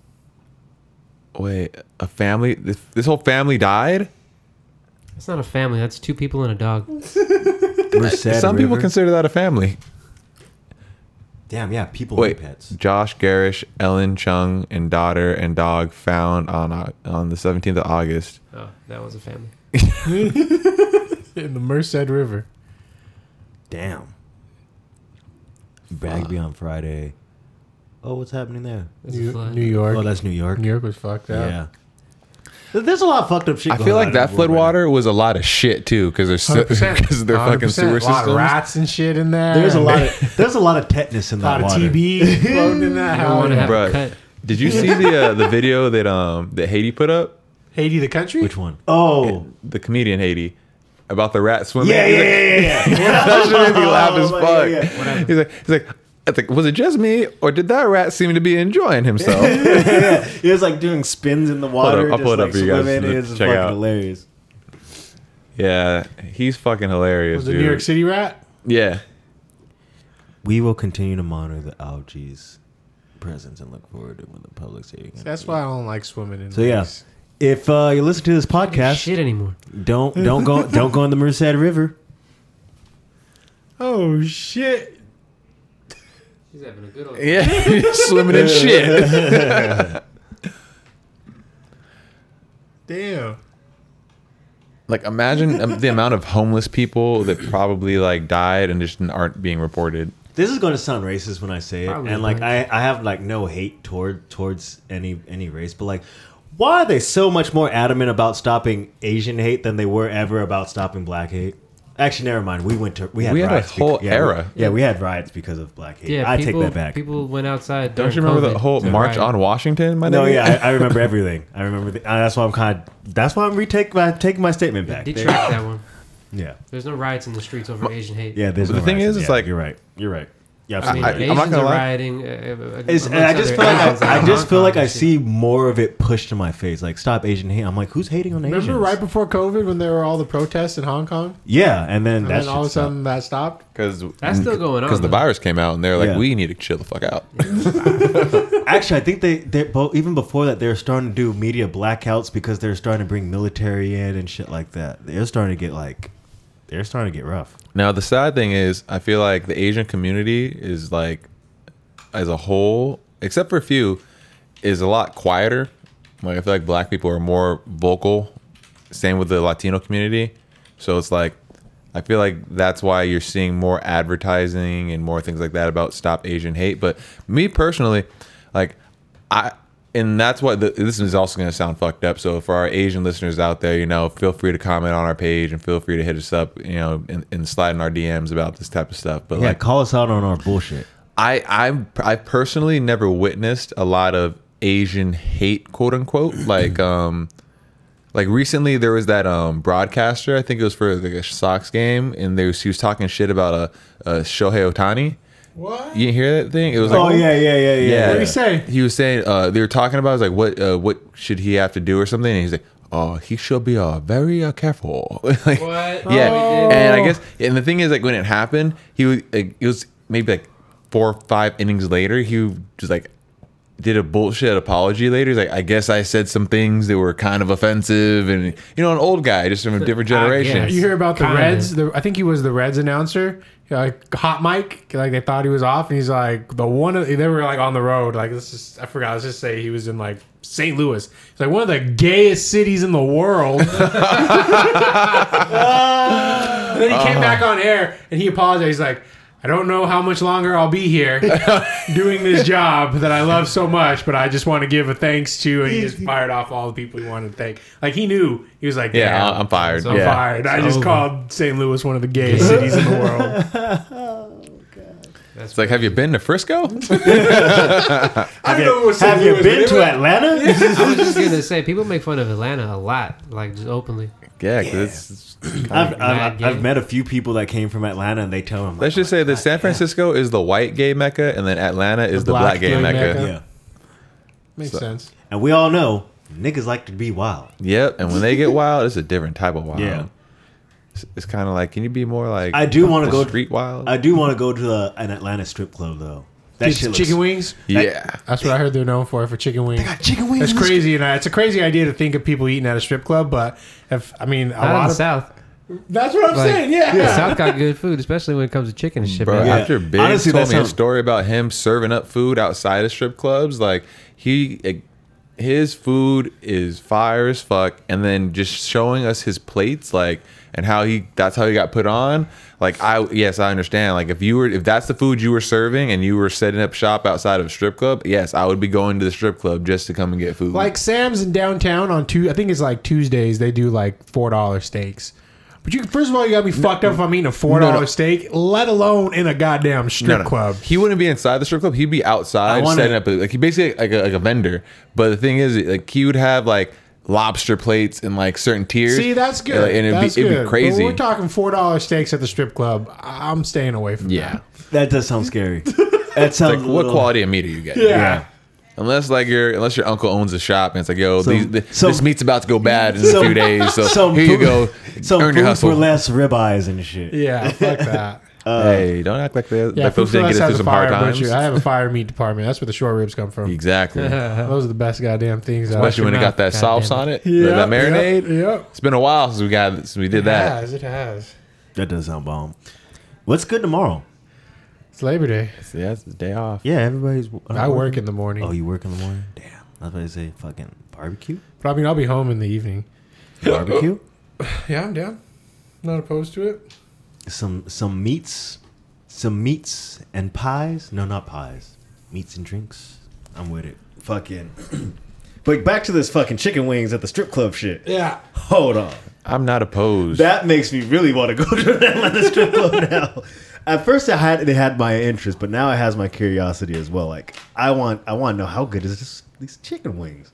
A: Wait, a family? This, this whole family died?
D: It's not a family. That's two people and a dog.
A: Some people
B: can.
A: consider that a famany.
B: Damn, yeah, people
A: Wait,
B: need pets.
A: Josh Garish, Ellen Chung, and daughter and dog found on Au- on the 17th of August.
D: Oh, that was a family.
E: In the Merced River.
B: Damn. Bagby on Friday. Oh, what's happening there?
D: That's a
E: New,
D: flood.
E: New York.
B: Oh, that's New York.
E: New York was fucked up. (laughs)
B: Yeah. Th- There's a lot of fucked up shit.
A: I
B: going
A: feel
B: on
A: like
B: in
A: that
B: the
A: flood
B: world right
A: water was a lot of shit too, because their (laughs) si-
E: 100%.
A: because their fucking
E: 100%.
A: sewer
E: A lot of
A: systems.
E: rats and shit in there.
B: now. There's a
E: and
A: (laughs)
B: lot of there's a lot of tetanus in
E: a lot
B: that
E: of
B: water.
E: TB floating in that
D: I don't want to
E: house.
D: have
A: Bruh.
D: a cut.
A: Did you see the uh, the video that um that Haiti put up?
E: Haiti, the country.
B: Which one? Oh,
A: The comedian Haiti about the rat swimming.
B: yeah,
A: He's
B: yeah,
A: like,
B: yeah, yeah,
A: (laughs)
B: yeah.
A: that shit made me laugh as
B: (laughs) Oh,
A: fuck.
B: yeah,
A: He's like, he's like, it's like, was it just me or did that rat seem to be enjoying himself?
B: It was like doing spins in the water.
A: I'll pull it
B: just,
A: up
B: like,
A: for you guys
B: swimming.
A: to
B: It's
A: check
B: fucking
A: out.
B: hilarious.
A: yeah, he's fucking hilarious,
E: Was it
A: dude.
E: New York City rat?
A: Yeah,
B: We will continue to monitor the algae's presence and look forward to when the public say you're
E: That's why I don't like swimming in.
B: So yeah,
E: lakes.
B: if uh, you listen to this podcast,
D: Shit anymore.
B: don't don't
D: (laughs)
B: go don't go in the Merced River.
E: Oh shit!
D: She's having a good old.
A: yeah, swimming
E: (laughs)
A: in shit.
E: Damn.
A: Like imagine um, the amount of homeless people that probably like died and just aren't being reported.
B: This is going to sound racist when I say it,
D: Probably
B: and like
D: not.
B: I, I have like no hate toward towards any any race, but like why are they so much more adamant about stopping Asian hate than they were ever about stopping black hate? Actually, never mind. We went to we had
A: We had a
B: riots
A: whole
B: yeah, we-
A: era.
B: yeah, we had riots because of black hate.
D: Yeah,
B: I
D: people,
B: take that back.
D: People went outside.
A: Don't
D: during
A: you remember the
D: COVID
A: whole
D: to
A: march
D: riot.
A: on Washington? My
B: no,
A: nigga? (laughs)
B: yeah, I, I remember everything. I remember. The, uh, that's why I'm kind. of That's why I'm retake my taking my statement back.
D: Detract that one.
B: Yeah,
D: There's no riots in the streets over Asian hate.
B: Uh, yeah. There's
A: But the
B: no
A: thing
B: riots.
A: is, it's
B: Yeah,
A: like-
B: you're right. You're right. Yeah,
D: I mean,
A: I-
B: absolutely.
A: I'm
D: Asians
A: not gonna
D: are
A: lie.
D: rioting. Uh,
B: It's, and I just feel like I, I just feel like I see more of it pushed in my face. Like, stop Asian hate. I'm like, who's hating on Asians?
E: Remember right before COVID when there were all the protests in Hong Kong,
B: Yeah, and then
E: and
B: that's
E: then all of a sudden that stopped.
A: because
D: That's still going on,
A: Because the
D: though.
A: virus came out and they're like,
B: Yeah.
A: we need to chill the fuck out.
B: Actually, I think they they both even before that they're starting to do media blackouts because they're starting to bring military in and shit like that. They're starting to get like, they're starting to get rough.
A: Now the sad thing is, I feel like the Asian community is like, as a whole, except for a few, is a lot quieter. Like I feel like black people are more vocal. Same with the Latino community. So it's like, I feel like that's why you're seeing more advertising and more things like that about stop Asian hate. But me personally, like I. And that's what the, this is also going to sound fucked up. So for our Asian listeners out there, you know, feel free to comment on our page and feel free to hit us up, you know, and, and slide in our DMs about this type of stuff. But
B: Yeah,
A: like,
B: call us out on our bullshit.
A: I I'm I personally never witnessed a lot of Asian hate, quote unquote. Like um, like recently there was that um broadcaster. I think it was for the Sox game, and there was, he was talking shit about a, a Shohei Otani.
E: What?
A: You didn't hear that thing? It was like
B: Oh yeah, yeah, yeah, yeah.
A: yeah.
E: What'd he say?
A: He was saying uh, they were talking about. I was like, what uh, what should he have to do or something? And he's like, uh, he should be uh, very uh, careful. (laughs) like,
D: What?
A: Yeah,
D: Oh.
A: and I guess, and the thing is, like when it happened, he was, like, it was maybe like four or five innings later. He just like did a bullshit apology later. He's like, I guess I said some things that were kind of offensive, and you know, an old guy just from a different generation.
D: guess.
E: You hear about the
D: Kinda.
E: Reds? The, I think he was the Reds announcer, like hot mic. Like they thought he was off, and he's like the one. Of, they were like on the road. Like let's just, I forgot. Let's just say he was in like St. Louis. It's like one of the gayest cities in the world. (laughs) and then he
A: Uh-huh.
E: came back on air and he apologized. He's like. I don't know how much longer I'll
A: (laughs)
E: be here doing this job that I love so much, but I just want to give a thanks to. And he just fired off all the people he wanted to thank. Like he knew he was like,
A: Yeah,
E: "Damn,
A: I- I'm fired.
D: So
A: yeah.
E: fired. I
D: It's
E: just
D: over.
E: called St. Louis one of the gayest cities in the world.
D: That's
A: It's like, have you been to Frisco?
E: I don't know what St.
B: Have you
E: Louis-
B: been to Atlanta? (laughs)
D: I was just gonna say, people make fun of Atlanta a lot, like just openly.
A: yeah, 'cause it's-
B: I've,
D: Mad
B: I've,
D: gay.
B: I've met a few people that came from Atlanta and they tell them,
A: let's just say that San Francisco is the white gay mecca, and then Atlanta is the, black, gay mecca.
B: yeah.
E: Makes sense.
B: And we all know niggas like to be wild. Um,
A: Yep, and when they get wild, it's a different type of wild.
B: Yeah.
A: It's, it's kind of like, can you be more like
B: I do want to
A: the
B: go.
A: street wild?
B: I do want to go to the, an Atlanta strip club though. That
E: Just
B: shit looks.
E: chicken wings.
A: yeah.
E: That's what I heard they're known for for chicken wings.
B: Chicken wings.
E: That's crazy, and I, it's a crazy idea to think of people eating at a strip club. But if I mean, a
D: Not in
E: lot
D: the
E: of
D: South.
E: that's what I'm
D: Like,
E: saying. Yeah,
D: The South got good food, especially when it comes to chicken and shit.
A: Bro,
D: man.
B: Yeah.
A: after Biggs
B: Honestly,
A: told
B: that
A: me a
B: sounds-
A: story about him serving up food outside of strip clubs, like he, eh, his food is fire as fuck, and then just showing us his plates, like and how he that's how he got put on. Like I yes, I understand. Like if you were if that's the food you were serving and you were setting up shop outside of a strip club, yes, I would be going to the strip club just to come and get food.
E: like Sam's in downtown on two. I think it's like Tuesdays. They do like four dollar steaks. But you first of all, you gotta be fucked up if I'm eating a four dollar
A: No, no.
E: steak, let alone in a goddamn strip
A: No, no.
E: club.
A: He wouldn't be inside the strip club. He'd be outside
B: I wanna-
A: setting up. A, like he basically like a, like a vendor. But the thing is, like he would have like lobster plates and like certain tiers.
E: See, that's good.
A: uh, And, like, and it'd,
E: that's
A: be, it'd
E: good.
A: be
E: But
A: crazy.
E: we're talking four dollar steaks at the strip club. I- I'm staying away from
A: yeah.
B: That does sound scary. That sounds.
A: Like
B: a
A: what
B: little-
A: quality of meat are you getting?
E: that. Yeah.
A: Unless like your unless your uncle owns a shop and it's like yo
B: So-
A: these, th-
B: so-
A: this meat's about to go bad in
B: so-
A: a few days so,
B: some
A: here you
B: food-
A: go
B: (laughs) Some
A: earn your
B: food for
A: hustle
B: less ribeyes and shit.
E: Yeah, fuck
A: (laughs)
E: that.
A: hey don't act like they,
E: Yeah,
A: like
E: food
A: folks
E: for
A: didn't get
E: less
A: us
E: has
A: through
E: a
A: some hard
E: fire
A: times
E: butcher. I have a fire meat department. That's where the short ribs come from.
A: exactly
D: (laughs) uh,
E: Those are the best goddamn things. out.
A: especially when it got that
D: God
A: sauce
D: damn it.
A: on it
E: Yeah,
A: that
E: yeah,
A: marinade
E: yeah.
A: it's been a while since we got since we did
E: It
A: that
E: has. It has.
B: That does sound bomb. What's good tomorrow?
E: It's Labor Day.
A: Yeah, it's the day off.
B: Yeah, everybody's.
E: I work in the morning,
B: Oh, you work in the morning? Damn. That's what I say. Fucking barbecue.
E: but I mean I'll be home in the evening.
B: Barbecue.
E: Yeah, I'm down. Not opposed to it.
B: some some meats, some meats and pies. No, not pies. Meats and drinks. I'm with it. Fucking. (clears throat) but back to this fucking chicken wings at the strip club shit.
E: Yeah.
B: Hold on.
A: I'm not opposed.
B: That makes me really want to go (laughs) to an Atlanta strip club now. At first, I had it had my interest, but now it has my curiosity as well. Like I want, I want to know how good is this these chicken wings.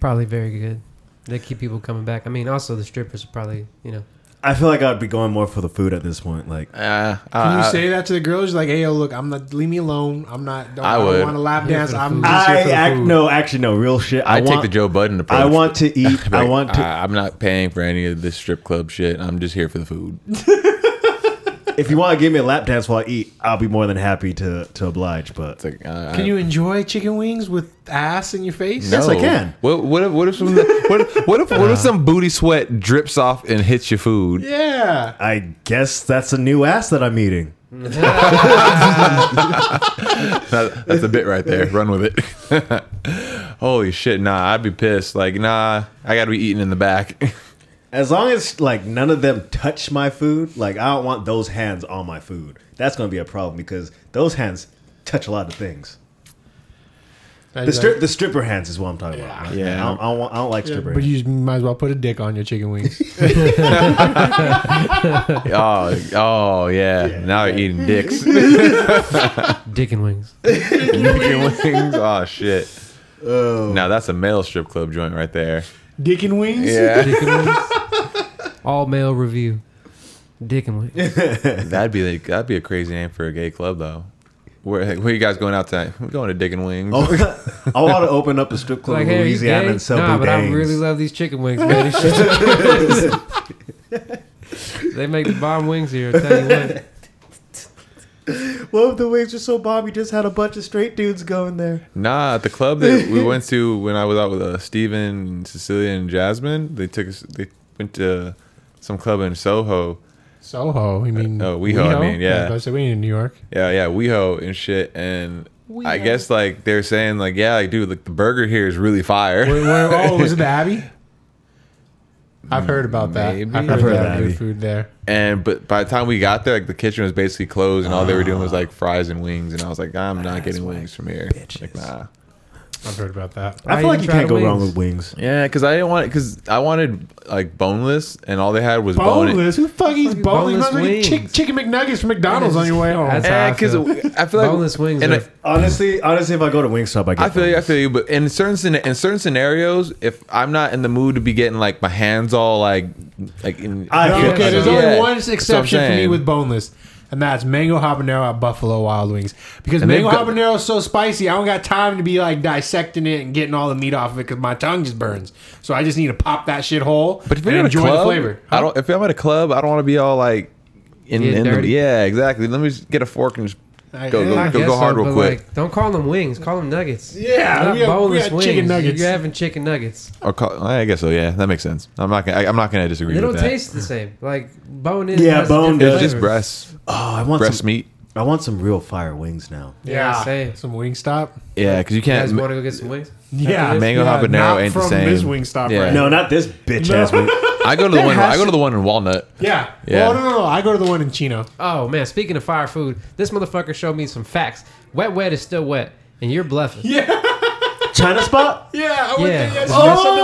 D: Probably very good. They keep people coming back. I mean, also the strippers are probably, you know,
B: I feel like I'd be going more for the food at this point. Like
A: Uh,
E: Can you
A: I,
E: say that to the girls? Like, hey, yo, look, I'm not. Leave me alone. I'm not. Don't,
A: I
E: I,
A: would.
E: don't want to lap dance.
D: for the
E: I'm
D: food.
E: just here
B: I
E: for the
B: act
E: food.
B: no, actually no, real shit.
A: I, I take
B: want-
A: the Joe Budden approach.
B: I want
A: (laughs)
B: to eat. I
A: Like,
B: want to.
A: I, am not paying for any of this strip club shit. I'm just here for the food.
B: if you want to give me a lap dance while I eat, I'll be more than happy to to oblige.
A: It's
B: But
A: like, uh,
E: Can
A: I-
E: you enjoy chicken wings with ass in your face?
A: No.
B: Yes, I can.
A: What, what if what if some what if, what if, what if some booty sweat drips off and hits your food?
E: Yeah.
B: I guess that's a new ass that I'm eating.
D: (laughs)
A: That- that's a bit right there. Run with it. (laughs) Holy shit! Nah, I'd be pissed. Like, nah, I got to be eating in the back. (laughs)
B: As long as like none of them touch my food, like I don't want those hands on my food. That's gonna be a problem because those hands touch a lot of things.
E: That'd
B: The,
E: be
B: stri-
E: like-
B: the stripper hands is what I'm talking about. right?
A: Yeah.
B: I don't, I don't, want- I don't like
E: Yeah,
B: stripper.
E: but
B: hands.
E: you might as well put a dick on your chicken wings.
A: (laughs) oh, oh yeah. Now you're eating dicks.
D: dick and wings.
A: Chicken wings. (laughs) Oh shit. Now that's a male strip club joint right there.
E: dick and wings.
A: Yeah. (laughs)
D: Dick and wings. All male review. Dick and wings.
A: That'd be like that'd be a crazy name for a gay club though. Where, hey, where you guys going out tonight? We're going to Digging Wings.
B: Oh, (laughs) I want to open up a strip club
D: Like,
B: in
D: hey, you
B: Louisiana
D: gay?
B: and sell
D: Nah, but I
B: boudangs.
D: really love these chicken wings, man. These shit- they make the bomb wings here. I tell you what.
B: What if the wings are so bomb? You just had a bunch of straight dudes going there.
A: Nah, at the club that we went to when I was out with uh, Steven, Cecilia, and Jasmine, they took us. They went to some club in Soho.
E: Soho, you mean?
A: Oh, WeHo, I mean, yeah.
E: I said we in New York.
A: Yeah, yeah, WeHo and shit. And I guess like they're saying like, yeah, like dude, like the burger here is really fire.
E: Where, where, oh, was
A: (laughs)
E: it the Abbey? I've heard about that.
A: Maybe.
E: I've heard,
B: I've heard
E: they
B: of
E: have
B: the
E: good
B: Abbey.
E: food there.
A: And but by the time we got there, like the kitchen was basically closed, and all they were doing was like fries and wings. And I was like, "Ah, I'm not getting wings from here. Like, nah.
E: I've heard about that.
B: I
D: Why
B: feel like
D: you
B: you
D: try
B: can't
D: the
B: go wrong
D: wings?
B: with wings.
A: Yeah, because I didn't want it. Because I wanted like boneless, and all they had was boneless.
E: Boneless? Who the fuck eats
D: Fucking
E: boneless?
D: boneless
E: boneless chick,
D: wings.
E: chicken McNuggets from McDonald's on your way home.
D: That's-
A: Yeah,
D: how I
A: because
D: feel.
A: I feel like
D: Boneless wings
A: And
D: are-
A: I-
B: Honestly, honestly, if I go to Wingstop, I get.
A: I feel you. I feel you. But in certain scen- in certain scenarios, if I'm not in the mood to be getting like my hands all like like in,
B: I
E: No,
B: feel
E: okay, there's
A: Yeah.
E: only one
A: That's what I'm
E: exception for me
A: saying.
E: with boneless, and that's mango habanero at Buffalo Wild Wings. Because
A: And they've
E: mango
A: got-
E: habanero is so spicy, I don't got time to be like dissecting it and getting all the meat off of it because my tongue just burns. So I just need to pop that shit whole
A: But if
E: and
A: you're in a
E: enjoy
A: club,
E: the flavor.
A: I don't. If I'm at a club, I don't want to be all like in,
D: Get
A: in the,
D: dirty.
A: yeah, exactly. Let me just get a fork and just
E: I-
A: go go,
E: I
A: go,
D: guess
A: go
D: so,
A: hard real
D: but,
A: quick.
D: Like, don't call them wings. Call them nuggets.
E: Yeah,
D: Not
E: we have- we
D: boneless
E: have
D: wings.
E: chicken nuggets.
D: You're having chicken nuggets.
A: or call, I guess so. Yeah, that makes sense. I'm not gonna. I, I'm not gonna disagree
D: They
A: with
D: don't
A: that.
D: taste the same. Like bone in.
B: Yeah,
D: has a
B: bone
D: different
A: it's
B: does.
A: just
D: flavor.
A: breast
B: Oh, I want
A: breast
B: some.
A: meat.
B: I want some real fire wings now.
D: Yeah, same.
E: some wing stop.
A: Yeah, because you
D: You
A: can't.
D: guys want to go get some wings?
E: Yeah,
A: Mango habanero
E: not
A: ain't the
E: from
A: same.
E: This wing stop,
A: Yeah.
E: right?
B: No, not this bitch ass wing.
A: I go to the
E: There
A: one.
E: has
A: I go
E: to-
A: to the one in Walnut.
E: Yeah.
A: Yeah.
E: Well, no, no, no. I go to the one in Chino.
D: Oh man, speaking of fire food, this motherfucker showed me some facts. Wet, wet is still wet, and you're bluffing. Yeah,
B: China
D: (laughs)
B: spot.
E: Yeah, Oh, I
D: went there yesterday.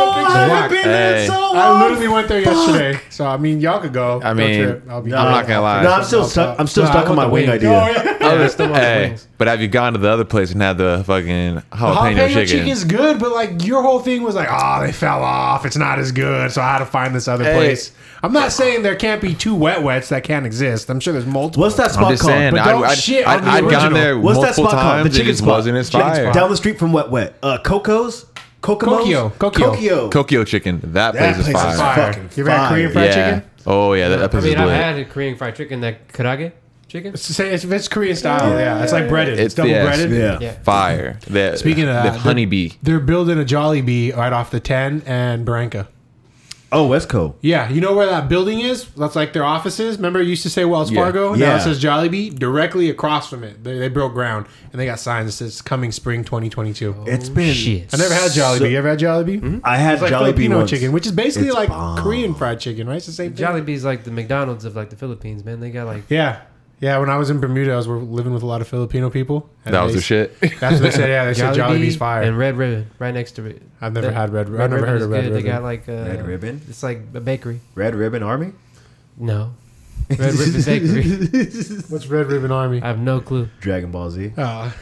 A: there in so
E: I literally went there yesterday. So I mean, y'all could go.
A: I mean, I'm not gonna lie.
B: No, I'm still stuck. I'm still
D: No, I
B: stuck on
D: want
B: my wing
D: the wings.
E: Oh,
B: idea.
E: (laughs)
D: I still want
A: Hey,
D: wings.
A: but have you gone to the other place and had the fucking jalapeno,
E: Jalapeno
A: chicken?
E: chicken's good, but like your whole thing was like, oh, they fell off. It's not as good, so I had to find this other
A: Hey.
E: place. I'm not saying there can't be two wet wets that can't exist. I'm sure there's multiple.
B: What's that
A: I'm
B: spot
A: just
B: called?
A: saying.
E: But
A: I'd,
E: don't
A: I'd,
E: shit on
A: I'd,
E: the
A: I'd gone
E: original.
A: there
B: What's that
A: multiple
B: spot called?
A: times.
B: The
A: it
B: chicken
A: just
B: spot.
A: wasn't as
B: Chicken
A: fire.
B: spot. Down the street from Wet Wet. Uh, Coco's. Kokomo's?
E: Kokio. Kokio.
B: Kokio.
A: Tokyo chicken. That,
B: That
A: place is
B: place is
A: fire.
B: fire.
E: fire?
B: Fucking
E: You ever had
B: fire.
E: Korean fried
A: yeah.
E: chicken?
A: Oh yeah, that, that
D: I
A: place
D: mean,
A: is
D: I've
A: lit.
D: had a Korean fried chicken. That could I get chicken?
E: It's, the same- it's, it's Korean style. Yeah, it's like breaded.
A: It's-
E: It's, double
A: yeah,
E: breaded.
B: Yeah.
D: Yeah.
A: fire. The,
E: Speaking of
A: the
E: that,
A: honeybee.
E: They're building a Jolly Bee right off the 10 and Barranca.
B: Oh, Westco.
E: Yeah, you know where that building is? That's like their offices. Remember, you used to say Wells
A: Yeah.
E: Fargo. Now
B: Yeah.
E: it says Jollibee. Directly across from it, they, they broke ground and they got signs that says "Coming Spring 2022."
B: It's been.
D: Shit.
E: I never had Jollibee.
B: Oh. So-
E: you ever had Jollibee? Mm-hmm.
B: I had
E: It's like
B: Jolly
E: Filipino chicken, which is basically
B: It's
E: like
B: bomb.
E: Korean fried chicken, right? It's the same thing.
D: Jollibee's like the McDonald's of like the Philippines, man. They got like
E: Yeah, yeah. When I was in Bermuda, I was living with a lot of Filipino people. and
A: That
E: they-
A: was the shit.
E: That's what they said. Yeah,
D: (laughs)
E: they said Jollibee's fire.
D: and Red Ribbon right next to it.
E: I've never
D: That-
E: had Red- I've never heard
D: is
E: of Red
D: good. They
E: Ribbon.
D: got like uh,
B: Red Ribbon?
D: It's like a bakery.
B: Red Ribbon Army.
D: No, Red Ribbon Bakery.
E: What's Red Ribbon Army?
D: I have no clue.
B: Dragon Ball Z.
E: Uh,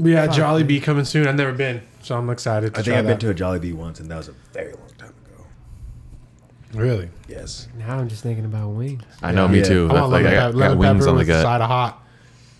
E: yeah, Jollibee coming soon. I've never been, so I'm excited. To
B: I think I've been
E: that.
B: to a Jolly Bee once, and that was a very long time ago.
E: Really?
B: Yes.
D: Now I'm just thinking about wings.
A: I know, me
B: Yeah.
A: too.
E: I want
A: Like,
E: lemon,
A: I got,
E: pep- lemon
A: got wings
E: pepper
A: on the
E: with a
A: gut.
E: side of hot.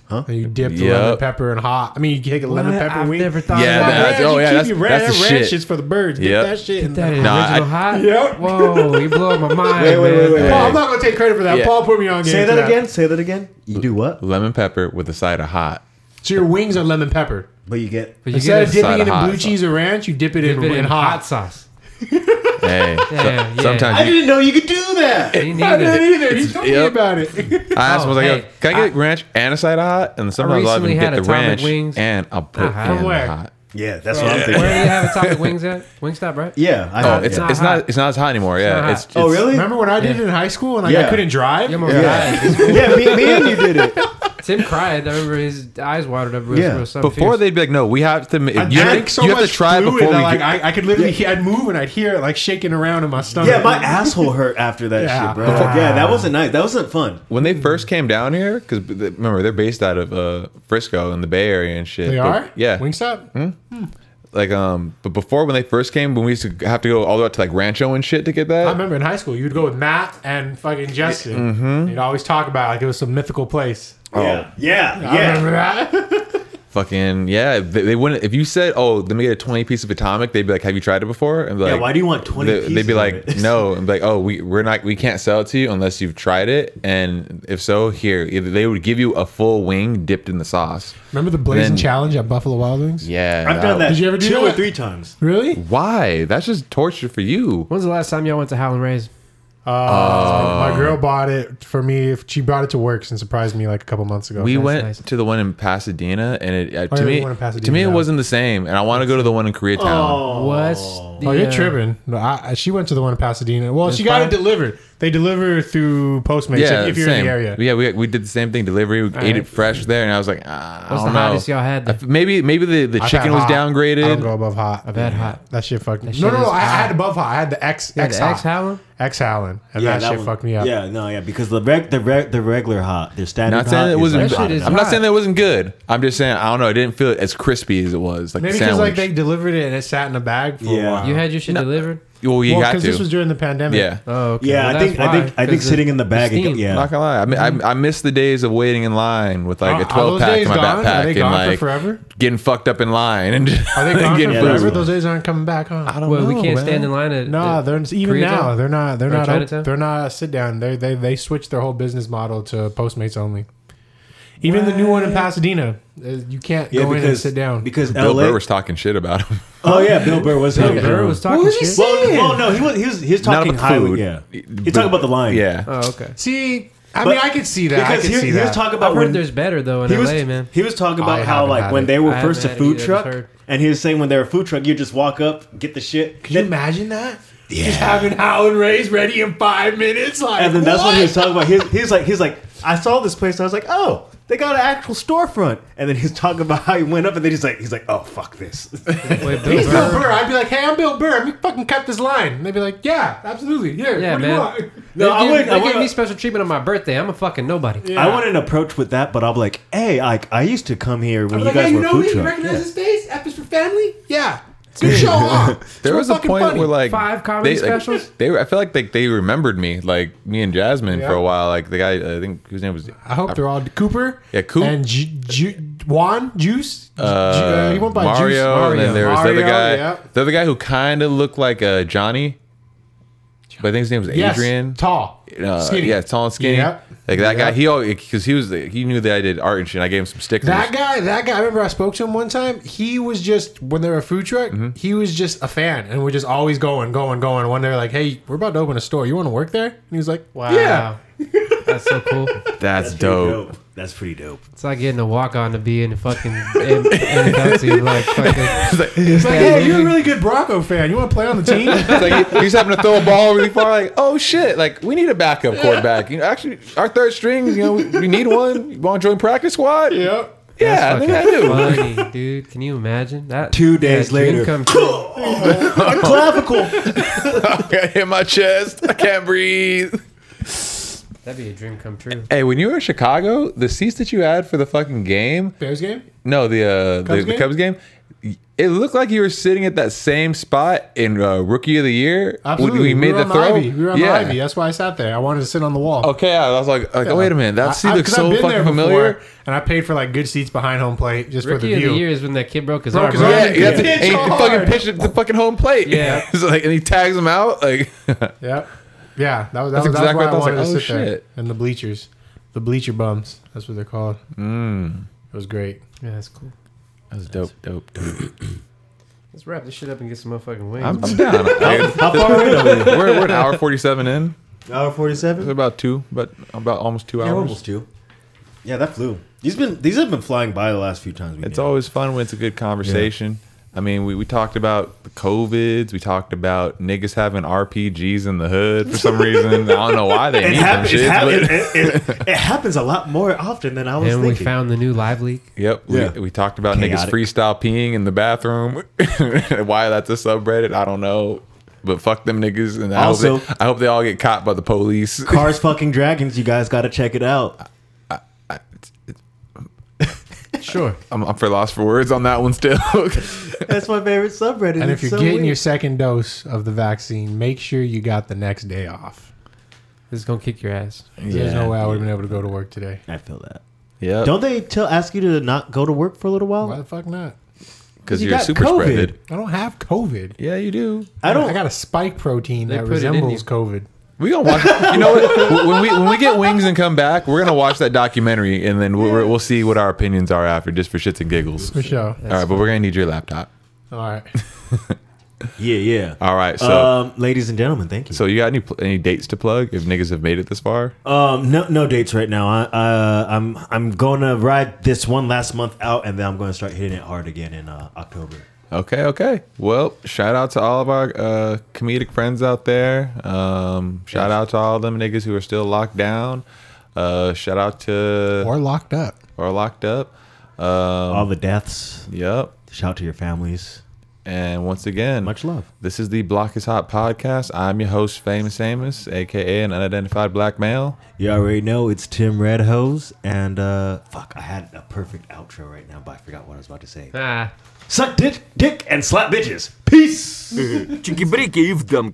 B: Huh?
E: And you dip the
A: Yup.
E: lemon pepper in hot. I mean, you take a lemon
D: What?
E: pepper
D: I've
E: wing.
D: never thought
A: Yeah,
D: about
A: that-
D: that.
A: oh, yeah,
E: keep
A: that's-
E: your red,
A: that's the
E: red
A: shit.
E: shit's for the birds. Get
A: Yup.
E: that shit. in
D: Get that
E: there.
D: is
A: Nah,
D: original
A: I-
D: hot.
E: Yep.
D: Whoa, you blowing my mind.
B: Wait, wait,
D: man.
B: wait, wait.
E: Paul, I'm not gonna take credit for that.
A: Yeah.
E: Paul put me on. game
B: Say
E: for
B: that again. Say that again. You do what?
A: Lemon pepper with a side of hot.
E: So your wings are lemon pepper.
B: But you get.
D: But you
E: Instead of
D: get
A: side
E: dipping it
A: of
E: in
A: hot
E: blue
A: sauce.
E: cheese or ranch, you dip it
D: dip
E: in,
D: it in hot
E: hot.
D: sauce.
B: (laughs)
A: Hey, so-
D: Yeah, yeah.
A: sometimes
B: I
A: you,
B: didn't know you could do that.
D: Me
E: I
A: (laughs)
D: neither.
E: didn't either. He told me
A: yup.
E: about it. (laughs)
A: I asked him, I was like,
D: Oh,
A: "Yo,
D: hey,
A: can I get ranch and a side of hot? And sometimes I'll
D: recently
A: even
D: had
A: get the
D: atomic
A: ranch
D: wings.
A: and I'll put
D: Uh-huh.
A: in
E: From where?
A: the hot.
B: Yeah, that's what I'm (laughs) thinking.
D: Where do you have atomic wings at? Wingstop, right?
B: Yeah. I
A: Oh,
B: have-
A: it's
B: yeah.
D: not
A: it's not
D: hot.
A: it's not as hot anymore.
D: not
A: Yeah, it's,
D: hot.
A: it's
B: Oh, really?
E: Remember when I did it in high school and like, I
B: Yeah.
E: couldn't drive?
D: You almost
B: Yeah.
A: (laughs)
D: died.
B: yeah, me, me and you did it.
D: Tim cried. I remember his eyes watered up real,
B: Yeah.
D: real something.
A: Before they'd be like, no, we have to. ma-
E: I
A: You,
E: drank
A: have,
E: so
A: you have to
E: much
A: try it
E: fluid
A: before we
E: that, like
A: get.
E: I, I could literally, I'd move and I'd hear it like shaking around in my stomach.
B: (laughs) Yeah, my asshole hurt after that
E: Yeah.
B: shit, bro. Yeah, that wasn't nice. That wasn't fun.
A: when they first came down here, because remember they're based out of uh, Frisco in the Bay Area and shit.
E: They
A: but-
E: are?
A: Yeah.
E: Wingstop?
A: like um but before when they first came when we used to have to go all the way out to like rancho and shit to get that
E: I remember in high school, you'd go with Matt and fucking Justin.
A: Mm-hmm.
E: You'd always talk about it like it was some mythical place.
A: Oh.
B: Yeah, yeah,
E: I
B: yeah.
E: remember that. (laughs)
A: fucking yeah they, they wouldn't if you said oh let me get a 20 piece of atomic they'd be like have you tried it before and be like
B: yeah, why do you want 20
A: they, would
B: pieces
A: be
B: of
A: like
B: it? (laughs)
A: no and be like oh we we're not we can't sell it to you unless you've tried it and if so here Either they would give you a full wing dipped in the sauce
E: remember the blazing
A: Then-
E: challenge at Buffalo Wild Wings?
A: yeah
B: I've done that
E: Did you ever do
B: two or
E: that?
B: three times.
E: Really?
A: why that's just torture for you
D: When's the last time y'all went to Howlin' Rays?
A: Uh,
E: My girl bought it for me. She brought it to work and surprised me like a couple months ago.
A: we
D: That's
A: went
D: nice.
A: to the one in Pasadena, and it uh, to
E: yeah, the
A: me
E: one in Pasadena,
A: to me it
E: yeah.
A: wasn't the same. And I want to go to the one in Koreatown.
D: What's
E: Oh,
D: the,
E: you're
D: uh,
E: tripping. No, I, I- she went to the one in Pasadena. Well, she got
D: fine.
E: it delivered. They deliver through Postmates
A: Yeah,
E: if, if you're
A: same.
E: in the area.
A: Yeah, we, we did the same thing. Delivery, we ate
D: right.
A: it fresh there, and I was like, ah, I
D: What's
A: don't
D: the
A: know.
D: hottest y'all had
A: I f- maybe maybe the, the
E: I've
A: chicken
E: had
A: was
E: hot. I don't
A: downgraded.
E: go above hot.
D: I've had hot.
E: That shit fucked me.
D: That
E: no,
D: shit
E: no,
D: is
E: no. I, I
D: hot.
E: had above hot. I had the X
D: Yeah,
E: X
D: the X
E: hot.
D: Howlin'?
E: X Howlin, and that, shit
B: one-
E: fucked me up.
B: Yeah, no, yeah, because the reg, the reg, the regular hot, the standard
A: Not
B: hot
A: saying it
B: is
A: wasn't.
B: like
D: That
A: I'm
B: hot
D: shit is
B: enough.
A: not
D: hot.
A: saying that it wasn't good. I'm just saying I don't know. I didn't feel it as crispy as it was. Like
E: Maybe
A: the
E: because
A: sandwich.
E: like they delivered it and it sat in a bag for
B: Yeah.
E: a while.
D: You had your shit delivered?
A: well, you
E: well,
A: got
E: because
A: to.
E: this was during the pandemic.
A: yeah.
D: Oh, okay.
B: Yeah,
D: Well,
B: I
D: that's
B: think I think
D: why,
B: I think
D: 'cause
B: sitting in the bag.
D: steam.
B: It, yeah,
A: Not gonna lie, I mean, I, I miss the days of waiting in line with like
E: Mm. Are-
A: a
E: are
A: 12
E: those
A: pack
E: days
A: in my
E: gone? Are
A: backpack
E: they
A: and
E: gone for
A: like
E: forever?
A: getting fucked up in line and
E: Are they gone
A: getting
E: for
A: food.
E: forever? Those days aren't coming back, huh? I don't
D: Well, we can't
A: man.
D: stand in line at
E: No,
D: at
E: they're even
D: Koreatown?
E: now. They're not. They're
D: Or
E: not.
D: Chinatown?
E: Up, they're not a sit down. They they they switched their whole business model to Postmates only. Even the new one in Pasadena, uh, you can't
B: yeah,
E: go in and
B: because
E: sit down.
B: because
A: (laughs) Bill
B: LA.
A: Burr was talking shit about him.
B: oh yeah, Bill Burr was
D: Bill
B: having
D: Burr was talking
E: was he
D: shit.
B: Well, well, no, he was he was, he was
A: Not
B: talking
A: about the
B: highway.
A: food.
B: Yeah,
A: But-
B: he's talking about the line.
A: Yeah.
D: Oh, okay.
E: see, I
B: But-
E: mean, I could see that. I
B: because
E: could
B: here,
E: see
B: he
E: that.
B: was talking
D: I've
B: about
D: heard
B: when
D: there's better though in
B: he
D: LA,
B: was
D: man.
B: he was talking
E: I
B: about how
E: haven't
B: like
E: had
B: when
E: it.
B: they were
D: I
B: first a
D: haven't had it
B: food
D: either,
B: truck,
D: I've heard.
B: and he was saying when they're a food truck, you just walk up, get the shit.
E: Could you
B: then-
E: imagine that? Yeah. Just having Howlin' Rays ready in five minutes, like
B: and then that's what he was
E: what?
B: talking about. He's, he's like, he's like, I saw this place. And I was like, oh, they got an actual storefront. And then he's talking about how he went up, and then he's like, he's like, oh fuck
E: (laughs)
B: this.
D: Wait,
E: He's
D: Bill
E: Bill
D: Burr.
E: Burr. I'd be like, "Hey, I'm Bill Burr. Let me fucking cut this line." And they'd be like, "Yeah, absolutely. Yeah,
D: Yeah, man.
E: what do you want?"
B: No,
D: they
B: I
D: gave-
B: wouldn't. I
D: They gave me
B: wouldn't.
D: special treatment on my birthday. I'm a fucking nobody.
B: I wouldn't approach with that, but I'm like, hey, like I used to come here when
E: I'm
B: you
E: like,
B: guys
E: hey, you
B: were
E: know
B: food
E: me? You
B: truck.
E: recognize this face? F is for family? Yeah. Good show, huh?
A: There was a point where like
D: Five comedy
A: they, like,
D: specials?
A: They were, I feel like they, they remembered me, like me and Jasmine for
E: Yeah.
A: a while. Like the guy, I think whose name was
E: I hope they're all Cooper.
A: Yeah, Coop.
E: And Ju- Ju- Juan Juice. Ju- uh, he went by
A: Mario,
E: Juice.
A: and then there was the
E: Mario,
A: other guy,
E: yeah.
A: the other guy who kind of looked like uh, Johnny, but I think his name was
E: Yes,
A: Adrian.
E: tall,
A: uh,
E: skinny.
A: yeah, tall and skinny.
E: Yep.
A: Like that guy,
E: Yep.
A: he always because he was the- he knew that I did art and shit. and I gave him some stickers.
E: That guy, that guy. I remember I spoke to him one time. He was just when they were a food truck.
A: Mm-hmm.
E: He was just a fan, and we're just always going, going, going. One day, like, hey, we're about to open a store. You want to work there? And he was like,
D: Wow.
E: Yeah.
D: That's so cool.
B: (laughs)
A: That's,
B: Pretty
A: dope.
B: That's pretty
E: (laughs)
B: dope.
D: It's like getting a walk on to be in the fucking in, in Dutzy, like fucking.
E: He's like, hey, you're a really good Bronco fan. You want to play on the
A: (laughs)
E: team?
A: It's like he- he's having to throw a ball really far. Like, oh shit! Like we need a backup quarterback. You know, actually, our third string. You know, we, we need one. You want to join practice squad?
E: yep.
A: yeah, I think I do.
D: fucking funny, dude. Can you imagine that?
B: Two days
D: that dream
B: later.
D: come true.
A: (laughs)
B: clavicle.
A: I hit my chest. I can't breathe.
D: That'd be a dream come true.
A: Hey, when you were in Chicago, the seats that you had for the fucking game,
E: Bears game.
A: no, the uh, the,
E: Cubs
A: the
E: game?
A: Cubs game, it looked like you were sitting at that same spot in uh, Rookie of the Year. when
E: Absolutely.
A: we made
E: were
A: the
E: on
A: throw.
E: Ivy. We were on
A: yeah.
E: the Ivy. That's why I sat there. I wanted to sit on the wall.
A: Okay, I was like, like oh, wait a minute, that seat
E: I-
A: looks
E: 'cause I've
A: so
E: been
A: fucking
E: there
A: familiar. (laughs)
E: before, and I paid for like good seats behind home plate just for
D: Rookie
E: the
D: of
E: view.
D: the year is when that kid broke his
E: Broke
D: arm.
E: his
D: right?
E: arm.
A: Yeah, he, that's,
E: Yeah.
A: and he
E: Pitch
A: fucking
E: hard.
A: pitched it to the fucking home plate.
D: Yeah.
A: (laughs) It's like, and he tags him out. Like,
E: Yep. Yeah, that was that
A: That's
E: was,
A: exactly
E: that's why I,
A: what I
E: wanted
A: was
E: to
A: like,
E: sit
A: oh,
E: there.
A: shit.
E: And the bleachers, the bleacher bums. That's what they're called. Mm. It was great.
D: Yeah, that's cool.
A: that was dope, dope, dope.
D: Let's wrap this shit up and get some motherfucking wings.
A: I'm, I'm
E: (laughs)
A: down. Like,
B: How far away are we?
A: we're, we're an hour forty-seven in.
B: Hour
A: It's
B: forty-seven.
A: about two, but about almost two
B: Yeah,
A: hours.
B: we're almost two. Yeah, that flew. These been these have been flying by the last few times. We
A: It's
B: did.
A: always fun when it's a good conversation. I mean, we, we talked about the COVIDs. We talked about niggas having RPGs in the hood for some reason. I don't know why they
B: (laughs) It,
A: need them
B: happens. it,
A: shits,
B: hap-
A: but-
B: it, it, it- it happens a lot more often than I was
D: and we
B: thinking.
D: found the new live leak.
A: Yep.
B: Yeah.
A: We, we talked about niggas
B: Chaotic.
A: freestyle peeing in the bathroom. (laughs) Why that's a subreddit, I don't know. But fuck them niggas. And I,
B: Also-
A: hope they, I hope they all get caught by the police. (laughs)
B: Cars fucking dragons. You guys got to check it out.
D: Sure.
A: I'm, I'm for lost for words on that one still. (laughs)
B: That's my favorite subreddit.
F: And if
B: It's
F: you're
B: so
F: getting
B: weird.
F: your second dose of the vaccine, make sure you got the next day off.
D: This is gonna kick your ass.
F: There's
B: Yeah.
F: no way I would have been able to go to work today.
B: I feel that.
A: yeah,
B: Don't they tell ask you to not go to work for a little while?
F: Why the fuck not?
A: because
B: you
A: you are
B: got
A: super
B: COVID.
A: spreaded.
F: I don't have COVID.
A: Yeah, you do.
B: I don't.
F: I got a spike protein
D: They
F: that
D: put it in
F: resembles
D: you.
F: COVID.
A: We gonna watch. you know what? When we when we get wings and come back, we're gonna watch that documentary, and then we'll, we'll see what our opinions are after, just for shits and giggles.
F: For sure.
A: All right, but we're gonna need your laptop.
F: All right.
B: yeah, yeah.
A: All right, so
B: um, ladies and gentlemen, thank you.
A: so you got any pl- any dates to plug? If niggas have made it this far,
B: um, no, no dates right now. I, uh, I'm, I'm gonna ride this one last month out, and then I'm gonna start hitting it hard again in uh, October.
A: okay, okay. Well, shout out to all of our uh, comedic friends out there. Um, shout out to all them niggas who are still locked down. Uh, shout out to
F: or locked up.
A: or locked up. Um,
B: All the deaths.
A: yep.
B: Shout to your families.
A: And once again,
B: Much love.
A: This is the Block is Hot podcast. I'm your host, Famous Amos, aka an unidentified black male.
B: You already know it's Tim Redhose, and uh, fuck, I had a perfect outro right now, but I forgot what I was about to say.
D: Ah.
B: Suck dick, dick, and slap bitches. Peace.
G: Чики брики и в дом.